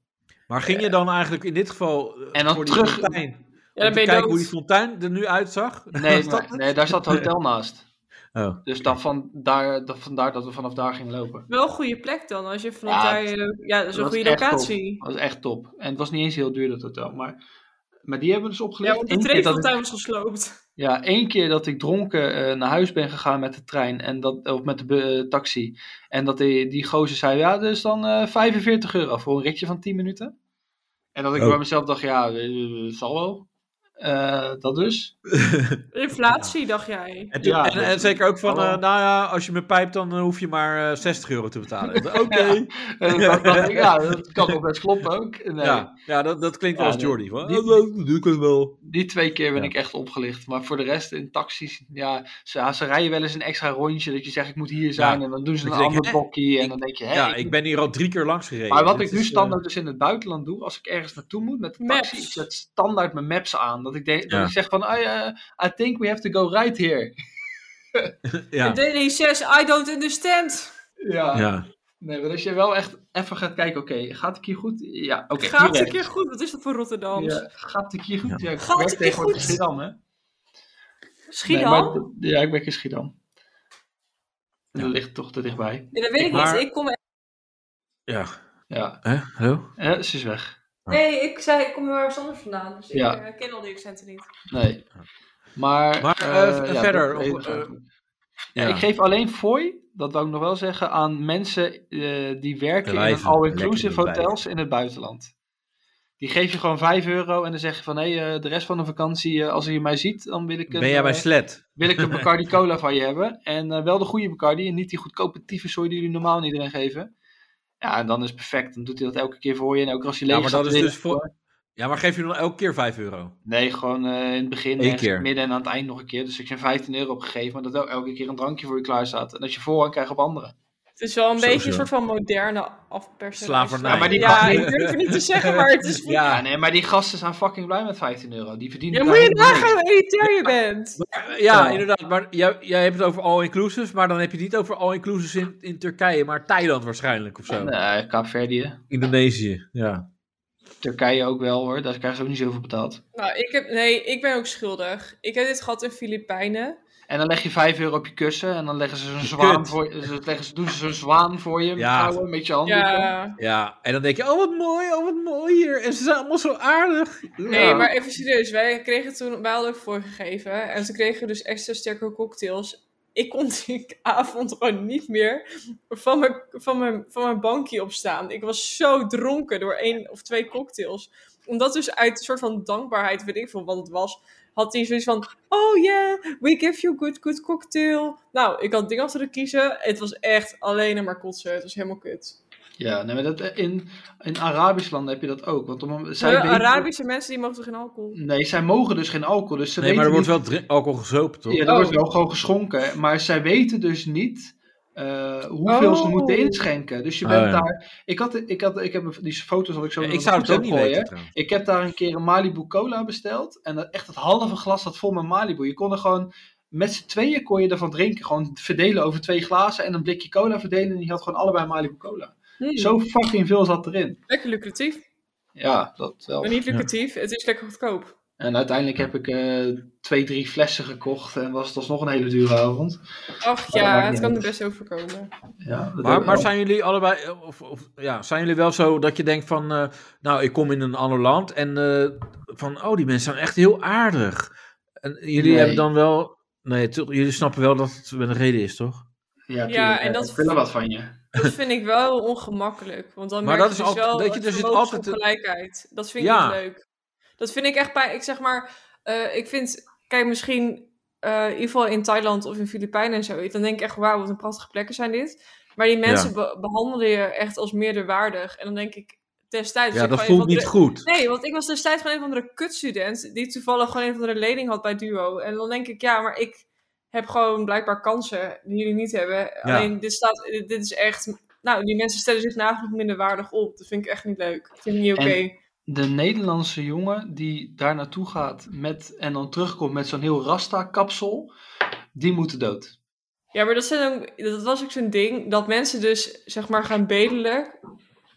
[SPEAKER 3] Maar ging je dan eigenlijk in dit geval eh,
[SPEAKER 2] Eh, En dan
[SPEAKER 3] voor die
[SPEAKER 2] terug-
[SPEAKER 3] fontein? om
[SPEAKER 4] Ja, dan
[SPEAKER 3] te
[SPEAKER 4] ben je
[SPEAKER 3] kijken
[SPEAKER 4] dood.
[SPEAKER 3] hoe die fontein er nu uitzag?
[SPEAKER 2] Nee,
[SPEAKER 3] Was dat
[SPEAKER 2] maar-
[SPEAKER 3] het?
[SPEAKER 2] nee daar zat het hotel naast.
[SPEAKER 3] Oh.
[SPEAKER 2] Dus dan vandaar, dat, vandaar dat we vanaf daar gingen lopen.
[SPEAKER 4] Wel een goede plek dan, als je vanaf
[SPEAKER 2] Ja,
[SPEAKER 4] daar... je- Ja, dat is een
[SPEAKER 2] dat is
[SPEAKER 4] goede
[SPEAKER 2] echt top.
[SPEAKER 4] locatie.
[SPEAKER 2] Dat was echt top. En het was niet eens heel duur dat hotel, maar... Maar die hebben we dus
[SPEAKER 4] Ja,
[SPEAKER 2] opgelegd.
[SPEAKER 4] want de
[SPEAKER 2] Eén keer dat ik-
[SPEAKER 4] trefontein was gesloopt.
[SPEAKER 2] Ja, één keer dat ik dronken eh, naar huis ben gegaan met de trein en dat, of met de bu- eh, taxi. En dat die, die gozer zei, ja, dus dan eh 45 euro voor een ritje van 10 minuten. En dat ik
[SPEAKER 3] Oh.
[SPEAKER 2] bij mezelf dacht, ja, eh, zal wel. Eh, dat dus.
[SPEAKER 4] Inflatie, dacht jij.
[SPEAKER 3] En, toen-
[SPEAKER 2] Ja,
[SPEAKER 3] en,
[SPEAKER 2] dat-
[SPEAKER 3] en zeker ook van, eh,
[SPEAKER 2] Hallo.
[SPEAKER 3] nou ja, als je me pijpt, dan eh, hoef je maar eh, 60 euro te betalen. Oké.
[SPEAKER 2] En dan dacht ik, ja, dat kan ook best kloppen ook. Nee,
[SPEAKER 3] Ja, ja dat, dat klinkt wel
[SPEAKER 2] Ja,
[SPEAKER 3] als
[SPEAKER 2] nee.
[SPEAKER 3] Jordi. Van,
[SPEAKER 2] Die-
[SPEAKER 3] "Ah, dat doe ik het wel.
[SPEAKER 2] Die twee keer ben
[SPEAKER 3] Ja.
[SPEAKER 2] ik echt opgelicht. Maar voor de rest in taxis, ja, ze, ja, ze rijden wel eens een extra rondje. Dat je zegt, ik moet hier zijn. en dan doen ze
[SPEAKER 3] Dat
[SPEAKER 2] een
[SPEAKER 3] je denkt,
[SPEAKER 2] ander
[SPEAKER 3] hè?
[SPEAKER 2] blokje. En
[SPEAKER 3] Ik-
[SPEAKER 2] dan denk je, hè,
[SPEAKER 3] Ja,
[SPEAKER 2] ik
[SPEAKER 3] ik ben hier al drie keer langs gereden.
[SPEAKER 2] Maar wat
[SPEAKER 3] Dit
[SPEAKER 2] ik nu
[SPEAKER 3] is, eh,
[SPEAKER 2] standaard dus in het buitenland doe, als ik ergens naartoe moet met de taxi,
[SPEAKER 4] Maps.
[SPEAKER 2] ik zet standaard mijn maps aan. Dat ik, denk,
[SPEAKER 3] Ja.
[SPEAKER 2] dat ik zeg van, I, eh, I think we have to go right here.
[SPEAKER 3] ja,
[SPEAKER 4] DD6, I don't understand.
[SPEAKER 2] Ja.
[SPEAKER 3] ja.
[SPEAKER 2] Nee, maar als je wel echt even gaat kijken, oké, gaat ik hier goed? Ja, oké.
[SPEAKER 4] Gaat
[SPEAKER 2] hier
[SPEAKER 4] een keer goed, wat is dat voor Rotterdam?
[SPEAKER 2] rechts. Ja, gaat ik hier goed? Ja, ik
[SPEAKER 4] Gaat
[SPEAKER 2] werk
[SPEAKER 4] het hier
[SPEAKER 2] tegenwoordig in
[SPEAKER 4] goed?
[SPEAKER 2] Schiedam, hè?
[SPEAKER 4] Schiedam?
[SPEAKER 2] Nee, maar- ja, ik werk in Schiedam.
[SPEAKER 3] Ja.
[SPEAKER 2] Dat ligt toch te dichtbij.
[SPEAKER 4] Nee, dat weet ik
[SPEAKER 3] Maar-
[SPEAKER 4] niet. Ik kom...
[SPEAKER 3] ja.
[SPEAKER 2] Ja,
[SPEAKER 3] Hè? Hallo?
[SPEAKER 2] Eh, ze is weg.
[SPEAKER 4] Nee, ik zei, ik kom heel ergens anders vandaan. Dus
[SPEAKER 2] Ja.
[SPEAKER 4] ik eh, ken al die accenten niet.
[SPEAKER 2] Nee. Maar,
[SPEAKER 3] Maar, eh,
[SPEAKER 2] eh,
[SPEAKER 3] v-
[SPEAKER 2] ja,
[SPEAKER 3] verder,
[SPEAKER 2] dat-
[SPEAKER 3] of, eh,
[SPEAKER 2] Ja, ik geef alleen fooi, dat wou ik nog wel zeggen, aan mensen eh, die werken in
[SPEAKER 3] Wijven,
[SPEAKER 2] een all-inclusive
[SPEAKER 3] lekker erbij.
[SPEAKER 2] hotels in het buitenland. Die geef je gewoon 5 euro en dan zeg je van hé, eh, de rest van de vakantie, eh, als je mij ziet, dan wil ik een,
[SPEAKER 3] Ben jij bij
[SPEAKER 2] eh,
[SPEAKER 3] Slet?
[SPEAKER 2] wil ik een Bacardi Cola van je hebben. En eh, wel de goede Bacardi en niet die goedkope tyfuszooi die jullie normaal aan iedereen geven. Ja, en dan is het perfect. Dan doet hij dat elke keer voor je. En ook als hij leeg
[SPEAKER 3] Ja, maar
[SPEAKER 2] staat,
[SPEAKER 3] dat is
[SPEAKER 2] wil je
[SPEAKER 3] dus voor... Ja, maar geef je dan elke keer 5 euro?
[SPEAKER 2] Nee, gewoon eh, in het begin,
[SPEAKER 3] Eén
[SPEAKER 2] ergens in het
[SPEAKER 3] keer.
[SPEAKER 2] midden en aan het eind nog een keer. Dus ik heb 15 euro opgegeven, maar dat wel elke keer een drankje voor je klaar staat. En dat je voorrang krijgt op anderen.
[SPEAKER 4] Het is wel een
[SPEAKER 3] Sowieso.
[SPEAKER 4] beetje een soort van moderne afpersing.
[SPEAKER 3] Slavernij.
[SPEAKER 2] Ja, maar die
[SPEAKER 4] ja,
[SPEAKER 2] kan-
[SPEAKER 4] ik durf het niet te zeggen, maar het is...
[SPEAKER 2] Ja.
[SPEAKER 3] Ja,
[SPEAKER 2] nee, maar die gasten zijn fucking blij met 15 euro. Die verdienen
[SPEAKER 4] Ja,
[SPEAKER 2] daar
[SPEAKER 4] moet je
[SPEAKER 2] helemaal
[SPEAKER 4] nagaan hoe elitair je bent.
[SPEAKER 3] Eh, ja,
[SPEAKER 2] Ja.
[SPEAKER 3] inderdaad. Maar jij, jij hebt het over all-inclusives, maar dan heb je het niet over all-inclusives in, in Turkije, maar Thailand waarschijnlijk of zo.
[SPEAKER 2] niks. Nee, Kaapverdië.
[SPEAKER 3] Indonesië, ja.
[SPEAKER 2] Turkije ook wel hoor, daar krijgen ze ook niet zoveel betaald.
[SPEAKER 4] Nou, ik heb... Nee, ik ben ook schuldig. Ik heb dit gehad in Filipijnen.
[SPEAKER 2] En dan leg je 5 euro op je kussen en dan leggen ze zo'n zwaan
[SPEAKER 3] Kut.
[SPEAKER 2] voor je. ze leggen ze, doen ze zo'n zwaan voor je met,
[SPEAKER 3] Ja.
[SPEAKER 2] touwen, met je handen.
[SPEAKER 4] Ja.
[SPEAKER 3] Ja, en dan denk je, oh wat mooi, oh wat mooi hier. En ze zijn allemaal zo aardig.
[SPEAKER 4] Nee,
[SPEAKER 2] Ja.
[SPEAKER 4] maar even serieus. Wij kregen toen... Wij hadden ook voorgegeven. En ze kregen dus extra sterke cocktails. Ik kon die avond gewoon niet meer van mijn, van mijn, van mijn bankje opstaan. Ik was zo dronken door één of twee cocktails. Omdat dus uit een soort van dankbaarheid, weet ik veel wat het was, had hij zoiets van... Oh yeah, we give you good, good cocktail. Nou, ik had dingen achter de kiezen. Het was echt alleen maar kotsen. Het was helemaal kut.
[SPEAKER 2] Ja, nee, maar dat, eh, in, in Arabisch landen heb je dat ook. Want om, zij
[SPEAKER 4] De
[SPEAKER 2] weten-
[SPEAKER 4] Arabische mensen die mogen toch geen alcohol?
[SPEAKER 2] Nee, zij mogen dus geen alcohol. Dus ze
[SPEAKER 3] Nee, maar
[SPEAKER 2] weten
[SPEAKER 3] er wordt
[SPEAKER 2] niet-
[SPEAKER 3] wel drink- alcohol gezopen, toch?
[SPEAKER 2] Ja, er
[SPEAKER 4] Oh.
[SPEAKER 2] wordt wel gewoon geschonken. Maar zij weten dus niet eh, hoeveel ze
[SPEAKER 4] Oh.
[SPEAKER 2] moeten inschenken. Dus je
[SPEAKER 3] Oh,
[SPEAKER 2] bent
[SPEAKER 3] ja.
[SPEAKER 2] daar... Ik, had, ik, had, ik heb die foto's had ik zo...
[SPEAKER 3] Ja,
[SPEAKER 2] naar
[SPEAKER 3] ik
[SPEAKER 2] de
[SPEAKER 3] zou het
[SPEAKER 2] groep
[SPEAKER 3] ook niet
[SPEAKER 2] gooien.
[SPEAKER 3] weten, trouwens.
[SPEAKER 2] Ik heb daar een keer een Malibu cola besteld. En dat, echt het halve glas zat vol met Malibu. Je kon er gewoon... Met z'n tweeën kon je ervan drinken. Gewoon verdelen over twee glazen. En een blikje cola verdelen. En je had gewoon allebei Malibu cola.
[SPEAKER 4] Hmm,
[SPEAKER 2] Zo fucking veel zat erin.
[SPEAKER 4] Lekker lucratief.
[SPEAKER 2] Ja, dat wel.
[SPEAKER 4] Maar niet lucratief, het is lekker goedkoop.
[SPEAKER 2] En uiteindelijk heb ik eh, twee, drie flessen gekocht. En was het alsnog een hele dure avond.
[SPEAKER 3] Oh,
[SPEAKER 4] Ach
[SPEAKER 2] dat maakt
[SPEAKER 4] ja,
[SPEAKER 2] niet
[SPEAKER 4] het kan er
[SPEAKER 2] uit.
[SPEAKER 4] best overkomen.
[SPEAKER 2] Ja, dat heb
[SPEAKER 3] Maar,
[SPEAKER 2] ik
[SPEAKER 3] maar
[SPEAKER 2] wel.
[SPEAKER 3] zijn jullie allebei, of, of, ja, zijn jullie wel zo dat je denkt van, eh, nou, ik kom in een ander land en eh, van, oh, die mensen zijn echt heel aardig. En jullie
[SPEAKER 2] Nee.
[SPEAKER 3] hebben dan wel, nee, toch, jullie snappen wel dat het met een reden is, toch?
[SPEAKER 2] Ja, tuurlijk,
[SPEAKER 4] Ja, en
[SPEAKER 2] eh,
[SPEAKER 4] dat-
[SPEAKER 2] Ik wil er wat van je.
[SPEAKER 4] Dat vind ik wel ongemakkelijk. Want dan
[SPEAKER 3] Maar
[SPEAKER 4] merk
[SPEAKER 3] dat
[SPEAKER 4] je
[SPEAKER 3] is
[SPEAKER 4] dus
[SPEAKER 3] altijd-
[SPEAKER 4] wel
[SPEAKER 3] weet je,
[SPEAKER 4] het
[SPEAKER 3] er zit
[SPEAKER 4] vermogens
[SPEAKER 3] altijd-
[SPEAKER 4] ongelijkheid. Dat vind ik
[SPEAKER 3] Ja.
[SPEAKER 4] niet leuk. Dat vind ik echt bij, ik zeg maar, eh, ik vind, kijk misschien, eh, in ieder geval in Thailand of in Filipijnen en zoiets, dan denk ik echt, wauw, wat een prachtige plekken zijn dit. Maar die mensen be- behandelen je echt als meerderwaardig. En dan denk ik, destijds... dus
[SPEAKER 3] Ja,
[SPEAKER 4] ik
[SPEAKER 3] dat
[SPEAKER 4] gewoon een
[SPEAKER 3] voelt
[SPEAKER 4] van
[SPEAKER 3] niet
[SPEAKER 4] de-
[SPEAKER 3] goed.
[SPEAKER 4] Nee, want ik was destijds gewoon een van de kutstudent die toevallig gewoon een van de lening had bij Duo. En dan denk ik, ja, maar ik heb gewoon blijkbaar kansen die jullie niet hebben. Alleen dit, staat, dit, dit is echt. Nou, die mensen stellen zich nagenoeg minder waardig op. Dat vind ik echt niet leuk. Dat vind ik niet oké.
[SPEAKER 2] De Nederlandse jongen die daar naartoe gaat met, en dan terugkomt met zo'n heel rasta-kapsel, die moeten dood.
[SPEAKER 4] Ja, maar dat, zijn ook, dat was ook zo'n ding. Dat mensen dus zeg maar gaan bedelen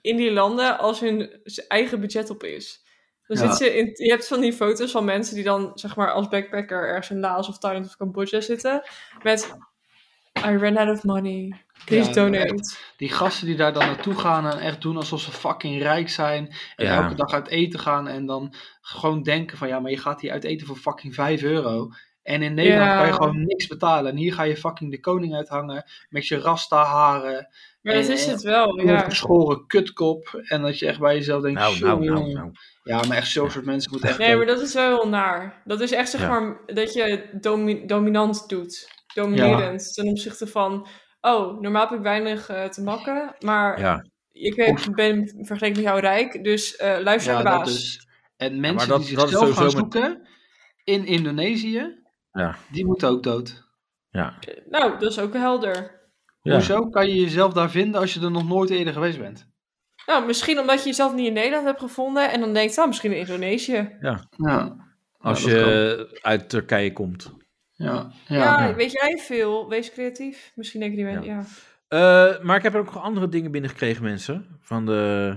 [SPEAKER 4] in die landen als hun z- eigen budget op is. Dan
[SPEAKER 2] Ja.
[SPEAKER 4] zit ze in, je hebt van die foto's van mensen die dan zeg maar als backpacker ergens in Laos of Thailand of Cambodja zitten. Met I ran out of money. Please
[SPEAKER 2] Ja,
[SPEAKER 4] donate.
[SPEAKER 2] Die gasten die daar dan naartoe gaan en echt doen alsof ze fucking rijk zijn. En
[SPEAKER 3] Ja.
[SPEAKER 2] elke dag uit eten gaan en dan gewoon denken van ja, maar je gaat hier uit eten voor fucking 5 euro. En in Nederland
[SPEAKER 4] Ja.
[SPEAKER 2] kan je gewoon niks betalen. En hier ga je fucking de koning uithangen met je rasta-haren,
[SPEAKER 4] Maar dat
[SPEAKER 2] En-
[SPEAKER 4] is
[SPEAKER 2] en-
[SPEAKER 4] het wel.
[SPEAKER 2] een
[SPEAKER 4] Ja.
[SPEAKER 2] geschoren kutkop. En dat je echt bij jezelf denkt,
[SPEAKER 3] Nou, nou,
[SPEAKER 2] "Jongen,
[SPEAKER 3] nou,
[SPEAKER 2] jongen."
[SPEAKER 3] nou.
[SPEAKER 2] Ja, maar echt zo'n soort mensen moeten echt
[SPEAKER 4] Nee,
[SPEAKER 2] dood.
[SPEAKER 4] maar dat is wel heel naar. Dat is echt zeg
[SPEAKER 3] Ja.
[SPEAKER 4] maar dat je domi- dominant doet. Dominerend ten opzichte van. Oh, normaal heb ik weinig eh, te makken, maar
[SPEAKER 3] Ja,
[SPEAKER 4] ik ben, ben vergeleken met jou rijk, dus eh, luister
[SPEAKER 2] Ja,
[SPEAKER 4] naar de
[SPEAKER 2] dat
[SPEAKER 4] baas.
[SPEAKER 2] dus. En mensen
[SPEAKER 3] dat-
[SPEAKER 2] die
[SPEAKER 3] dat is
[SPEAKER 2] zichzelf gaan
[SPEAKER 3] sowieso met-
[SPEAKER 2] zoeken in Indonesië,
[SPEAKER 3] Ja.
[SPEAKER 2] die moeten ook dood.
[SPEAKER 3] ja.
[SPEAKER 4] Nou, dat is ook helder.
[SPEAKER 3] ja.
[SPEAKER 2] Hoezo kan je jezelf daar vinden als je er nog nooit eerder geweest bent?
[SPEAKER 4] Nou, misschien omdat je jezelf niet in Nederland hebt gevonden en dan denkt, nou, misschien in Indonesië.
[SPEAKER 2] Ja,
[SPEAKER 3] Als
[SPEAKER 2] Ja, dat
[SPEAKER 3] je uit Turkije komt.
[SPEAKER 2] ja, ja.
[SPEAKER 4] Ja,
[SPEAKER 3] Ja.
[SPEAKER 4] weet jij veel? Wees creatief. Misschien denken die mensen, ja.
[SPEAKER 3] Eh, maar ik heb ook nog andere dingen binnengekregen, mensen. Van de,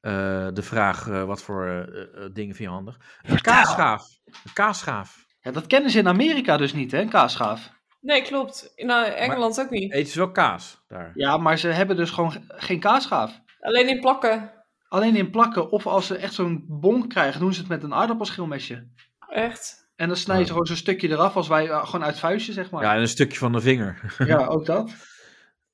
[SPEAKER 3] eh, de vraag, eh, wat voor eh, eh, dingen vind je handig? Een kaasschaaf. Een kaasschaaf.
[SPEAKER 2] Ja, dat kennen ze in Amerika dus niet, hè, een kaasschaaf.
[SPEAKER 4] Nee, klopt. In eh, Engeland ook niet.
[SPEAKER 3] Eet ze wel kaas daar?
[SPEAKER 2] Ja, maar ze hebben dus gewoon ge- geen kaasschaaf.
[SPEAKER 4] Alleen in plakken.
[SPEAKER 2] Alleen in plakken, of als ze echt zo'n bonk krijgen, doen ze het met een aardappelschilmesje.
[SPEAKER 4] Echt.
[SPEAKER 2] En dan snijden ze
[SPEAKER 3] Ja.
[SPEAKER 2] gewoon zo'n stukje eraf, als wij eh, gewoon uit vuistje, zeg maar.
[SPEAKER 3] Ja, en een stukje van de vinger.
[SPEAKER 2] Ja, ook dat.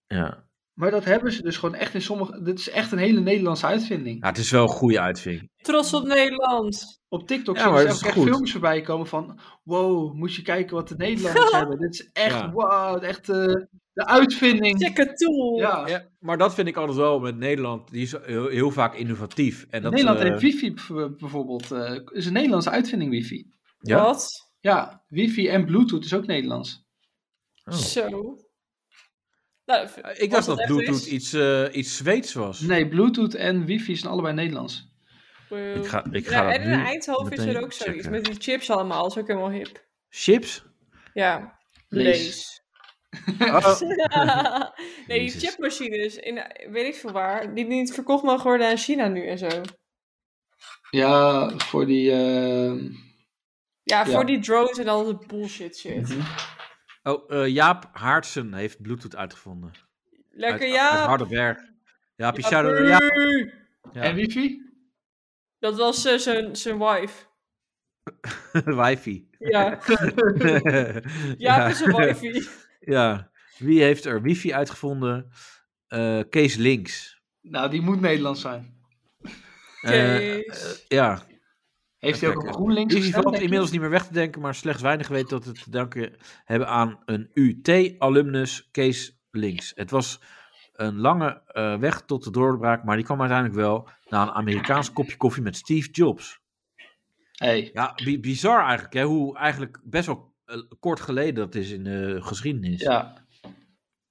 [SPEAKER 3] Ja.
[SPEAKER 2] Maar dat hebben ze dus gewoon echt in sommige... Dit is echt een hele Nederlandse uitvinding.
[SPEAKER 3] Ja, het is wel een goede uitvinding.
[SPEAKER 4] Trots op Nederland.
[SPEAKER 2] Op TikTok dus
[SPEAKER 3] Ja,
[SPEAKER 2] zien
[SPEAKER 3] maar
[SPEAKER 2] ze
[SPEAKER 3] dat is
[SPEAKER 2] ook echt
[SPEAKER 3] goed.
[SPEAKER 2] films voorbij komen van... Wow, moet je kijken wat de Nederlanders hebben. Dit is echt,
[SPEAKER 3] Ja.
[SPEAKER 2] wow, echt eh, de uitvinding.
[SPEAKER 4] Dikke tool.
[SPEAKER 2] Ja.
[SPEAKER 3] Ja, maar dat vind ik altijd wel met Nederland. Die is heel, heel vaak innovatief. En dat,
[SPEAKER 2] Nederland
[SPEAKER 3] eh,
[SPEAKER 2] heeft wifi b- bijvoorbeeld. eh is een Nederlandse uitvinding wifi.
[SPEAKER 3] Ja?
[SPEAKER 4] Wat?
[SPEAKER 2] Ja, wifi en bluetooth is ook Nederlands.
[SPEAKER 3] Oh.
[SPEAKER 4] Zo. Nou, dat vind-
[SPEAKER 3] Ik
[SPEAKER 4] als
[SPEAKER 3] dacht dat
[SPEAKER 4] echt
[SPEAKER 3] Bluetooth
[SPEAKER 4] is-
[SPEAKER 3] iets, eh, iets Zweeds was.
[SPEAKER 2] Nee, bluetooth en wifi zijn allebei Nederlands.
[SPEAKER 4] Wow.
[SPEAKER 3] Ik ga, ik ga
[SPEAKER 4] ja,
[SPEAKER 3] dat
[SPEAKER 4] en in
[SPEAKER 3] nu
[SPEAKER 4] Eindhoven is er
[SPEAKER 3] meteen
[SPEAKER 4] ook zoiets
[SPEAKER 3] checken.
[SPEAKER 4] met die chips allemaal. Dat is ook helemaal hip.
[SPEAKER 3] Chips?
[SPEAKER 4] Ja.
[SPEAKER 2] Lees.
[SPEAKER 4] Lees.
[SPEAKER 3] Oh,
[SPEAKER 4] nee, die
[SPEAKER 3] Jezus.
[SPEAKER 4] chipmachines in eh, weet ik veel waar, die niet verkocht mogen worden aan China nu en zo.
[SPEAKER 2] Ja, voor die... ehm,
[SPEAKER 4] Ja,
[SPEAKER 2] Ja.
[SPEAKER 4] voor die drones en al dat bullshit shit.
[SPEAKER 3] Mhm. oh, eh, Jaap Haartsen heeft Bluetooth uitgevonden.
[SPEAKER 4] Lekker
[SPEAKER 3] uit,
[SPEAKER 4] ja.
[SPEAKER 3] Uit Hardenberg. Jaapje,
[SPEAKER 4] Ja,
[SPEAKER 3] shout-out naar Jaap.
[SPEAKER 4] brrr.
[SPEAKER 3] Ja.
[SPEAKER 2] En wifi?
[SPEAKER 4] Dat was eh, zijn zijn wife.
[SPEAKER 3] Wifi.
[SPEAKER 4] Ja,
[SPEAKER 3] ja,
[SPEAKER 4] ja, is zijn wife.
[SPEAKER 3] Ja. Wie heeft er wifi uitgevonden? Eh, Kees Links.
[SPEAKER 2] Nou, die moet Nederlands zijn.
[SPEAKER 3] Eh,
[SPEAKER 4] Kees.
[SPEAKER 3] ja,
[SPEAKER 2] Heeft hij ook
[SPEAKER 3] Kijk,
[SPEAKER 2] op GroenLinks
[SPEAKER 3] Easy
[SPEAKER 2] gestemd,
[SPEAKER 3] valt
[SPEAKER 2] denk je?
[SPEAKER 3] inmiddels niet meer weg te denken, maar slechts weinig weet dat het te danken hebben aan een UT-alumnus Kees Links. Het was een lange eh, weg tot de doorbraak, maar die kwam uiteindelijk wel na een Amerikaans kopje koffie met Steve Jobs.
[SPEAKER 2] Hey.
[SPEAKER 3] Ja, bi- bizar eigenlijk, hè? hoe eigenlijk best wel eh, kort geleden dat is in de geschiedenis.
[SPEAKER 2] Ja.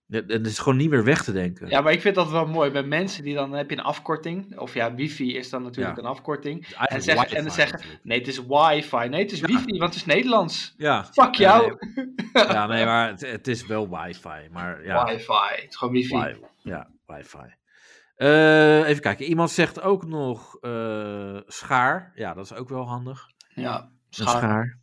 [SPEAKER 3] Het, het is gewoon niet meer weg te denken.
[SPEAKER 2] ja, maar ik vind dat wel mooi. Bij mensen die dan... dan heb je een afkorting. Of ja, wifi is dan natuurlijk
[SPEAKER 3] Ja.
[SPEAKER 2] een afkorting.
[SPEAKER 3] Eigenlijk
[SPEAKER 2] En zeggen- en
[SPEAKER 3] wifi
[SPEAKER 2] zeggen-
[SPEAKER 3] natuurlijk.
[SPEAKER 2] Nee, het is wifi. Nee, het is wifi, want het is Nederlands.
[SPEAKER 3] Ja,
[SPEAKER 2] Fuck jou.
[SPEAKER 3] ja, nee, maar het, het is wel wifi, maar ja.
[SPEAKER 2] Wifi. Het is gewoon wifi.
[SPEAKER 3] Wi- ja, wifi. Eh, even kijken. Iemand zegt ook nog eh, schaar. Ja, dat is ook wel handig.
[SPEAKER 2] Ja,
[SPEAKER 3] Een
[SPEAKER 2] schaar.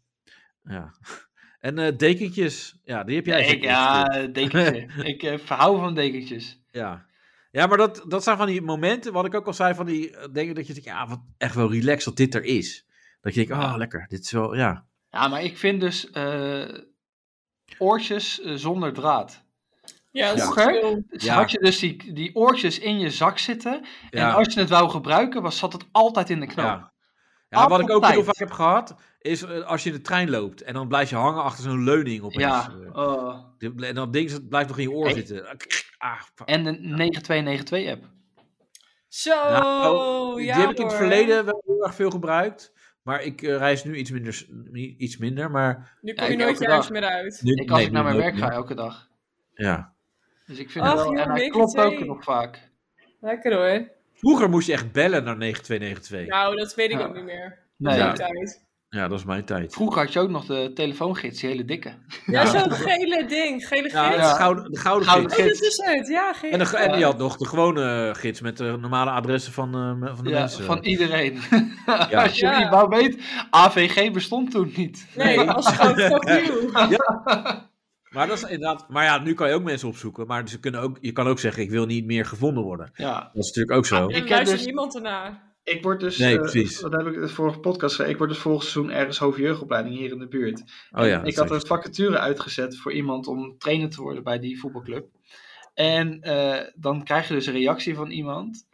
[SPEAKER 3] Ja. En eh, dekentjes. Ja, die heb jij. dus
[SPEAKER 2] ik,
[SPEAKER 3] zeker
[SPEAKER 2] ja,
[SPEAKER 3] gestuurd.
[SPEAKER 2] dekentje. ik eh, verhou van dekentjes.
[SPEAKER 3] ja. Ja, maar dat, dat zijn van die momenten, wat ik ook al zei, van die eh, dingen dat je denkt, ja, wat echt wel relaxed dat dit er is. Dat je denkt, ah, lekker, dit is wel, ja.
[SPEAKER 2] Ja, maar ik vind dus eh, oortjes eh, zonder draad.
[SPEAKER 4] Ja, dat is
[SPEAKER 2] Vroeger?
[SPEAKER 4] chill.
[SPEAKER 2] Dus
[SPEAKER 3] Ja.
[SPEAKER 2] had je dus die, die oortjes in je zak zitten. En
[SPEAKER 3] ja.
[SPEAKER 2] als je het wou gebruiken, was, zat het altijd in de knoop.
[SPEAKER 3] Ja. Ja, wat ik ook
[SPEAKER 2] Altijd.
[SPEAKER 3] heel vaak heb gehad, is eh, als je in de trein loopt en dan blijf je hangen achter zo'n leuning opeens.
[SPEAKER 2] Ja,
[SPEAKER 3] Eh,
[SPEAKER 2] oh.
[SPEAKER 3] De- En dat ding zit- blijft nog in je oor
[SPEAKER 2] Echt?
[SPEAKER 3] zitten. Ah, fuck.
[SPEAKER 2] En de 9292-app.
[SPEAKER 4] Zo,
[SPEAKER 2] Oh,
[SPEAKER 3] Nou, die
[SPEAKER 4] ja
[SPEAKER 3] heb ik in het
[SPEAKER 4] hoor.
[SPEAKER 3] verleden wel heel erg veel gebruikt. Maar ik eh, reis nu iets minder. s- ni- Iets minder maar
[SPEAKER 4] Nu
[SPEAKER 2] Ja,
[SPEAKER 4] kom je
[SPEAKER 2] ik
[SPEAKER 4] nooit
[SPEAKER 2] elke
[SPEAKER 4] je huis
[SPEAKER 2] dag.
[SPEAKER 4] meer uit.
[SPEAKER 3] nu,
[SPEAKER 2] Ik, als
[SPEAKER 3] nee,
[SPEAKER 2] ik naar
[SPEAKER 3] nu
[SPEAKER 2] mijn
[SPEAKER 3] nooit
[SPEAKER 2] werk
[SPEAKER 3] meer.
[SPEAKER 2] ga, elke dag.
[SPEAKER 3] Ja.
[SPEAKER 2] Dus ik vind
[SPEAKER 4] Ach,
[SPEAKER 2] het wel...
[SPEAKER 4] joh,
[SPEAKER 2] en hij
[SPEAKER 4] 92.
[SPEAKER 2] klopt ook nog vaak.
[SPEAKER 4] Lekker hoor.
[SPEAKER 3] Vroeger moest je echt bellen naar 9292. Ja,
[SPEAKER 4] Nou, dat weet ik
[SPEAKER 2] Ja.
[SPEAKER 4] ook niet meer.
[SPEAKER 2] Nee.
[SPEAKER 3] Ja.
[SPEAKER 4] Die tijd.
[SPEAKER 3] dat is mijn tijd.
[SPEAKER 2] Vroeger had je ook nog de telefoongids, die hele dikke.
[SPEAKER 4] Ja, zo'n gele ding. Gele
[SPEAKER 3] Ja,
[SPEAKER 4] gids.
[SPEAKER 3] de
[SPEAKER 2] Ja.
[SPEAKER 3] gouden, de gouden
[SPEAKER 2] Gouden
[SPEAKER 3] gids.
[SPEAKER 4] Oh, dat is het. Ja, gele.
[SPEAKER 3] En, de, en die had nog de gewone eh, gids met de normale adressen van, eh, me- van de
[SPEAKER 2] Ja,
[SPEAKER 3] mensen.
[SPEAKER 2] van iedereen.
[SPEAKER 3] Ja.
[SPEAKER 2] Als je
[SPEAKER 4] Ja.
[SPEAKER 2] niet wou weet, AVG bestond toen niet.
[SPEAKER 4] Nee,
[SPEAKER 3] Nee.
[SPEAKER 4] als gewoon fuck you.
[SPEAKER 3] Maar, dat is inderdaad, maar ja, nu kan je ook mensen opzoeken. Maar ze kunnen ook, je kan ook zeggen: ik wil niet meer gevonden worden.
[SPEAKER 2] Ja.
[SPEAKER 3] Dat is natuurlijk ook zo.
[SPEAKER 4] En
[SPEAKER 2] Ik heb
[SPEAKER 4] luistert
[SPEAKER 2] dus-
[SPEAKER 4] niemand ernaar.
[SPEAKER 2] Ik word dus,
[SPEAKER 3] Nee,
[SPEAKER 2] eh,
[SPEAKER 3] precies.
[SPEAKER 2] wat heb ik de vorige podcast gezegd? Ik word dus vorig seizoen ergens hoofdjeugdopleiding hier in de buurt.
[SPEAKER 3] Oh ja,
[SPEAKER 2] ik
[SPEAKER 3] dat
[SPEAKER 2] had een vacature uitgezet voor iemand om trainer te worden bij die voetbalclub. En eh, dan krijg je dus een reactie van iemand.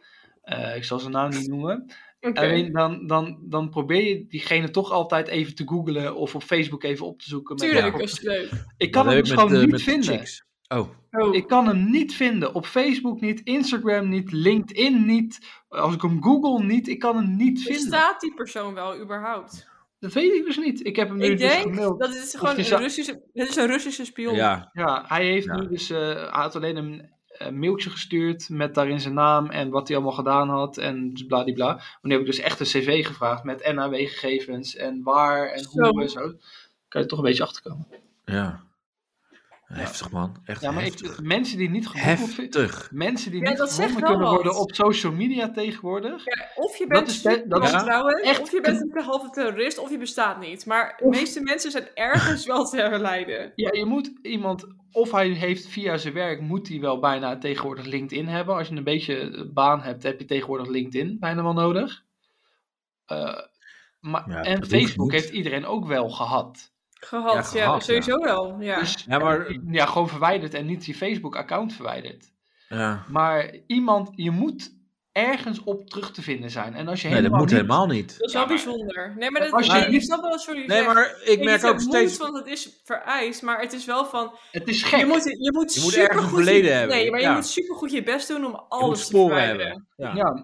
[SPEAKER 2] Eh, ik zal zijn naam niet noemen.
[SPEAKER 4] Oké.
[SPEAKER 2] Alleen dan, dan, dan probeer je diegene toch altijd even te googlen of op Facebook even op te zoeken. met-
[SPEAKER 4] Tuurlijk,
[SPEAKER 2] Ja.
[SPEAKER 4] is het leuk.
[SPEAKER 2] Ik kan
[SPEAKER 3] Dat
[SPEAKER 2] hem
[SPEAKER 3] heb
[SPEAKER 2] dus
[SPEAKER 3] ik
[SPEAKER 2] gewoon
[SPEAKER 3] eh,
[SPEAKER 2] niet
[SPEAKER 3] de
[SPEAKER 2] vinden.
[SPEAKER 3] chicks. Oh,
[SPEAKER 4] Oh,
[SPEAKER 2] Ik kan hem niet vinden. Op Facebook niet, Instagram niet, LinkedIn niet. Als ik hem google niet, ik kan hem niet vinden.
[SPEAKER 4] bestaat die persoon wel überhaupt?
[SPEAKER 2] Dat weet ik dus niet. Ik heb hem nu
[SPEAKER 4] Ik
[SPEAKER 2] dus
[SPEAKER 4] denk
[SPEAKER 2] gemaild.
[SPEAKER 4] dat het gewoon
[SPEAKER 2] die
[SPEAKER 4] een
[SPEAKER 2] za-
[SPEAKER 4] Russische... Dit is een Russische spion.
[SPEAKER 3] ja.
[SPEAKER 2] Ja, hij heeft
[SPEAKER 3] Ja.
[SPEAKER 2] nu dus, eh, hij had alleen een, eh, mailtje gestuurd met daarin zijn naam en wat hij allemaal gedaan had en bladibla. Maar nu heb ik dus echt een cv gevraagd met NAW-gegevens en waar en
[SPEAKER 4] Zo.
[SPEAKER 2] hoe en zo. Kan je er toch een beetje achterkomen.
[SPEAKER 3] Ja. Heftig, man. Echt
[SPEAKER 2] Ja, maar
[SPEAKER 3] heftig.
[SPEAKER 2] ik, mensen die niet gegoogeld vi-
[SPEAKER 3] heftig.
[SPEAKER 2] mensen die
[SPEAKER 4] Ja,
[SPEAKER 2] niet
[SPEAKER 4] dat zegt
[SPEAKER 2] gevonden
[SPEAKER 4] wel
[SPEAKER 2] kunnen
[SPEAKER 4] wat.
[SPEAKER 2] worden op social media tegenwoordig.
[SPEAKER 4] Ja, Of je
[SPEAKER 2] Dat
[SPEAKER 4] bent
[SPEAKER 2] is be- dat
[SPEAKER 3] is
[SPEAKER 4] trouwen,
[SPEAKER 2] echt
[SPEAKER 4] of je bent een halve terrorist, of je bestaat niet. Maar de meeste mensen zijn ergens wel te herleiden.
[SPEAKER 2] Ja, je moet iemand, of hij heeft via zijn werk, moet hij wel bijna tegenwoordig LinkedIn hebben. Als je een beetje eh, baan hebt, heb je tegenwoordig LinkedIn bijna wel nodig. Eh, maar,
[SPEAKER 3] Ja,
[SPEAKER 2] en
[SPEAKER 3] dat hoeft
[SPEAKER 2] Facebook
[SPEAKER 3] niet.
[SPEAKER 2] heeft iedereen ook wel gehad.
[SPEAKER 4] Gehad, ja,
[SPEAKER 3] Ja, gehad,
[SPEAKER 4] sowieso wel. Ja.
[SPEAKER 2] Dus
[SPEAKER 3] Ja, maar-
[SPEAKER 2] eh, ja, gewoon verwijderd en niet je Facebook-account verwijderd.
[SPEAKER 3] Ja.
[SPEAKER 2] Maar iemand, je moet ergens op terug te vinden zijn. En als je
[SPEAKER 3] Nee, dat
[SPEAKER 2] helemaal
[SPEAKER 3] moet
[SPEAKER 2] niet-
[SPEAKER 3] helemaal niet.
[SPEAKER 4] Dat is wel bijzonder. Nee, maar dat,
[SPEAKER 2] Als je-
[SPEAKER 4] nee, ik snap wel wat jullie
[SPEAKER 3] Nee,
[SPEAKER 4] zeggen.
[SPEAKER 3] maar ik merk ook steeds.
[SPEAKER 4] want het is vereist, maar het is wel van...
[SPEAKER 2] Het is gek.
[SPEAKER 4] Je moet, je moet,
[SPEAKER 3] Je moet
[SPEAKER 4] supergoed
[SPEAKER 3] ergens een verleden
[SPEAKER 4] je,
[SPEAKER 3] hebben,
[SPEAKER 4] Nee, maar
[SPEAKER 3] ja.
[SPEAKER 4] je moet supergoed je best doen om
[SPEAKER 3] Je moet
[SPEAKER 4] alles te
[SPEAKER 3] sporen
[SPEAKER 4] verwijderen.
[SPEAKER 3] hebben. Ja.
[SPEAKER 2] Ja.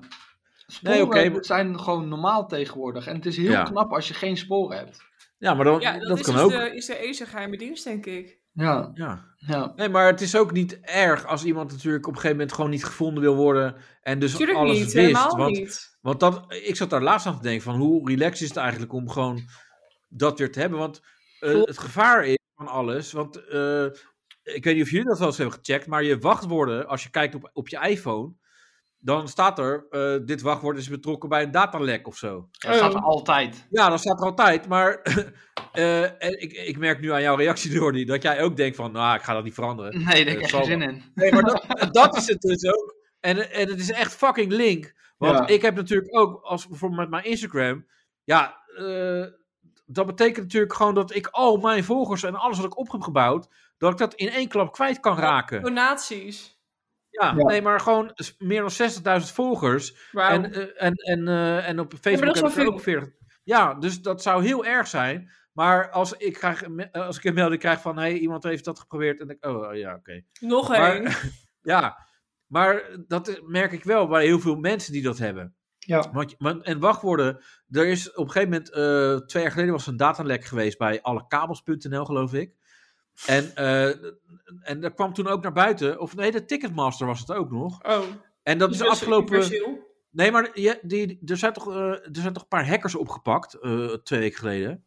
[SPEAKER 2] Sporen
[SPEAKER 3] Nee, oké.
[SPEAKER 2] zijn gewoon normaal tegenwoordig. En het is heel
[SPEAKER 3] Ja.
[SPEAKER 2] knap als je geen sporen hebt.
[SPEAKER 3] Ja, maar dan,
[SPEAKER 4] Ja, dat,
[SPEAKER 3] dat,
[SPEAKER 4] is
[SPEAKER 3] kan
[SPEAKER 4] dus
[SPEAKER 3] ook.
[SPEAKER 4] de Israëlische geheime dienst, denk ik.
[SPEAKER 2] Ja,
[SPEAKER 3] Ja.
[SPEAKER 2] ja.
[SPEAKER 3] Nee, maar het is ook niet erg als iemand natuurlijk op een gegeven moment gewoon niet gevonden wil worden. En dus
[SPEAKER 4] Natuurlijk
[SPEAKER 3] alles
[SPEAKER 4] niet,
[SPEAKER 3] wist.
[SPEAKER 4] helemaal
[SPEAKER 3] want
[SPEAKER 4] niet.
[SPEAKER 3] Want dat, ik zat daar laatst aan te denken van hoe relaxed is het eigenlijk om gewoon dat weer te hebben. Want eh,
[SPEAKER 2] Klopt.
[SPEAKER 3] het gevaar is van alles, want eh, ik weet niet of jullie dat wel eens hebben gecheckt, maar je wachtwoorden, als je kijkt op, op je iPhone, dan staat er, eh, dit wachtwoord is betrokken bij een datalek of zo.
[SPEAKER 2] Dat staat er altijd.
[SPEAKER 3] Ja, dat staat er altijd, maar eh, en ik, ik merk nu aan jouw reactie, Jordi, dat jij ook denkt van, nou, ik ga dat niet veranderen.
[SPEAKER 2] Nee, daar heb ik
[SPEAKER 3] Eh,
[SPEAKER 2] echt
[SPEAKER 3] zal
[SPEAKER 2] geen zin in.
[SPEAKER 3] Nee, maar dat, dat is het dus ook. En, en het is echt fucking link. Want
[SPEAKER 2] Ja.
[SPEAKER 3] ik heb natuurlijk ook, als bijvoorbeeld met mijn Instagram. Ja, eh, dat betekent natuurlijk gewoon dat ik al mijn volgers en alles wat ik op heb gebouwd. dat ik dat in één klap kwijt kan raken.
[SPEAKER 4] Donaties.
[SPEAKER 3] Ja,
[SPEAKER 2] Ja.
[SPEAKER 3] nee, maar gewoon s- meer dan 60.000 volgers.
[SPEAKER 4] Wauw.
[SPEAKER 3] En, eh, en, en, eh, en op
[SPEAKER 4] maar dat
[SPEAKER 3] Facebook
[SPEAKER 4] is
[SPEAKER 3] heb ik
[SPEAKER 4] wel
[SPEAKER 3] er ook 40. Ja, dus dat zou heel erg zijn. Maar als ik, krijg, een me- eh, als ik een melding krijg van. hé, hey, iemand heeft dat geprobeerd. en ik, oh ja, oké.
[SPEAKER 4] Nog
[SPEAKER 3] Maar-
[SPEAKER 4] één.
[SPEAKER 3] Ja, maar dat merk ik wel bij heel veel mensen die dat hebben.
[SPEAKER 2] Ja.
[SPEAKER 3] Want, je- want- en wachtwoorden, er is op een gegeven moment, eh, twee jaar geleden was er een datalek geweest bij allekabels.nl geloof ik. En, eh, en dat kwam toen ook naar buiten, of nee, de Ticketmaster was het ook nog.
[SPEAKER 4] Oh,
[SPEAKER 3] En dat is
[SPEAKER 4] dus
[SPEAKER 3] afgelopen...
[SPEAKER 4] universeel.
[SPEAKER 3] Nee, maar je- die, er, zijn toch, eh, er zijn toch een paar hackers opgepakt, eh, twee weken geleden.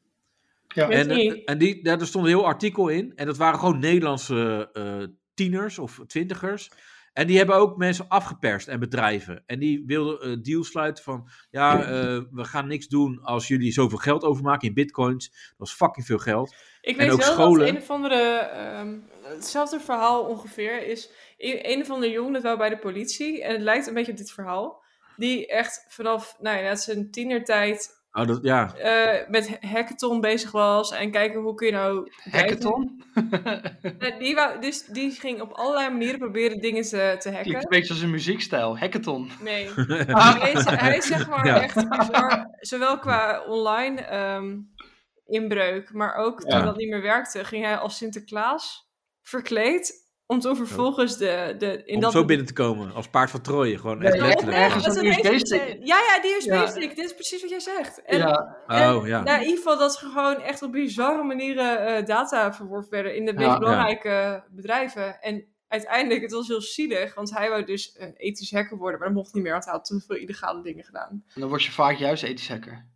[SPEAKER 2] Ja.
[SPEAKER 4] Weet
[SPEAKER 3] En, eh,
[SPEAKER 4] niet.
[SPEAKER 3] en die, daar, er stond een heel artikel in. En dat waren gewoon Nederlandse eh, tieners of twintigers. En die hebben ook mensen afgeperst en bedrijven. En die wilden eh deals sluiten van... Ja, eh, we gaan niks doen als jullie zoveel geld overmaken in bitcoins. Dat was fucking veel geld.
[SPEAKER 4] Ik
[SPEAKER 3] En
[SPEAKER 4] weet
[SPEAKER 3] ook
[SPEAKER 4] wel
[SPEAKER 3] scholen.
[SPEAKER 4] dat een of andere. ehm, hetzelfde verhaal ongeveer is. e- Een van de jongen, dat wel bij de politie. En het lijkt een beetje op dit verhaal. Die echt vanaf nou ja, net zijn tienertijd
[SPEAKER 3] Oh, dat, ja.
[SPEAKER 4] eh, met ha- hackathon bezig was. En kijken hoe kun je nou.
[SPEAKER 2] Hackathon?
[SPEAKER 4] Nou, die, wou- dus die ging op allerlei manieren proberen dingen te, te
[SPEAKER 2] Klinkt een
[SPEAKER 4] hacken.
[SPEAKER 2] beetje als een muziekstijl. Hackathon.
[SPEAKER 4] Nee.
[SPEAKER 2] Ah.
[SPEAKER 4] Hij is, hij is zeg maar
[SPEAKER 3] Ja.
[SPEAKER 4] echt bizar, zowel qua online ehm, inbreuk, maar ook toen
[SPEAKER 3] Ja.
[SPEAKER 4] dat niet meer werkte, ging hij als Sinterklaas verkleed om toen vervolgens de, de in
[SPEAKER 3] Om
[SPEAKER 4] dat
[SPEAKER 3] zo binnen te komen. Als paard van Troje. Gewoon
[SPEAKER 2] Nee,
[SPEAKER 3] echt
[SPEAKER 4] Ja,
[SPEAKER 2] te-
[SPEAKER 4] nee,
[SPEAKER 3] letterlijk.
[SPEAKER 2] ergens
[SPEAKER 4] dat
[SPEAKER 2] een
[SPEAKER 4] is ineens-
[SPEAKER 2] USB-stick.
[SPEAKER 4] Ja, ja, die
[SPEAKER 2] Ja.
[SPEAKER 4] USB-stick. Dit is precies wat jij zegt. En,
[SPEAKER 2] Ja,
[SPEAKER 4] en
[SPEAKER 3] Oh, ja.
[SPEAKER 4] nou, in ieder geval dat ze gewoon echt op bizarre manieren eh, data verworven werden in de meest
[SPEAKER 2] Ja.
[SPEAKER 4] belangrijke bedrijven. En uiteindelijk, het was heel zielig, want hij wou dus een ethisch hacker worden, maar dat mocht niet meer, want hij had te veel illegale dingen gedaan.
[SPEAKER 2] en dan word je vaak juist ethisch hacker.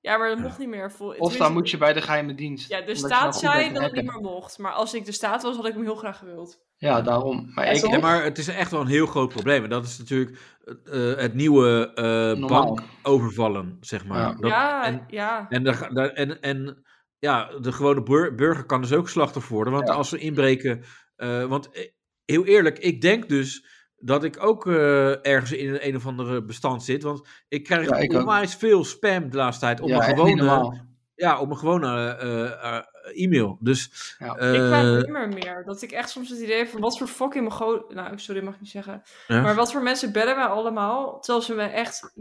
[SPEAKER 4] Ja, maar dat
[SPEAKER 3] Ja.
[SPEAKER 4] mocht niet meer. Vol,
[SPEAKER 2] Of dan moet je bij de geheime dienst.
[SPEAKER 4] Ja, de
[SPEAKER 2] omdat je nou
[SPEAKER 4] staat
[SPEAKER 2] goed bent
[SPEAKER 4] zei
[SPEAKER 2] in
[SPEAKER 4] dat het niet
[SPEAKER 2] hacken.
[SPEAKER 4] meer mocht. Maar als ik de staat was, had ik hem heel graag gewild.
[SPEAKER 2] Ja, daarom. Maar
[SPEAKER 4] Ja,
[SPEAKER 2] ik,
[SPEAKER 4] toch?
[SPEAKER 3] Ja, eh, maar het is echt wel een heel groot probleem. En dat is natuurlijk eh, eh, het nieuwe eh
[SPEAKER 2] Normaal.
[SPEAKER 3] bank overvallen, zeg maar.
[SPEAKER 2] Ja.
[SPEAKER 3] Dat-
[SPEAKER 4] ja,
[SPEAKER 3] en-
[SPEAKER 4] ja.
[SPEAKER 3] En, daar, daar- en, en ja, de gewone bur- burger kan dus ook slachtoffer worden. Want
[SPEAKER 2] Ja.
[SPEAKER 3] als ze inbreken. eh, want eh, heel eerlijk, ik denk dus dat ik ook eh, ergens in een, een of andere bestand zit. Want ik krijg
[SPEAKER 2] Ja, ik ook.
[SPEAKER 3] onwijs veel spam de laatste tijd op
[SPEAKER 2] ja,
[SPEAKER 3] mijn
[SPEAKER 2] echt niet
[SPEAKER 3] gewone,
[SPEAKER 2] normaal.
[SPEAKER 3] ja, op mijn gewone eh, eh, e-mail. Dus
[SPEAKER 2] Ja.
[SPEAKER 3] eh,
[SPEAKER 4] ik krijg het niet meer meer. Dat ik echt soms het idee heb van wat voor fucking mijn go- Nou, sorry, mag ik niet zeggen.
[SPEAKER 3] Ja.
[SPEAKER 4] Maar wat voor mensen bellen mij allemaal. Terwijl ze me echt.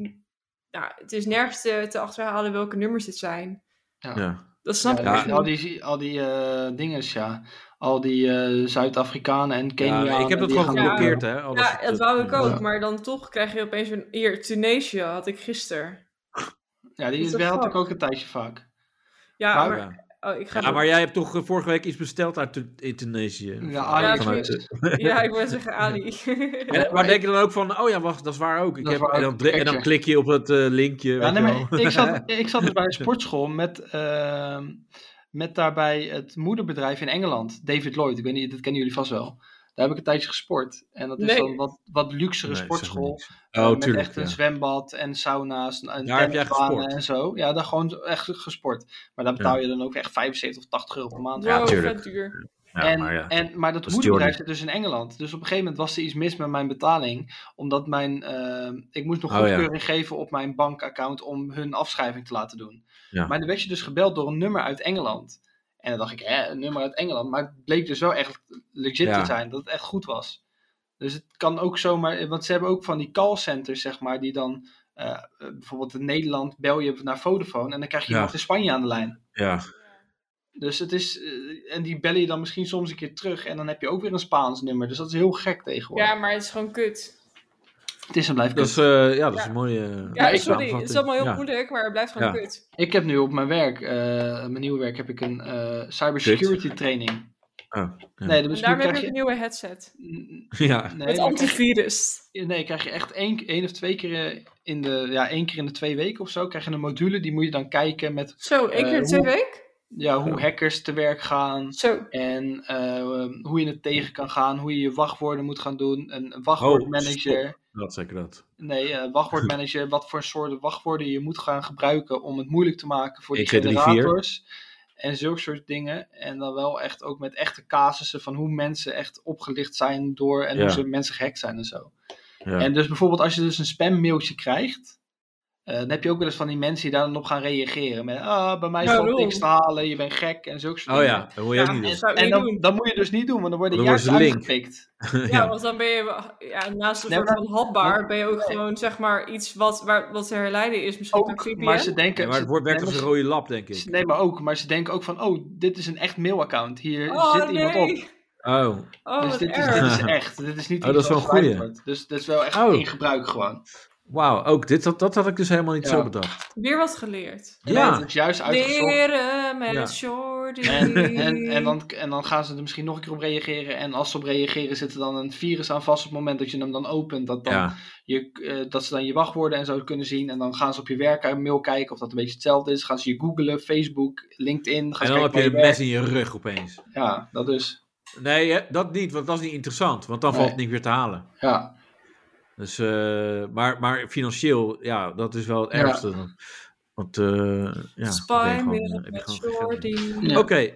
[SPEAKER 4] Nou, het is nergens te, te achterhalen welke nummers dit zijn.
[SPEAKER 3] ja.
[SPEAKER 4] Dat snap
[SPEAKER 2] Ja,
[SPEAKER 4] ik
[SPEAKER 2] Al
[SPEAKER 4] niet.
[SPEAKER 2] die, al die eh dinges, ja. Al die eh, Zuid-Afrikanen en
[SPEAKER 3] Ja,
[SPEAKER 2] Kenianen.
[SPEAKER 3] ik heb dat
[SPEAKER 2] die
[SPEAKER 3] gewoon
[SPEAKER 2] gaan-
[SPEAKER 3] geblokkeerd, hè? al
[SPEAKER 4] Ja,
[SPEAKER 3] het-
[SPEAKER 4] dat wou ik ook.
[SPEAKER 2] Ja.
[SPEAKER 4] Maar dan toch krijg je opeens een. Hier, Tunesië had ik gisteren.
[SPEAKER 2] Ja, die
[SPEAKER 4] What the
[SPEAKER 2] die had ik
[SPEAKER 4] fuck?
[SPEAKER 2] ook een tijdje vaak.
[SPEAKER 4] Ja,
[SPEAKER 2] Maar-
[SPEAKER 4] maar.
[SPEAKER 3] Ja.
[SPEAKER 4] Oh, ik ga
[SPEAKER 3] Ja, maar jij hebt toch eh, vorige week iets besteld uit Tu- Indonesië?
[SPEAKER 2] Ja,
[SPEAKER 4] Ja,
[SPEAKER 2] Ajax.
[SPEAKER 4] vanuit- Ja, ik wil zeggen Ali.
[SPEAKER 3] En, maar denk je dan ook van, oh ja, wacht, dat is waar ook. Ik
[SPEAKER 2] Dat is
[SPEAKER 3] heb,
[SPEAKER 2] waar
[SPEAKER 3] en, dan,
[SPEAKER 2] ook.
[SPEAKER 3] dri- en dan
[SPEAKER 2] Kijk
[SPEAKER 3] klik je op dat eh, linkje.
[SPEAKER 2] Ja,
[SPEAKER 3] weet
[SPEAKER 2] nee,
[SPEAKER 3] je
[SPEAKER 2] maar
[SPEAKER 3] wel.
[SPEAKER 2] ik zat, ik zat dus bij een sportschool met, ehm, met daarbij het moederbedrijf in Engeland, David Lloyd. Ik weet niet, dat kennen jullie vast wel. Daar heb ik een tijdje gesport. En dat is
[SPEAKER 4] Nee.
[SPEAKER 2] dan wat, wat luxere
[SPEAKER 3] Nee, zeg maar
[SPEAKER 2] sportschool.
[SPEAKER 3] niks.
[SPEAKER 2] eh,
[SPEAKER 3] Oh,
[SPEAKER 2] met
[SPEAKER 3] tuurlijk.
[SPEAKER 2] echt een
[SPEAKER 3] ja.
[SPEAKER 2] zwembad en sauna's en
[SPEAKER 3] Daar heb jij
[SPEAKER 2] tennisbanen
[SPEAKER 3] gesport.
[SPEAKER 2] en zo. Ja, daar gewoon echt gesport. Maar daar betaal je dan ook echt 75 of 80 euro per maand.
[SPEAKER 3] Ja,
[SPEAKER 4] Wow,
[SPEAKER 3] tuurlijk.
[SPEAKER 4] vet duur.
[SPEAKER 3] Ja,
[SPEAKER 2] en,
[SPEAKER 3] maar ja.
[SPEAKER 2] en, maar dat
[SPEAKER 3] Dat is
[SPEAKER 2] moederbedrijf zit
[SPEAKER 3] Jordan.
[SPEAKER 2] dus in Engeland. Dus op een gegeven moment was er iets mis met mijn betaling. Omdat mijn, ehm, ik moest nog
[SPEAKER 3] Oh, ja.
[SPEAKER 2] goedkeuring geven op mijn bankaccount om hun afschrijving te laten doen.
[SPEAKER 3] Ja.
[SPEAKER 2] Maar dan werd je dus gebeld door een nummer uit Engeland. En dan dacht ik, hè, een nummer uit Engeland. Maar het bleek dus wel echt legit
[SPEAKER 3] Ja.
[SPEAKER 2] te zijn, dat het echt goed was. Dus het kan ook zomaar, want ze hebben ook van die callcenters, zeg maar, die dan eh, bijvoorbeeld in Nederland bel je naar Vodafone en dan krijg je
[SPEAKER 3] Ja.
[SPEAKER 2] iemand in Spanje aan de lijn.
[SPEAKER 3] Ja.
[SPEAKER 2] Dus het is, eh, en die bellen je dan misschien soms een keer terug en dan heb je ook weer een Spaans nummer. Dus dat is heel gek tegenwoordig.
[SPEAKER 4] Ja, maar het is gewoon kut.
[SPEAKER 2] Het is een blijf
[SPEAKER 3] Dat is, eh, ja, dat is
[SPEAKER 4] Ja.
[SPEAKER 3] een mooie.
[SPEAKER 4] Ja,
[SPEAKER 2] ik-
[SPEAKER 4] sorry. Het is allemaal heel
[SPEAKER 3] Ja.
[SPEAKER 4] moeilijk, maar het blijft gewoon
[SPEAKER 3] Ja.
[SPEAKER 4] kut.
[SPEAKER 2] Ik heb nu op mijn werk, eh, mijn nieuwe werk, heb ik een eh, cybersecurity training.
[SPEAKER 3] Oh, ja.
[SPEAKER 2] Nee, dus
[SPEAKER 4] En
[SPEAKER 2] nu
[SPEAKER 4] daarmee heb
[SPEAKER 2] krijg
[SPEAKER 4] ik een
[SPEAKER 2] je...
[SPEAKER 4] nieuwe headset.
[SPEAKER 2] Nee,
[SPEAKER 3] Ja.
[SPEAKER 4] Met
[SPEAKER 2] maar krijg-
[SPEAKER 4] antivirus.
[SPEAKER 2] nee, krijg je echt één, één of twee keer eh, in de, ja, één keer in de twee weken of zo, krijg je een module, die moet je dan kijken met
[SPEAKER 4] Zo, één
[SPEAKER 2] Eh,
[SPEAKER 4] keer in twee
[SPEAKER 2] hoe-
[SPEAKER 4] weken?
[SPEAKER 2] ja, hoe hackers te werk gaan.
[SPEAKER 4] Zo.
[SPEAKER 2] En eh, hoe je het tegen kan gaan, hoe je je wachtwoorden moet gaan doen. Een
[SPEAKER 3] Oh,
[SPEAKER 2] wachtwoordmanager.
[SPEAKER 3] Dat zeker dat.
[SPEAKER 2] nee, eh, wachtwoordmanager. wat voor soorten wachtwoorden je moet gaan gebruiken om het moeilijk te maken voor de
[SPEAKER 3] 1, 2, 3, 4.
[SPEAKER 2] generators. En zulke soort dingen. En dan wel echt ook met echte casussen van hoe mensen echt opgelicht zijn door en
[SPEAKER 3] Ja.
[SPEAKER 2] hoe ze mensen gehackt zijn en zo.
[SPEAKER 3] Ja.
[SPEAKER 2] En dus bijvoorbeeld als je dus een spammailtje krijgt, eh, dan heb je ook wel eens van die mensen die daar dan op gaan reageren. Met, ah, bij mij
[SPEAKER 4] Ja,
[SPEAKER 2] valt
[SPEAKER 4] lul.
[SPEAKER 2] niks te halen, je bent gek en zulke soort
[SPEAKER 3] oh
[SPEAKER 2] dingen.
[SPEAKER 3] ja, dat wil je ook
[SPEAKER 4] Ja,
[SPEAKER 3] niet
[SPEAKER 4] en-
[SPEAKER 3] doen.
[SPEAKER 4] zou ik
[SPEAKER 2] En
[SPEAKER 4] niet
[SPEAKER 2] dan,
[SPEAKER 4] doen.
[SPEAKER 2] dan moet je dus niet doen, want dan worden
[SPEAKER 3] Dan
[SPEAKER 2] juist
[SPEAKER 3] worden ze link.
[SPEAKER 2] uitgepikt.
[SPEAKER 3] dus.
[SPEAKER 4] Ja, want dan ben je, ja, naast een
[SPEAKER 2] Nee,
[SPEAKER 4] soort
[SPEAKER 2] maar-
[SPEAKER 4] van hapbaar,
[SPEAKER 2] Nee.
[SPEAKER 4] ben je ook gewoon zeg maar iets wat, waar, wat te herleiden is. Misschien per
[SPEAKER 2] Ook,
[SPEAKER 4] VPN.
[SPEAKER 2] maar ze denken...
[SPEAKER 3] Ja, maar het woord werkt als een rode lap, denk
[SPEAKER 2] ze-
[SPEAKER 3] ik.
[SPEAKER 2] Nee, maar ook, maar ze denken ook van, oh, dit is een echt mailaccount. Hier
[SPEAKER 4] Oh,
[SPEAKER 2] zit
[SPEAKER 4] nee.
[SPEAKER 2] iemand op.
[SPEAKER 3] Oh,
[SPEAKER 4] Oh,
[SPEAKER 2] dus
[SPEAKER 4] wat
[SPEAKER 2] dit is,
[SPEAKER 4] erg.
[SPEAKER 2] dit is echt. Dit is niet
[SPEAKER 3] Oh, dat
[SPEAKER 2] iets
[SPEAKER 3] is wel
[SPEAKER 2] wat
[SPEAKER 3] een goeie.
[SPEAKER 2] verwijderd wordt. Dus dat is wel echt
[SPEAKER 3] Oh.
[SPEAKER 2] in gebruik gewoon.
[SPEAKER 3] wauw. Ook dit, dat, dat had ik dus helemaal niet
[SPEAKER 2] Ja.
[SPEAKER 3] zo bedacht.
[SPEAKER 4] Weer wat geleerd.
[SPEAKER 2] En
[SPEAKER 3] Ja.
[SPEAKER 2] dan wordt het juist uitgezocht.
[SPEAKER 4] Leren met
[SPEAKER 3] Ja.
[SPEAKER 4] een shorty.
[SPEAKER 2] En, en, en, dan, en dan gaan ze er misschien nog een keer op reageren. En als ze op reageren, zit er dan een virus aan vast op het moment dat je hem dan opent. Dat, dan
[SPEAKER 3] Ja.
[SPEAKER 2] je, eh, dat ze dan je wachtwoorden en zo kunnen zien. En dan gaan ze op je werkmail kijken of dat een beetje hetzelfde is. Gaan ze je googlen, Facebook, LinkedIn. Gaan
[SPEAKER 3] En
[SPEAKER 2] ze
[SPEAKER 3] dan heb
[SPEAKER 2] kijken
[SPEAKER 3] je een
[SPEAKER 2] waar je
[SPEAKER 3] mes in je rug opeens.
[SPEAKER 2] werkt. Ja, dat dus.
[SPEAKER 3] Nee, hè, dat niet, want dat is niet interessant. Want dan
[SPEAKER 2] Nee.
[SPEAKER 3] valt het niet meer te halen.
[SPEAKER 2] Ja.
[SPEAKER 3] Dus, eh, maar, maar financieel, ja, dat is wel het
[SPEAKER 2] Ja.
[SPEAKER 3] ergste. dan. Want, eh, ja, dan ben je
[SPEAKER 4] Spy
[SPEAKER 3] gewoon, eh, heb
[SPEAKER 4] met
[SPEAKER 3] je
[SPEAKER 4] een
[SPEAKER 3] gewoon geen geld meer.
[SPEAKER 4] shorty.
[SPEAKER 2] Ja.
[SPEAKER 3] Oké,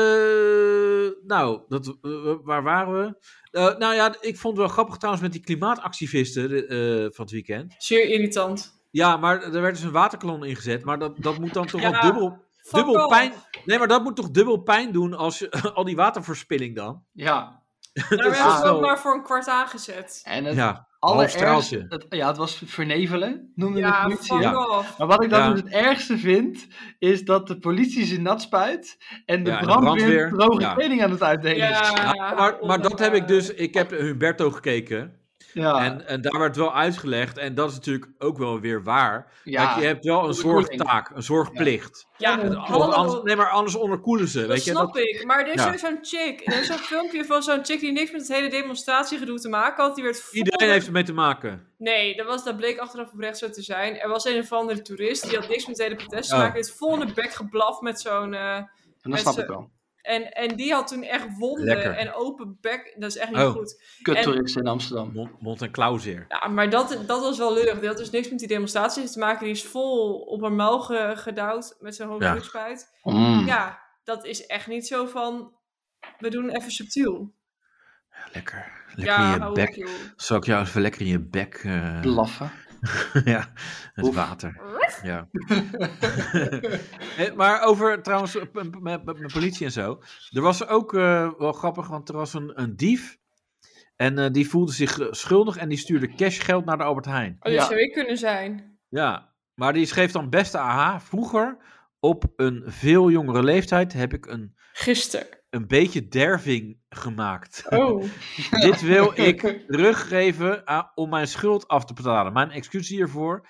[SPEAKER 3] eh, nou, dat, eh, waar waren we? Eh, nou ja, ik vond het wel grappig trouwens met die klimaatactivisten eh, van het weekend.
[SPEAKER 4] Zeer irritant.
[SPEAKER 3] Ja, maar er werd dus een waterkanon ingezet, maar dat, dat moet dan toch
[SPEAKER 4] Ja.
[SPEAKER 3] wel dubbel,
[SPEAKER 4] Fuck
[SPEAKER 3] dubbel
[SPEAKER 4] off. Nou,
[SPEAKER 3] pijn... Nee, maar dat moet toch dubbel pijn doen als je, al die waterverspilling dan?
[SPEAKER 2] Ja.
[SPEAKER 4] Nou, we
[SPEAKER 3] is
[SPEAKER 4] hebben het
[SPEAKER 3] wel-
[SPEAKER 4] ook maar voor een kwart aangezet.
[SPEAKER 2] En het
[SPEAKER 3] Ja, half
[SPEAKER 2] allerergste...
[SPEAKER 3] straaltje.
[SPEAKER 2] het- ja, het was vernevelen, noemde de
[SPEAKER 4] Ja,
[SPEAKER 2] politie.
[SPEAKER 4] fuck
[SPEAKER 2] het.
[SPEAKER 3] ja.
[SPEAKER 4] off.
[SPEAKER 2] Maar wat ik dan dus
[SPEAKER 3] Ja.
[SPEAKER 2] het ergste vind, is dat de politie ze nat spuit en de
[SPEAKER 3] Ja, en de
[SPEAKER 2] brandweer,
[SPEAKER 3] brandweer.
[SPEAKER 2] droge
[SPEAKER 3] Ja.
[SPEAKER 2] kleding aan het uitdelen is.
[SPEAKER 4] Ja,
[SPEAKER 3] Ja, maar, maar dat heb ik dus... Ik heb Humberto gekeken
[SPEAKER 2] Ja,
[SPEAKER 3] en, en daar werd wel uitgelegd en dat is natuurlijk ook wel weer waar.
[SPEAKER 2] ja.
[SPEAKER 3] Kijk, je hebt wel een
[SPEAKER 2] onderkoeling.
[SPEAKER 3] zorgtaak, een zorgplicht.
[SPEAKER 4] Ja,
[SPEAKER 2] Ja,
[SPEAKER 3] Want
[SPEAKER 4] hallo.
[SPEAKER 3] anders, nee, maar anders onderkoelen ze.
[SPEAKER 4] Dat
[SPEAKER 3] Weet je?
[SPEAKER 4] snap
[SPEAKER 3] Dat,
[SPEAKER 4] ik. Maar er is
[SPEAKER 3] Ja.
[SPEAKER 4] ook zo'n chick. Er is zo'n filmpje van zo'n chick die niks met het hele demonstratiegedoe te maken had. Die werd vol-
[SPEAKER 3] iedereen heeft ermee te maken.
[SPEAKER 4] Nee, dat, was, dat bleek achteraf oprecht zo te zijn. Er was een of andere toerist die had niks met het hele protest te
[SPEAKER 3] Oh.
[SPEAKER 4] maken. Die is vol in de bek geblaf met zo'n... eh,
[SPEAKER 2] En dan
[SPEAKER 4] met
[SPEAKER 2] snap ik
[SPEAKER 4] z'n-
[SPEAKER 2] wel.
[SPEAKER 4] en, en die had toen echt wonden
[SPEAKER 3] Lekker.
[SPEAKER 4] en open bek. Dat is echt niet
[SPEAKER 3] Oh.
[SPEAKER 4] goed.
[SPEAKER 2] Kuttoeristen in Amsterdam.
[SPEAKER 3] Mond, mond en klauwzeer.
[SPEAKER 4] Ja, maar dat, dat was wel lullig. Die had dus niks met die demonstraties te maken. Die is vol op haar muil ge- gedouwd met zo'n hoge
[SPEAKER 3] Ja.
[SPEAKER 4] drugspuit.
[SPEAKER 2] Mm.
[SPEAKER 4] Ja, dat is echt niet zo van... We doen even subtiel.
[SPEAKER 3] Lekker. Lekker
[SPEAKER 4] Ja,
[SPEAKER 3] in je
[SPEAKER 4] hou op,
[SPEAKER 3] bek.
[SPEAKER 4] joh.
[SPEAKER 3] Zal ik jou even lekker in je bek... eh,
[SPEAKER 2] Blaffen.
[SPEAKER 3] ja, het
[SPEAKER 2] Oef.
[SPEAKER 3] water. Ja. Eh, maar over trouwens eh, p- p- met, met, met politie en zo. Er was ook eh, wel grappig, want er was een, een dief. En eh, die voelde zich eh, schuldig en die stuurde cashgeld naar de Albert Heijn.
[SPEAKER 4] Oh, dat
[SPEAKER 2] Ja.
[SPEAKER 4] zou ik kunnen zijn.
[SPEAKER 3] Ja, maar die schreef dan beste AH. Vroeger, op een veel jongere leeftijd, heb ik een,
[SPEAKER 4] Gisteren.
[SPEAKER 3] een beetje derving gemaakt.
[SPEAKER 4] Oh.
[SPEAKER 3] Dit wil ik teruggeven aan- om mijn schuld af te betalen. Mijn excuus hiervoor.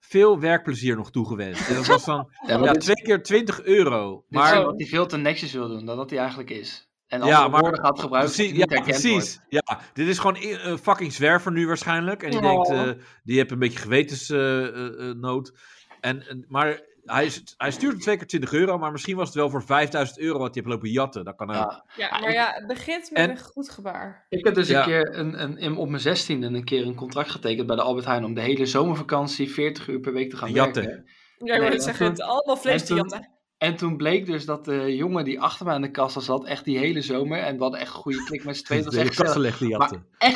[SPEAKER 3] Veel werkplezier nog toegewenst. En dat was dan
[SPEAKER 2] Ja, maar
[SPEAKER 3] ja,
[SPEAKER 2] dit-
[SPEAKER 3] twee keer 20 euro.
[SPEAKER 2] Dit is
[SPEAKER 3] Maar
[SPEAKER 2] wat hij veel te netjes wil doen, dan dat hij eigenlijk is. En
[SPEAKER 3] Ja,
[SPEAKER 2] andere
[SPEAKER 3] maar-
[SPEAKER 2] woorden gaat gebruiken.
[SPEAKER 3] Precies,
[SPEAKER 2] die niet
[SPEAKER 3] ja,
[SPEAKER 2] herkend
[SPEAKER 3] precies. Ja, dit is gewoon i- een fucking zwerver nu waarschijnlijk. En die
[SPEAKER 4] Oh.
[SPEAKER 3] denkt, eh, die heeft een beetje gewetensnood. en, en- maar hij, is- hij stuurde twee keer 20 euro, maar misschien was het wel voor 5000 euro wat hij heeft lopen jatten. Dat kan ook.
[SPEAKER 2] wordt. Ja.
[SPEAKER 4] Ja,
[SPEAKER 2] Ah,
[SPEAKER 4] maar
[SPEAKER 2] ik-
[SPEAKER 4] ja, het begint met
[SPEAKER 3] En-
[SPEAKER 4] een goed gebaar.
[SPEAKER 2] Ik heb dus
[SPEAKER 3] Ja.
[SPEAKER 2] een keer een, een, in- op mijn zestiende een keer een contract getekend bij de Albert Heijn om de hele zomervakantie 40 uur per week te gaan
[SPEAKER 3] Jatten.
[SPEAKER 2] werken.
[SPEAKER 4] Ja, ik
[SPEAKER 2] Nee,
[SPEAKER 4] wil het
[SPEAKER 2] en
[SPEAKER 4] zeggen,
[SPEAKER 2] toen-
[SPEAKER 4] het allemaal vlees
[SPEAKER 2] en
[SPEAKER 4] te
[SPEAKER 2] toen-
[SPEAKER 4] jatten.
[SPEAKER 2] En toen bleek dus dat de jongen die achter mij aan de kassa zat, echt die hele zomer, en we hadden echt een goede klik met z'n tweeën, dat
[SPEAKER 3] de
[SPEAKER 2] was echt
[SPEAKER 3] hele
[SPEAKER 2] gezellig,
[SPEAKER 3] kassen legde
[SPEAKER 2] maar
[SPEAKER 3] jatten.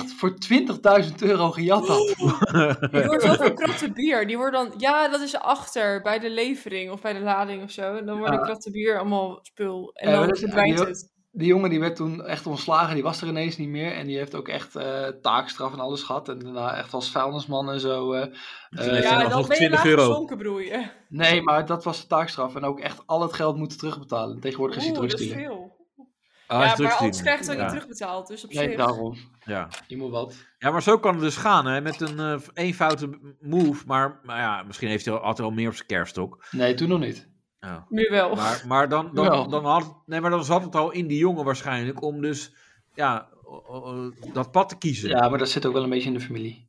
[SPEAKER 2] echt voor 20.000 euro gejat had.
[SPEAKER 4] Er wordt wel veel kratten bier. Die worden dan, ja, dat is achter bij de levering of bij de lading of zo. En dan worden
[SPEAKER 2] Ja.
[SPEAKER 4] kratten bier allemaal spul. En
[SPEAKER 2] Ja, maar
[SPEAKER 4] dan
[SPEAKER 2] dat is-
[SPEAKER 4] verdwijnt
[SPEAKER 2] die-
[SPEAKER 4] het.
[SPEAKER 2] die jongen die werd toen echt ontslagen, die was er ineens niet meer. En die heeft ook echt eh, taakstraf en alles gehad. En daarna echt als vuilnisman en zo. eh, eh,
[SPEAKER 3] Ja,
[SPEAKER 4] Ja,
[SPEAKER 3] nog
[SPEAKER 4] dan ben je
[SPEAKER 3] 20
[SPEAKER 4] laag
[SPEAKER 3] euro.
[SPEAKER 4] gezonken, broeien.
[SPEAKER 2] nee, maar dat was de taakstraf. En ook echt al het geld moeten terugbetalen. Tegenwoordig is hij
[SPEAKER 4] Oeh, dat is
[SPEAKER 2] terugsturen.
[SPEAKER 4] veel.
[SPEAKER 3] Ah,
[SPEAKER 4] ja,
[SPEAKER 3] is
[SPEAKER 4] maar
[SPEAKER 3] drugsdealer.
[SPEAKER 4] anders krijgt ze ook
[SPEAKER 3] ja.
[SPEAKER 4] niet terugbetaald. Dus op
[SPEAKER 2] Nee,
[SPEAKER 4] zich.
[SPEAKER 2] daarom.
[SPEAKER 3] Ja.
[SPEAKER 2] Je moet wat.
[SPEAKER 3] ja, maar zo kan het dus gaan, hè. Met een eh één foute move, maar, maar ja, misschien heeft hij al, had hij al meer op zijn kerststok.
[SPEAKER 2] Nee, toen nog niet.
[SPEAKER 3] Ja.
[SPEAKER 4] Nu wel.
[SPEAKER 3] Maar, maar, dan, dan,
[SPEAKER 2] Wel.
[SPEAKER 3] dan, had, nee, maar dan zat het al in die jongen waarschijnlijk om dus ja, o- o- dat pad te kiezen.
[SPEAKER 2] Ja, maar dat zit ook wel een beetje in de familie.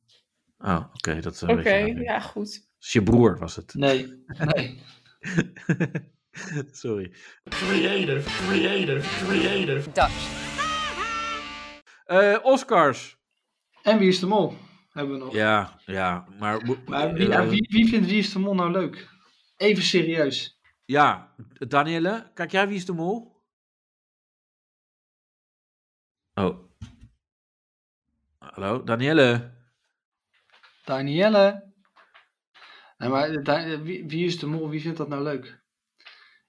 [SPEAKER 3] Oh, oké. dat is een
[SPEAKER 4] Oké,
[SPEAKER 3] beetje-
[SPEAKER 4] ja, goed.
[SPEAKER 3] Dat is je broer was het.
[SPEAKER 2] Nee, nee.
[SPEAKER 3] Sorry.
[SPEAKER 5] creative, creative, creative.
[SPEAKER 3] Eh, Oscars.
[SPEAKER 2] En wie is de mol? Hebben we nog.
[SPEAKER 3] Ja, ja, maar... mo-
[SPEAKER 2] Maar wie,
[SPEAKER 3] eh,
[SPEAKER 2] ja, wie, wie vindt wie is de mol nou leuk? Even serieus.
[SPEAKER 3] Ja, Danielle, kijk jij Wie is de Mol? Oh. Hallo, Danielle.
[SPEAKER 2] Danielle. Nee, maar eh, Da- wie, wie is de mol? Wie vindt dat nou leuk?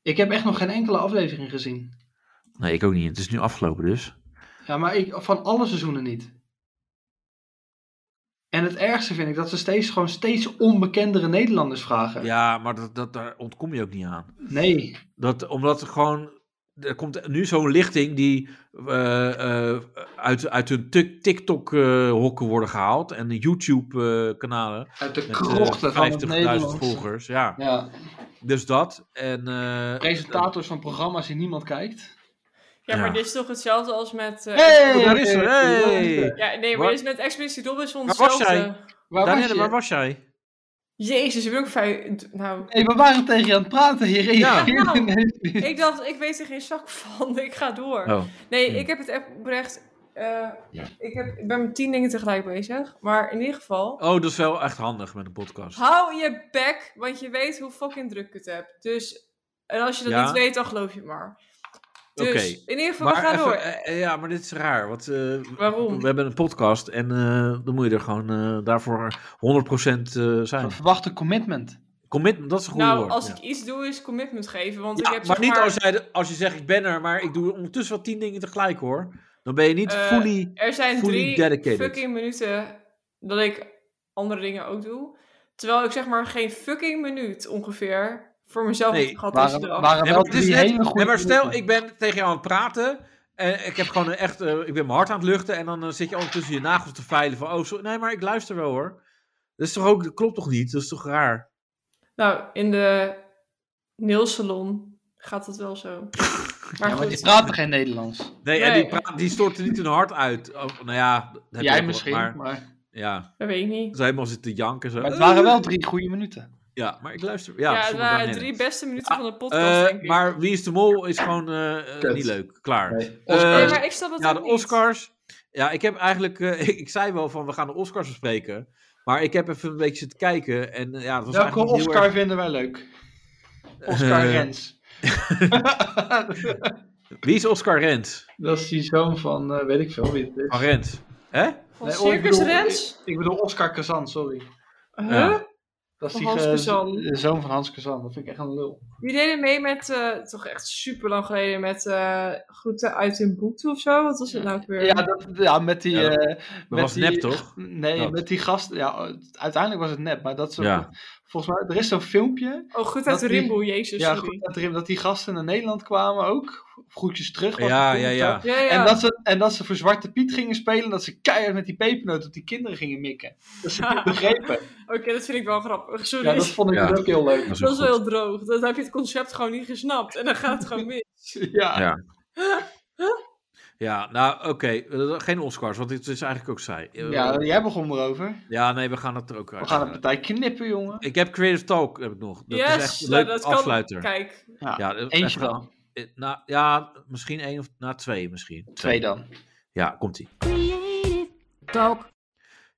[SPEAKER 2] Ik heb echt nog geen enkele aflevering gezien.
[SPEAKER 3] Nee, ik ook niet. Het is nu afgelopen dus.
[SPEAKER 2] Ja, maar ik, van alle seizoenen niet. En het ergste vind ik dat ze steeds gewoon steeds onbekendere Nederlanders vragen.
[SPEAKER 3] Ja, maar dat, dat, daar ontkom je ook niet aan.
[SPEAKER 2] Nee.
[SPEAKER 3] Dat, omdat er gewoon... Er komt nu zo'n lichting die eh, eh, uit, uit hun TikTok-hokken worden gehaald. En de YouTube-kanalen.
[SPEAKER 2] Uit de
[SPEAKER 3] met
[SPEAKER 2] krochten
[SPEAKER 3] eh,
[SPEAKER 2] van het
[SPEAKER 3] 50.000
[SPEAKER 2] Nederlands.
[SPEAKER 3] volgers. Ja,
[SPEAKER 2] Ja,
[SPEAKER 3] dus dat. En, eh,
[SPEAKER 2] presentators van programma's die niemand kijkt.
[SPEAKER 4] Ja,
[SPEAKER 3] Ja.
[SPEAKER 4] maar dit is toch hetzelfde als met. eh,
[SPEAKER 3] Oh, daar is ze. Hey.
[SPEAKER 4] Ja, nee, maar
[SPEAKER 3] Waar-
[SPEAKER 4] dit is met Expeditie Robinson
[SPEAKER 3] Waar was
[SPEAKER 4] hetzelfde.
[SPEAKER 3] jij?
[SPEAKER 2] Waar was
[SPEAKER 3] Danielle,
[SPEAKER 2] je?
[SPEAKER 3] waar was jij?
[SPEAKER 4] Jezus, ik ben ook vijf. Nou,
[SPEAKER 2] Hey, we waren tegen je aan het praten. Je reageerde
[SPEAKER 4] Ja.
[SPEAKER 2] ineens niet.
[SPEAKER 4] ik dacht, ik weet er geen zak van. Ik ga door.
[SPEAKER 3] Oh.
[SPEAKER 4] Nee,
[SPEAKER 3] Hmm.
[SPEAKER 4] ik heb het echt oprecht. eh,
[SPEAKER 3] Ja.
[SPEAKER 4] ik, heb, ik ben met tien dingen tegelijk bezig. Maar in ieder geval.
[SPEAKER 3] Oh, dat is wel echt handig met een podcast.
[SPEAKER 4] Hou je bek, want je weet hoe fucking druk ik het heb. Dus. En als je dat
[SPEAKER 3] Ja.
[SPEAKER 4] niet weet, dan geloof je het maar. Dus
[SPEAKER 3] Oké.
[SPEAKER 4] in ieder geval,
[SPEAKER 3] maar
[SPEAKER 4] we gaan
[SPEAKER 3] even-
[SPEAKER 4] door.
[SPEAKER 3] eh, eh, ja, maar dit is raar. Want, eh,
[SPEAKER 4] Waarom?
[SPEAKER 3] We hebben een podcast en eh, dan moet je er gewoon eh, daarvoor 100% eh zijn.
[SPEAKER 2] We verwachten commitment.
[SPEAKER 3] Commitment, dat is een goede
[SPEAKER 4] nou,
[SPEAKER 3] woord.
[SPEAKER 4] als
[SPEAKER 3] ja.
[SPEAKER 4] ik iets doe, is commitment geven. Want
[SPEAKER 3] Ja,
[SPEAKER 4] ik heb
[SPEAKER 3] maar
[SPEAKER 4] zeg
[SPEAKER 3] niet Als, jij, de- als je zegt ik ben er, maar ik doe ondertussen wel 10 dingen tegelijk hoor. Dan ben je niet
[SPEAKER 4] Eh,
[SPEAKER 3] fully...
[SPEAKER 4] Er zijn
[SPEAKER 3] Fully
[SPEAKER 4] drie
[SPEAKER 3] dedicated.
[SPEAKER 4] fucking minuten dat ik andere dingen ook doe. Terwijl ik zeg maar geen fucking minuut ongeveer voor mezelf
[SPEAKER 3] Nee,
[SPEAKER 4] heb gehad deze
[SPEAKER 2] Waren,
[SPEAKER 4] dag.
[SPEAKER 2] waren
[SPEAKER 3] Nee,
[SPEAKER 2] wel
[SPEAKER 3] maar het is
[SPEAKER 2] drie
[SPEAKER 3] net-
[SPEAKER 2] hele goede
[SPEAKER 3] nee, maar stel,
[SPEAKER 2] minuten.
[SPEAKER 3] ik ben tegen jou aan het praten. En ik heb gewoon een echt... eh, ik ben mijn hart aan het luchten. En dan eh, zit je ondertussen je nagels te veilen van... Oh, sorry, nee, maar ik luister wel hoor. Dat is toch ook... Dat klopt toch niet? Dat is toch raar?
[SPEAKER 4] Nou, in de nailsalon gaat dat wel zo. Maar
[SPEAKER 2] Ja, maar die
[SPEAKER 4] goed,
[SPEAKER 2] praten geen Nederlands.
[SPEAKER 3] Nee, en die,
[SPEAKER 4] Nee.
[SPEAKER 3] praat, die stort er niet hun hart uit. Oh, nou ja, dat heb je ook
[SPEAKER 2] Jij
[SPEAKER 3] wel,
[SPEAKER 2] misschien, maar,
[SPEAKER 3] Maar, ja,
[SPEAKER 4] dat weet ik niet.
[SPEAKER 3] ze helemaal zitten janken. Zo.
[SPEAKER 2] maar het waren wel drie goede minuten.
[SPEAKER 3] Ja, maar ik luister.
[SPEAKER 4] Ja,
[SPEAKER 3] Ja,
[SPEAKER 4] het
[SPEAKER 3] sommige
[SPEAKER 4] waren
[SPEAKER 3] dingen.
[SPEAKER 4] drie beste minuten
[SPEAKER 3] Ah,
[SPEAKER 4] van de podcast,
[SPEAKER 3] Eh,
[SPEAKER 4] denk ik.
[SPEAKER 3] maar Wie is de Mol is gewoon eh, eh,
[SPEAKER 2] Kut.
[SPEAKER 3] niet leuk. Klaar.
[SPEAKER 2] Nee,
[SPEAKER 3] Eh,
[SPEAKER 4] nee, maar ik snap dat
[SPEAKER 3] ja,
[SPEAKER 4] ook
[SPEAKER 3] de
[SPEAKER 4] niet.
[SPEAKER 3] Oscars. Ja, ik heb eigenlijk... eh, ik, ik zei wel van, we gaan de Oscars bespreken. Maar ik heb even een beetje zitten kijken. En eh, ja, dat was
[SPEAKER 2] Welke
[SPEAKER 3] eigenlijk niet heel
[SPEAKER 2] Oscar
[SPEAKER 3] erg-
[SPEAKER 2] vinden wij leuk? Oscar
[SPEAKER 3] Eh.
[SPEAKER 2] Rens.
[SPEAKER 3] Wie is Oscar Rent?
[SPEAKER 2] dat is die zoon van, eh, weet ik veel wie het is.
[SPEAKER 3] Van Rent. Hè?
[SPEAKER 4] Van
[SPEAKER 2] Nee, oh, ik
[SPEAKER 4] Circus
[SPEAKER 2] bedoel-
[SPEAKER 4] Rens?
[SPEAKER 2] Ik bedoel Oscar Kazan, sorry.
[SPEAKER 4] Huh?
[SPEAKER 3] Ja.
[SPEAKER 2] Dat is
[SPEAKER 4] Van
[SPEAKER 2] die
[SPEAKER 4] Hans
[SPEAKER 2] ge-
[SPEAKER 4] Kazan.
[SPEAKER 2] de zoon van Hans Kazan. Dat vind ik echt een lul.
[SPEAKER 4] Die deden mee met, eh, toch echt super lang geleden, met eh Groeten uit hun boekte of zo. Wat was het nou ook weer?
[SPEAKER 2] Ja, dat, ja met die...
[SPEAKER 3] Ja, dat-
[SPEAKER 2] eh,
[SPEAKER 3] Dat
[SPEAKER 2] met
[SPEAKER 3] was
[SPEAKER 2] die-
[SPEAKER 3] nep, toch?
[SPEAKER 2] Nee,
[SPEAKER 3] Dat.
[SPEAKER 2] met die gast. Ja, uiteindelijk was het nep, maar dat is.
[SPEAKER 3] Ja.
[SPEAKER 2] Volgens mij, er is zo'n filmpje.
[SPEAKER 4] Oh, goed uit de
[SPEAKER 2] Dat die-
[SPEAKER 4] rimboe, jezus.
[SPEAKER 2] Ja,
[SPEAKER 4] sorry.
[SPEAKER 2] goed dat, er, dat die gasten naar Nederland kwamen ook. Groetjes terug. was
[SPEAKER 3] Ja,
[SPEAKER 2] het toen
[SPEAKER 3] ja,
[SPEAKER 2] of
[SPEAKER 3] ja.
[SPEAKER 4] Ja, ja.
[SPEAKER 2] En dat, ze, en dat ze voor Zwarte Piet gingen spelen, dat ze keihard met die pepernoot op die kinderen gingen mikken. Dat ze het niet begrepen.
[SPEAKER 4] Oké, dat vind ik wel grappig. Sorry.
[SPEAKER 2] Ja, dat
[SPEAKER 4] dat,
[SPEAKER 2] vond ik
[SPEAKER 3] Ja.
[SPEAKER 2] dus ook heel leuk.
[SPEAKER 3] Dat is
[SPEAKER 4] is
[SPEAKER 3] wel
[SPEAKER 4] wel
[SPEAKER 3] goed.
[SPEAKER 4] heel droog. Dan heb je het concept gewoon niet gesnapt. En dan gaat het gewoon mis.
[SPEAKER 2] Ja,
[SPEAKER 3] Ja. Ja, nou oké, Eh, geen Oscars, want dit is eigenlijk ook saai. Eh,
[SPEAKER 2] ja jij begon erover.
[SPEAKER 3] ja, nee, we gaan het er ook uit.
[SPEAKER 2] We gaan een partij knippen, jongen.
[SPEAKER 3] Ik heb Creative Talk heb ik nog. Dat
[SPEAKER 4] yes,
[SPEAKER 3] is echt een
[SPEAKER 4] nou,
[SPEAKER 3] leuk
[SPEAKER 4] dat
[SPEAKER 3] afsluiter.
[SPEAKER 4] Kan. Kijk,
[SPEAKER 3] Ja, dat is
[SPEAKER 2] Ah, Eentje
[SPEAKER 3] echt-
[SPEAKER 2] dan.
[SPEAKER 3] eh, Nou, ja, misschien één of na twee misschien.
[SPEAKER 2] Twee dan.
[SPEAKER 3] Ja, komt ie.
[SPEAKER 6] Creative Talk.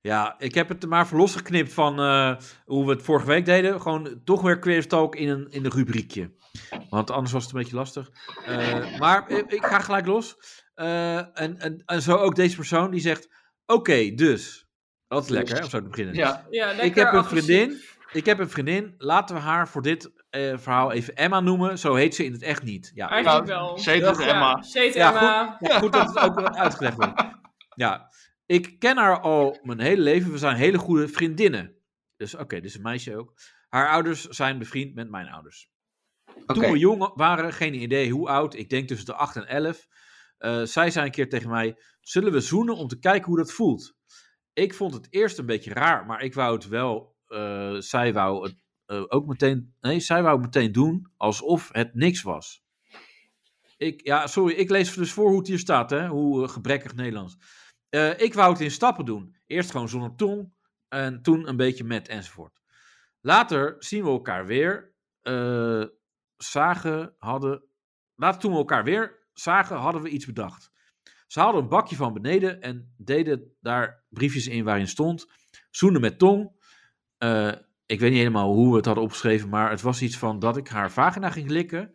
[SPEAKER 3] Ja, ik heb het er maar voor losgeknipt van eh, hoe we het vorige week deden. Gewoon toch weer Creative Talk in een, in een rubriekje. Want anders was het een beetje lastig. Eh, maar ik, ik ga gelijk los. Eh, en, en, en zo ook deze persoon die zegt: Oké, dus. Dat is lekker hè, om zo te beginnen.
[SPEAKER 2] Ja,
[SPEAKER 4] ja, lekker
[SPEAKER 3] ik heb een
[SPEAKER 4] agressief.
[SPEAKER 3] vriendin. Ik heb een vriendin. Laten we haar voor dit eh, verhaal even Emma noemen. Zo heet ze in het echt niet. Ja,
[SPEAKER 4] Eigenlijk wel.
[SPEAKER 2] Ze heet ook
[SPEAKER 4] Ja,
[SPEAKER 2] Nou, Emma.
[SPEAKER 4] ze heet
[SPEAKER 3] Ja,
[SPEAKER 4] Emma.
[SPEAKER 3] Ja, goed dat het ook wel uitgelegd wordt. Ja, ik ken haar al mijn hele leven. We zijn hele goede vriendinnen. Dus oké, dit is een meisje ook. Haar ouders zijn bevriend met mijn ouders. Toen we jong waren, geen idee hoe oud. Ik denk tussen de 8 en 11. eh, zij zei een keer tegen mij: Zullen we zoenen om te kijken hoe dat voelt? Ik vond het eerst een beetje raar, maar ik wou het wel. eh, zij wou het eh, ook meteen. Nee, zij wou het meteen doen alsof het niks was. Ik, ja, sorry, ik lees dus voor hoe het hier staat, hè? hoe eh, gebrekkig Nederlands. Eh, ik wou het in stappen doen. Eerst gewoon zonder tong en toen een beetje met enzovoort. Later zien we elkaar weer. eh, zagen, hadden. Later toen we elkaar weer zagen, hadden we iets bedacht. Ze haalden een bakje van beneden en deden daar briefjes in waarin stond: zoenen met tong. Eh, ik weet niet helemaal hoe we het hadden opgeschreven, maar het was iets van dat ik haar vagina ging likken.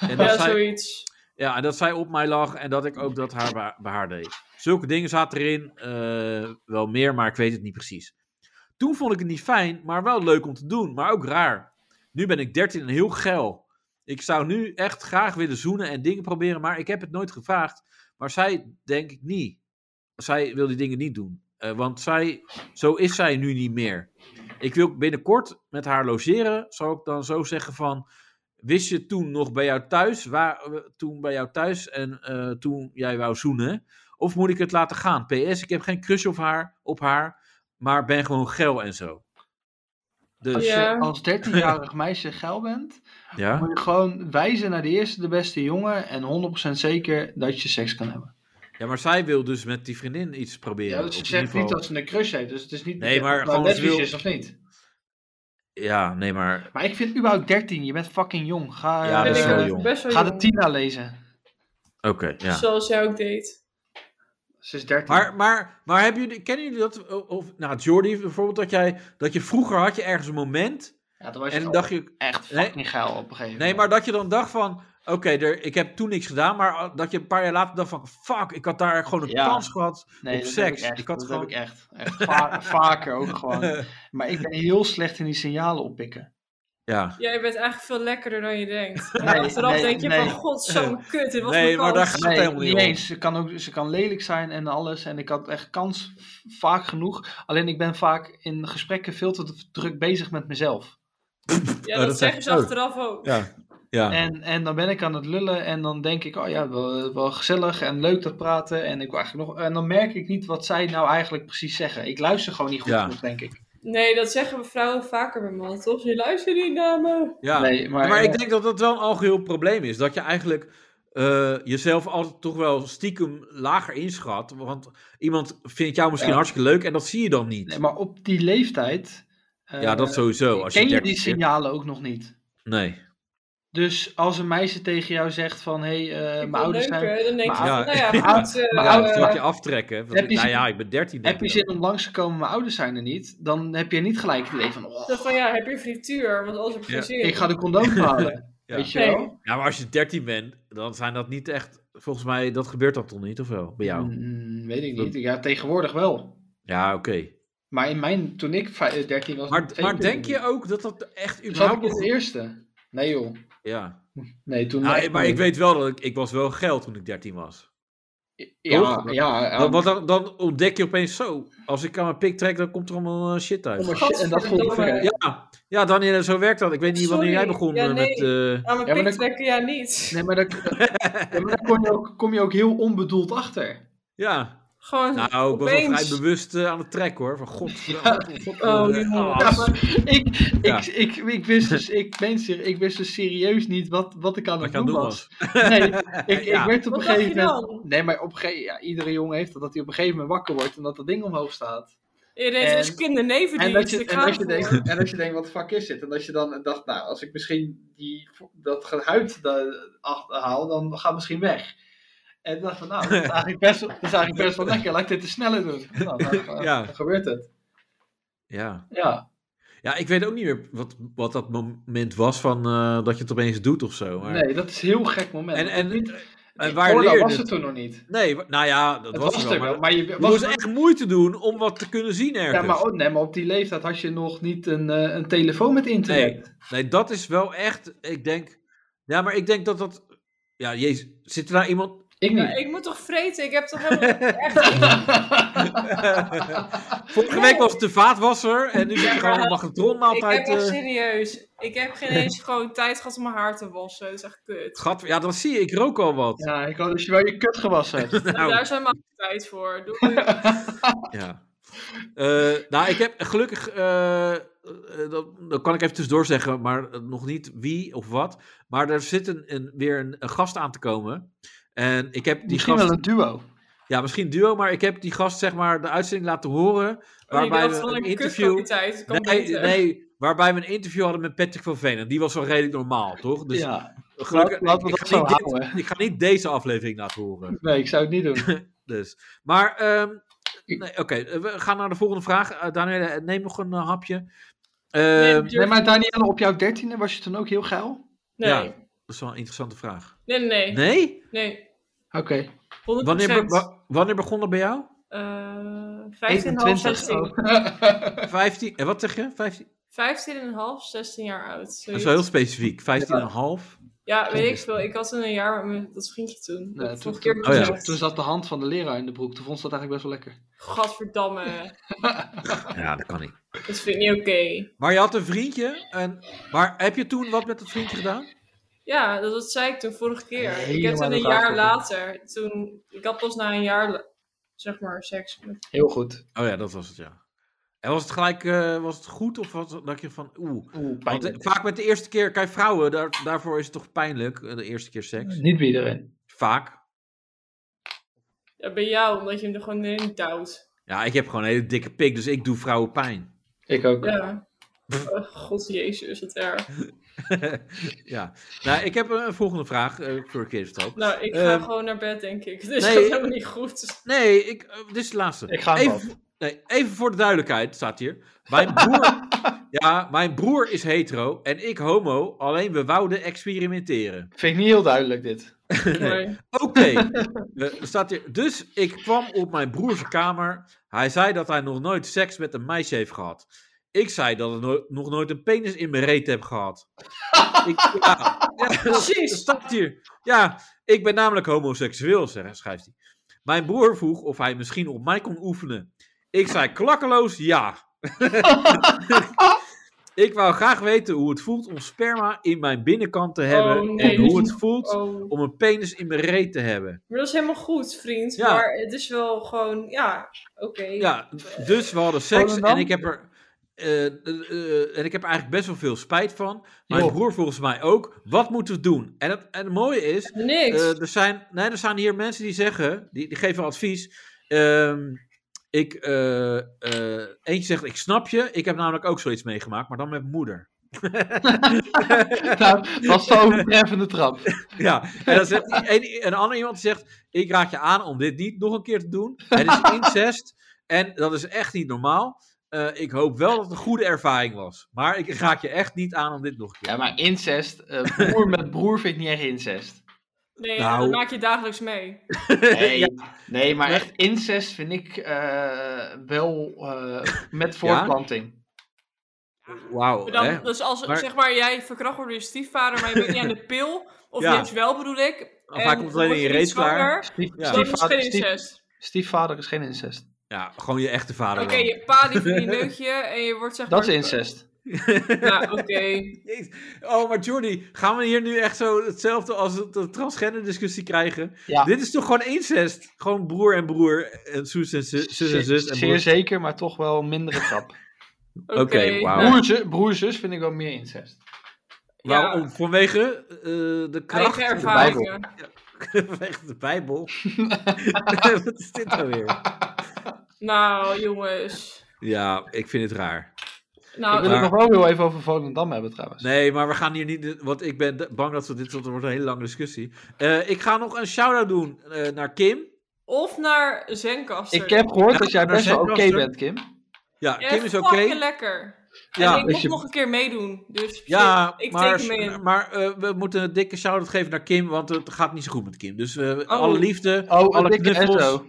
[SPEAKER 3] En dat
[SPEAKER 4] Ja,
[SPEAKER 3] zij-
[SPEAKER 4] zoiets.
[SPEAKER 3] ja, en dat zij op mij lag en dat ik ook dat haar bij, bij haar deed. Zulke dingen zaten erin. eh, wel meer, maar ik weet het niet precies. Toen vond ik het niet fijn, maar wel leuk om te doen, maar ook raar. Nu ben ik 13 en heel geil. Ik zou nu echt graag willen zoenen en dingen proberen, maar ik heb het nooit gevraagd. Maar zij denk ik niet. Zij wil die dingen niet doen. eh, want zij, zo is zij nu niet meer. Ik wil binnenkort met haar logeren. Zou ik dan zo zeggen van, wist je toen nog bij jou thuis, waar, we- toen bij jou thuis en eh, toen jij wou zoenen? Of moet ik het laten gaan? PS, ik heb geen crush op haar, op haar maar ben gewoon geil en zo. Dus,
[SPEAKER 2] Als,
[SPEAKER 4] Ja.
[SPEAKER 2] je als 13-jarig meisje geil bent,
[SPEAKER 3] ja.
[SPEAKER 2] moet je gewoon wijzen naar de eerste, de beste jongen. En 100% zeker dat je seks kan hebben.
[SPEAKER 3] ja, maar zij wil dus met die vriendin iets proberen.
[SPEAKER 2] Ja, dus
[SPEAKER 3] Op
[SPEAKER 2] ze
[SPEAKER 3] in
[SPEAKER 2] zegt
[SPEAKER 3] ieder
[SPEAKER 2] niet
[SPEAKER 3] geval-
[SPEAKER 2] dat ze een crush heeft. Dus het is niet
[SPEAKER 3] Nee,
[SPEAKER 2] bekend
[SPEAKER 3] maar
[SPEAKER 2] of het nou
[SPEAKER 3] gewoon ze
[SPEAKER 2] lesbisch
[SPEAKER 3] wil-
[SPEAKER 2] is of niet.
[SPEAKER 3] Ja, nee, maar...
[SPEAKER 2] Maar ik vind überhaupt 13, je bent fucking jong. Ga,
[SPEAKER 3] Ja,
[SPEAKER 2] eh,
[SPEAKER 4] ben
[SPEAKER 3] dat is
[SPEAKER 4] ik
[SPEAKER 3] wel
[SPEAKER 4] ook
[SPEAKER 3] jong.
[SPEAKER 4] best wel
[SPEAKER 2] ga de
[SPEAKER 4] jong.
[SPEAKER 2] Tina lezen.
[SPEAKER 3] Oké, ja.
[SPEAKER 4] Zoals jij ook deed.
[SPEAKER 2] Ze is 13.
[SPEAKER 3] Maar, maar, maar hebben jullie, kennen jullie dat, of, nou Jordi bijvoorbeeld, dat, jij, dat je vroeger had je ergens een moment
[SPEAKER 2] ja, dan was je
[SPEAKER 3] en
[SPEAKER 2] gewoon
[SPEAKER 3] dacht je,
[SPEAKER 2] echt
[SPEAKER 3] Nee.
[SPEAKER 2] fucking geil op een gegeven moment.
[SPEAKER 3] Nee, maar dat je dan dacht van... Oké, er- ik heb toen niks gedaan, maar eh, dat je een paar jaar later dacht van... Fuck, ik had daar gewoon een
[SPEAKER 2] Ja.
[SPEAKER 3] kans gehad
[SPEAKER 2] Nee,
[SPEAKER 3] op
[SPEAKER 2] dat
[SPEAKER 3] seks.
[SPEAKER 2] Heb ik echt,
[SPEAKER 3] had
[SPEAKER 2] dat
[SPEAKER 3] gewoon...
[SPEAKER 2] heb ik echt. echt va- vaker ook gewoon. Maar ik ben heel slecht in die signalen oppikken.
[SPEAKER 3] ja.
[SPEAKER 4] Jij bent eigenlijk veel lekkerder dan je denkt. En
[SPEAKER 2] Nee,
[SPEAKER 4] achteraf
[SPEAKER 2] nee,
[SPEAKER 4] denk je
[SPEAKER 2] nee.
[SPEAKER 4] van, god, zo'n kut, dit was
[SPEAKER 3] Nee,
[SPEAKER 4] mijn
[SPEAKER 3] maar daar
[SPEAKER 4] kans.
[SPEAKER 3] gaat
[SPEAKER 2] Nee,
[SPEAKER 3] helemaal niet
[SPEAKER 2] niet
[SPEAKER 3] om.
[SPEAKER 2] eens. Ze kan, ook, ze kan lelijk zijn en alles. En ik had echt kans v- vaak genoeg. Alleen ik ben vaak in gesprekken veel te druk bezig met mezelf.
[SPEAKER 4] Ja,
[SPEAKER 3] Oh,
[SPEAKER 4] dat,
[SPEAKER 3] dat
[SPEAKER 4] zeggen ze
[SPEAKER 3] zegt- oh.
[SPEAKER 4] achteraf ook.
[SPEAKER 3] Ja. Ja.
[SPEAKER 2] En, en dan ben ik aan het lullen en dan denk ik, oh ja, wel, wel gezellig en leuk dat praten. En, ik wil eigenlijk nog, en dan merk ik niet wat zij nou eigenlijk precies zeggen. Ik luister gewoon niet goed,
[SPEAKER 3] Ja.
[SPEAKER 2] genoeg, denk ik.
[SPEAKER 4] Nee, dat zeggen vrouwen vaker bij mannen, toch? Je luistert niet naar me.
[SPEAKER 3] ja.
[SPEAKER 2] Nee, maar, eh,
[SPEAKER 3] maar ik denk dat dat wel een algeheel probleem is. Dat je eigenlijk eh, jezelf altijd toch wel stiekem lager inschat. Want iemand vindt jou misschien
[SPEAKER 2] Ja.
[SPEAKER 3] hartstikke leuk en dat zie je dan niet.
[SPEAKER 2] nee, maar op die leeftijd... eh,
[SPEAKER 3] ja, dat sowieso. Als je
[SPEAKER 2] ken je
[SPEAKER 3] 30
[SPEAKER 2] die signalen ook nog niet. Nou,
[SPEAKER 3] Nee.
[SPEAKER 2] Dus als een meisje tegen jou zegt van, hé, hey, eh,
[SPEAKER 4] Ik
[SPEAKER 2] mijn
[SPEAKER 4] ben
[SPEAKER 2] ouders
[SPEAKER 4] leuker.
[SPEAKER 2] zijn...
[SPEAKER 4] Dan denk je,
[SPEAKER 3] Ja.
[SPEAKER 4] van, nou ja,
[SPEAKER 3] Ja.
[SPEAKER 4] goed. eh,
[SPEAKER 2] Maar
[SPEAKER 3] Ja, dat
[SPEAKER 2] eh,
[SPEAKER 3] laat je aftrekken. Van,
[SPEAKER 2] heb je
[SPEAKER 3] nou
[SPEAKER 2] zin-
[SPEAKER 3] ja, ik ben 13. denk
[SPEAKER 2] Heb je
[SPEAKER 3] ik
[SPEAKER 2] zin om langs te komen, mijn ouders zijn er niet? Dan heb je niet gelijk het idee van, oh,
[SPEAKER 4] zo van, ja, heb je frituur? Want anders heb je geen
[SPEAKER 3] Ja.
[SPEAKER 4] zin.
[SPEAKER 2] ik ga de condoom halen.
[SPEAKER 3] Ja.
[SPEAKER 2] Weet je
[SPEAKER 4] Nee.
[SPEAKER 2] wel?
[SPEAKER 3] Ja, maar als je 13 bent, dan zijn dat niet echt. Volgens mij, dat gebeurt dat toch niet, of wel? Bij jou?
[SPEAKER 2] Mm, weet ik niet. Ja, tegenwoordig wel.
[SPEAKER 3] Ja, oké.
[SPEAKER 2] Maar in mijn, toen ik vij- 13 was...
[SPEAKER 3] Maar,
[SPEAKER 2] nog geen
[SPEAKER 3] maar denk
[SPEAKER 2] kinderen.
[SPEAKER 3] je ook dat dat echt
[SPEAKER 2] Zat ik
[SPEAKER 3] überhaupt.
[SPEAKER 2] in het
[SPEAKER 3] nog-
[SPEAKER 2] eerste? Nee joh.
[SPEAKER 3] Ja.
[SPEAKER 2] Nee, toen...
[SPEAKER 3] Ah,
[SPEAKER 2] echt
[SPEAKER 3] maar
[SPEAKER 2] niet.
[SPEAKER 3] ik weet wel dat ik, ik was wel geld toen ik 13 was.
[SPEAKER 2] Ja,
[SPEAKER 3] toch?
[SPEAKER 2] ja.
[SPEAKER 3] Dan, want dan, dan ontdek je opeens zo. Als ik aan mijn pik trek, dan komt er allemaal eh, shit uit.
[SPEAKER 2] oh, maar shit, en dat vond ik
[SPEAKER 4] Godverdomme.
[SPEAKER 2] ver.
[SPEAKER 3] Ja, ja Daniel, zo werkt dat. Ik weet niet wanneer jij
[SPEAKER 4] Sorry.
[SPEAKER 3] begon
[SPEAKER 4] Ja,
[SPEAKER 3] eh,
[SPEAKER 4] nee.
[SPEAKER 3] met. eh,
[SPEAKER 4] Aan mijn
[SPEAKER 2] Ja, maar
[SPEAKER 4] pik
[SPEAKER 2] dan-
[SPEAKER 4] trekken, ja, niet.
[SPEAKER 2] Nee, maar daar ja, maar daar kom, je ook- kom je ook heel onbedoeld achter.
[SPEAKER 3] ja.
[SPEAKER 4] Gewoon
[SPEAKER 3] Nou, ik was wel
[SPEAKER 4] opeens.
[SPEAKER 3] vrij bewust eh, aan het trekken hoor. Van god. god,
[SPEAKER 4] Oh,
[SPEAKER 3] eh,
[SPEAKER 4] die
[SPEAKER 3] ah,
[SPEAKER 4] honden.
[SPEAKER 2] Ja, maar ik, ik,
[SPEAKER 3] Ja.
[SPEAKER 2] ik, ik, wist dus, ik, meen ser- ik wist dus serieus niet wat, wat ik aan
[SPEAKER 3] Wat
[SPEAKER 2] het
[SPEAKER 3] je aan
[SPEAKER 2] doen
[SPEAKER 3] het doen
[SPEAKER 2] was. Nee, ik,
[SPEAKER 3] Ja.
[SPEAKER 2] ik werd op
[SPEAKER 4] Wat
[SPEAKER 2] een
[SPEAKER 4] dacht
[SPEAKER 2] gegeven
[SPEAKER 4] je
[SPEAKER 2] moment...
[SPEAKER 4] dan?
[SPEAKER 2] Nee, maar op een gegeven ja, iedere jongen heeft dat, dat hij op een gegeven moment wakker wordt en dat dat ding omhoog staat.
[SPEAKER 4] Je
[SPEAKER 2] En-
[SPEAKER 4] deed dus kinderneven
[SPEAKER 2] En dat, je,
[SPEAKER 4] ik
[SPEAKER 2] en,
[SPEAKER 4] ga
[SPEAKER 2] dat je
[SPEAKER 4] ervoor.
[SPEAKER 2] denkt, en dat je denkt, wat de fuck is dit? En dat je dan dacht, nou, als ik misschien die, dat geluid da- ach- haal, dan gaat het misschien weg. En ik dacht van, nou, dat is eigenlijk best, dat is eigenlijk best wel lekker. Laat ik dit te sneller doen. Nou, dan, eh,
[SPEAKER 3] Ja.
[SPEAKER 2] dan gebeurt het.
[SPEAKER 3] Ja.
[SPEAKER 2] Ja.
[SPEAKER 3] Ja, ik weet ook niet meer wat, wat dat moment was van eh, dat je het opeens doet of zo. Maar...
[SPEAKER 2] Nee, dat is een heel gek moment.
[SPEAKER 3] En, en
[SPEAKER 2] Het
[SPEAKER 3] En
[SPEAKER 2] Waar
[SPEAKER 3] waar leer je
[SPEAKER 2] Oh, nou was het
[SPEAKER 3] het?
[SPEAKER 2] toen nog niet.
[SPEAKER 3] Nee, wa- nou ja, dat
[SPEAKER 2] Het
[SPEAKER 3] was,
[SPEAKER 2] was,
[SPEAKER 3] er
[SPEAKER 2] er wel, maar je
[SPEAKER 3] Je
[SPEAKER 2] was
[SPEAKER 3] moest echt moeite doen om wat te kunnen zien ergens.
[SPEAKER 2] Ja, maar, oh, nee, maar op die leeftijd had je nog niet een, eh, een telefoon met internet.
[SPEAKER 3] Nee, nee, dat is wel echt. Ik denk. Ja, maar ik denk dat dat. Ja, jezus. Zit er nou iemand.
[SPEAKER 2] Ik
[SPEAKER 4] Ja,
[SPEAKER 2] niet.
[SPEAKER 4] ik moet toch vreten? Ik heb toch helemaal echt
[SPEAKER 3] Vorige week was het de vaatwasser. En nu zit je gewoon een
[SPEAKER 4] Ik heb
[SPEAKER 3] magnetronmaaltijd.
[SPEAKER 4] echt
[SPEAKER 3] eh
[SPEAKER 4] serieus. Ik heb geen eens gewoon tijd gehad om mijn haar te wassen. Dat is echt kut.
[SPEAKER 3] gat. Ja, dan zie je. Ik rook al wat.
[SPEAKER 2] Ja, ik had dus je wel je kut gewassen hebt.
[SPEAKER 3] Nou,
[SPEAKER 4] Daar zijn we tijd voor. Doei.
[SPEAKER 3] Ja. Eh, nou, ik heb gelukkig, eh, eh, dat, dat kan ik even tussendoor zeggen, maar eh, nog niet wie of wat. Maar er zit een, een- weer een, een gast aan te komen. En ik heb die
[SPEAKER 2] Misschien
[SPEAKER 3] gast,
[SPEAKER 2] wel een duo.
[SPEAKER 3] ja, misschien duo, maar ik heb die gast, zeg maar, de uitzending laten horen.
[SPEAKER 4] Waarbij
[SPEAKER 3] Waarbij
[SPEAKER 4] dat
[SPEAKER 3] we
[SPEAKER 4] van
[SPEAKER 3] een
[SPEAKER 4] een
[SPEAKER 3] interview.
[SPEAKER 4] kutkwaliteit. dat kan
[SPEAKER 3] Nee,
[SPEAKER 4] beter.
[SPEAKER 3] nee, waarbij we een interview hadden met Patrick van Veen. En die was wel redelijk normaal, toch? Dus
[SPEAKER 2] ja.
[SPEAKER 3] gelukkig,
[SPEAKER 2] Laten we
[SPEAKER 3] ik,
[SPEAKER 2] dat
[SPEAKER 3] ga niet
[SPEAKER 2] zo
[SPEAKER 3] dit-
[SPEAKER 2] houden.
[SPEAKER 3] ik ga niet deze aflevering laten horen.
[SPEAKER 2] Nee, ik zou het niet doen.
[SPEAKER 3] Dus. Maar, ehm,
[SPEAKER 2] Ik-
[SPEAKER 3] nee, oké, eh, we gaan naar de volgende vraag. Eh, Danielle, eh, neem nog een eh, hapje.
[SPEAKER 4] Nee,
[SPEAKER 3] Ehm,
[SPEAKER 4] dat durf
[SPEAKER 2] Nee,
[SPEAKER 4] ik
[SPEAKER 2] maar Danielle, op jouw dertiende was je toen ook heel geil?
[SPEAKER 4] Nee,
[SPEAKER 3] Ja, dat is wel een interessante vraag.
[SPEAKER 4] nee, nee. nee.
[SPEAKER 3] Nee?
[SPEAKER 4] nee.
[SPEAKER 2] Oké.
[SPEAKER 4] 100%.
[SPEAKER 3] Wanneer, be- wa- wanneer begon dat bij jou?
[SPEAKER 4] Eh, 15,5,
[SPEAKER 2] 21.
[SPEAKER 4] 16.
[SPEAKER 2] Oh.
[SPEAKER 3] 15, en eh, wat zeg je? 15?
[SPEAKER 4] 15,5, 16 jaar oud.
[SPEAKER 3] Dat is
[SPEAKER 4] zoiets.
[SPEAKER 3] wel heel specifiek. 15,5.
[SPEAKER 4] Ja, weet ik veel. Ik had toen een jaar met mijn- dat vriendje toen.
[SPEAKER 2] Nee,
[SPEAKER 4] dat
[SPEAKER 2] toen-
[SPEAKER 4] vorige keer
[SPEAKER 3] oh ja.
[SPEAKER 4] gezegd.
[SPEAKER 2] Toen zat de hand van de leraar in de broek. Toen vond ze dat eigenlijk best wel lekker.
[SPEAKER 4] Gadverdamme.
[SPEAKER 3] Ja, dat kan niet.
[SPEAKER 4] Dat vind ik niet oké.
[SPEAKER 3] Maar je had een vriendje. En, maar heb je toen wat met dat vriendje gedaan?
[SPEAKER 4] Ja, dat, dat zei ik toen vorige keer. ik heb
[SPEAKER 2] Helemaal
[SPEAKER 4] toen een
[SPEAKER 2] uit
[SPEAKER 4] jaar
[SPEAKER 2] elkaar.
[SPEAKER 4] later, toen, ik had pas na een jaar, la- zeg maar, seks. met-
[SPEAKER 2] Heel goed.
[SPEAKER 3] Oh ja, dat was het, ja. En was het gelijk eh, was het goed? Of was het, dacht je van, oeh,
[SPEAKER 2] Oeh,
[SPEAKER 3] Want, eh, vaak met de eerste keer, kijk, vrouwen, daar, daarvoor is het toch pijnlijk, eh, de eerste keer seks.
[SPEAKER 2] Niet bij iedereen.
[SPEAKER 3] Vaak.
[SPEAKER 4] Ja, bij jou, omdat je hem er gewoon in duwt.
[SPEAKER 3] Ja, ik heb gewoon een hele dikke pik, dus ik doe vrouwen pijn.
[SPEAKER 2] Ik ook.
[SPEAKER 4] Ja. Oh, God jezus, wat erg.
[SPEAKER 3] ja. Nou, ik heb een, een volgende vraag eh, voor ik weet het al.
[SPEAKER 4] Nou, ik ga
[SPEAKER 3] Ehm,
[SPEAKER 4] gewoon naar bed, denk ik. Dus
[SPEAKER 3] nee.
[SPEAKER 4] dat is helemaal niet goed.
[SPEAKER 3] Nee, ik, eh, dit is de laatste.
[SPEAKER 2] Ik ga hem
[SPEAKER 3] even, nee, even voor de duidelijkheid, staat hier. Mijn broer, ja, mijn broer is hetero en ik homo, alleen we wouden experimenteren.
[SPEAKER 2] Vind ik niet heel duidelijk dit.
[SPEAKER 4] Maar-
[SPEAKER 3] Oké, Eh, er staat hier. Dus ik kwam op mijn broers kamer. Hij zei dat hij nog nooit seks met een meisje heeft gehad. Ik zei dat ik no- nog nooit een penis in mijn reet heb gehad. ik, ja, ja, dat staat hier. Ja, ik ben namelijk homoseksueel, zeg- schrijft hij. Mijn broer vroeg of hij misschien op mij kon oefenen. Ik zei klakkeloos ja. ik wou graag weten hoe het voelt om sperma in mijn binnenkant te hebben.
[SPEAKER 4] nee,
[SPEAKER 3] en
[SPEAKER 4] dat is
[SPEAKER 3] hoe het
[SPEAKER 4] niet-
[SPEAKER 3] voelt
[SPEAKER 4] Oh.
[SPEAKER 3] om een penis in mijn reet te hebben.
[SPEAKER 4] Maar dat is helemaal goed, vriend.
[SPEAKER 3] Ja.
[SPEAKER 4] Maar het is wel gewoon, ja, oké.
[SPEAKER 3] Ja, dus we hadden seks
[SPEAKER 2] Volendam?
[SPEAKER 3] en ik heb er. eh, eh, eh, en ik heb er eigenlijk best wel veel spijt van. Mijn
[SPEAKER 2] Joh.
[SPEAKER 3] broer volgens mij ook. Wat moeten we doen? En het, en het mooie is,
[SPEAKER 4] Niks.
[SPEAKER 3] eh, er, zijn, nee, er zijn hier mensen die zeggen, die, die geven advies. Ehm, ik, eh, eh, eentje zegt, ik snap je. Ik heb namelijk ook zoiets meegemaakt, maar dan met mijn moeder.
[SPEAKER 2] Nou, dat is de overtreffende trap.
[SPEAKER 3] Ja, en dan zegt die- een, een ander iemand zegt: Ik raad je aan om dit niet nog een keer te doen. Het is incest en dat is echt niet normaal. Eh, ik hoop wel dat het een goede ervaring was. Maar ik raad je echt niet aan om dit nog een keer.
[SPEAKER 2] Ja, maar incest, eh, broer met broer vind ik niet echt incest.
[SPEAKER 4] nee,
[SPEAKER 3] nou.
[SPEAKER 4] dat maak je dagelijks mee.
[SPEAKER 2] Nee, nee maar echt incest vind ik eh, wel eh, met voortplanting.
[SPEAKER 3] Wauw.
[SPEAKER 4] Maar Dan,
[SPEAKER 3] Oh, hè?
[SPEAKER 4] dus als
[SPEAKER 3] Maar-
[SPEAKER 4] zeg maar, jij verkracht wordt door je stiefvader, maar je bent niet aan de pil, of
[SPEAKER 3] Ja.
[SPEAKER 4] niks wel bedoel ik.
[SPEAKER 3] Of hij komt alleen in je reet
[SPEAKER 4] reet
[SPEAKER 3] klaar.
[SPEAKER 2] Stief-
[SPEAKER 3] Ja.
[SPEAKER 4] Dat is geen
[SPEAKER 2] stiefvader, stief-
[SPEAKER 4] incest.
[SPEAKER 2] stiefvader is geen incest.
[SPEAKER 3] Ja, gewoon je echte vader.
[SPEAKER 4] Oké,
[SPEAKER 3] dan.
[SPEAKER 4] je pa die vindt een leukje en je wordt zeg maar...
[SPEAKER 2] Dat is incest.
[SPEAKER 4] Ja, oké.
[SPEAKER 3] Jezus. Oh, maar Jordi, gaan we hier nu echt zo hetzelfde als de- de transgender discussie krijgen?
[SPEAKER 2] Ja.
[SPEAKER 3] Dit is toch gewoon incest? Gewoon broer en broer en zus en Eh, zus, zus en zus. En
[SPEAKER 2] Zeer
[SPEAKER 3] broer.
[SPEAKER 2] zeker, maar toch wel een mindere grap.
[SPEAKER 4] Oké,
[SPEAKER 3] Oké, wauw.
[SPEAKER 4] nou,
[SPEAKER 2] Broer, zu- broer, zus vind ik wel meer incest.
[SPEAKER 4] ja,
[SPEAKER 3] Waarom? Vanwege eh, de kracht.
[SPEAKER 4] Eigen
[SPEAKER 2] de Bijbel.
[SPEAKER 4] ervaringen.
[SPEAKER 3] Vanwege de Bijbel. Wat is dit nou weer?
[SPEAKER 4] Nou, jongens.
[SPEAKER 3] Ja, ik vind het raar.
[SPEAKER 2] Ik
[SPEAKER 4] Nou,
[SPEAKER 2] wil
[SPEAKER 3] maar-
[SPEAKER 2] het nog wel heel even over Volendam hebben trouwens.
[SPEAKER 3] Nee, maar we gaan hier niet. Want ik ben d- bang dat we dit. want Het wordt een hele lange discussie. Eh, ik ga nog een shout-out doen eh, naar Kim.
[SPEAKER 4] of naar Zenkaster.
[SPEAKER 2] Ik heb gehoord dat jij
[SPEAKER 3] maar
[SPEAKER 2] best wel oké
[SPEAKER 3] Zenkaster-
[SPEAKER 2] bent, Kim.
[SPEAKER 3] Ja,
[SPEAKER 4] Ja,
[SPEAKER 3] Kim is oké.
[SPEAKER 4] fucking lekker. en
[SPEAKER 3] Ja,
[SPEAKER 4] ik
[SPEAKER 2] dus
[SPEAKER 4] mocht
[SPEAKER 2] je-
[SPEAKER 4] nog een keer meedoen. Dus
[SPEAKER 3] ja
[SPEAKER 4] ik
[SPEAKER 3] maar,
[SPEAKER 4] teken me in.
[SPEAKER 3] maar eh, we moeten een dikke shout-out geven naar Kim, want het gaat niet zo goed met Kim. Dus eh, alle liefde,
[SPEAKER 2] Oh,
[SPEAKER 3] alle
[SPEAKER 2] een dikke
[SPEAKER 3] knuffels,
[SPEAKER 2] SO.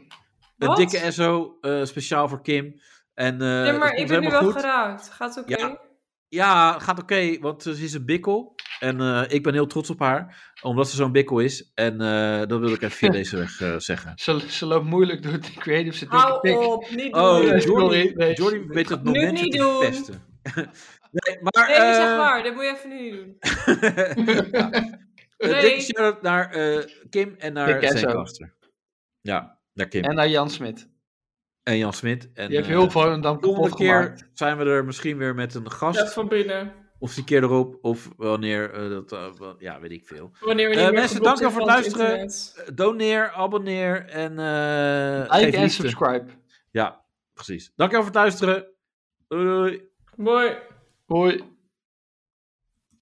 [SPEAKER 3] een
[SPEAKER 4] Wat?
[SPEAKER 3] dikke SO, eh, speciaal voor Kim. En, eh,
[SPEAKER 4] Nee,
[SPEAKER 3] het
[SPEAKER 4] maar
[SPEAKER 3] komt
[SPEAKER 4] ik ben nu
[SPEAKER 3] helemaal
[SPEAKER 4] wel
[SPEAKER 3] goed.
[SPEAKER 4] geraakt. Gaat het oké?
[SPEAKER 3] Ja. Ja, gaat oké, want ze is een bikkel. En eh, ik ben heel trots op haar, omdat ze zo'n bikkel is. En eh, dat wil ik even via deze weg eh, zeggen.
[SPEAKER 2] Ze, ze loopt moeilijk door de creative. Ze dikke
[SPEAKER 4] Hou
[SPEAKER 2] pik.
[SPEAKER 4] op, niet doen.
[SPEAKER 3] Oh,
[SPEAKER 2] Nee,
[SPEAKER 4] nee,
[SPEAKER 2] sorry,
[SPEAKER 3] Jordi,
[SPEAKER 2] nee.
[SPEAKER 3] Jordi weet het
[SPEAKER 4] Nu
[SPEAKER 3] momentje
[SPEAKER 4] niet
[SPEAKER 3] te
[SPEAKER 4] doen.
[SPEAKER 3] pesten. nee, maar...
[SPEAKER 4] dat is echt
[SPEAKER 3] eh,
[SPEAKER 4] waar. Dat moet je even nu niet doen.
[SPEAKER 3] Een
[SPEAKER 4] Nee.
[SPEAKER 3] Eh, dikke shout-out naar eh, Kim en naar
[SPEAKER 2] Dikke SO.
[SPEAKER 3] Zenkaster. Ja, naar Kim en,
[SPEAKER 2] En naar Jan Smit.
[SPEAKER 3] Jan Smit. En,
[SPEAKER 2] Je hebt
[SPEAKER 3] eh,
[SPEAKER 2] heel veel en dan
[SPEAKER 3] de volgende
[SPEAKER 2] kapot gemaakt.
[SPEAKER 3] keer zijn we er misschien weer met een gast.
[SPEAKER 4] Dat van binnen.
[SPEAKER 3] Of die keer erop, of wanneer, eh, dat, eh, wel- ja, weet ik veel.
[SPEAKER 4] Wanneer we
[SPEAKER 3] Eh,
[SPEAKER 4] niet meer
[SPEAKER 3] mensen,
[SPEAKER 4] geblokt
[SPEAKER 3] dank wel
[SPEAKER 4] zijn
[SPEAKER 3] voor het
[SPEAKER 4] van
[SPEAKER 3] luisteren.
[SPEAKER 4] internet.
[SPEAKER 3] Doneer, abonneer en eh
[SPEAKER 2] Like
[SPEAKER 3] geef
[SPEAKER 2] en
[SPEAKER 3] liefde.
[SPEAKER 2] subscribe.
[SPEAKER 3] Ja, precies. Dankjewel voor het luisteren. Doei, doei.
[SPEAKER 4] Mooi.
[SPEAKER 2] Hoi.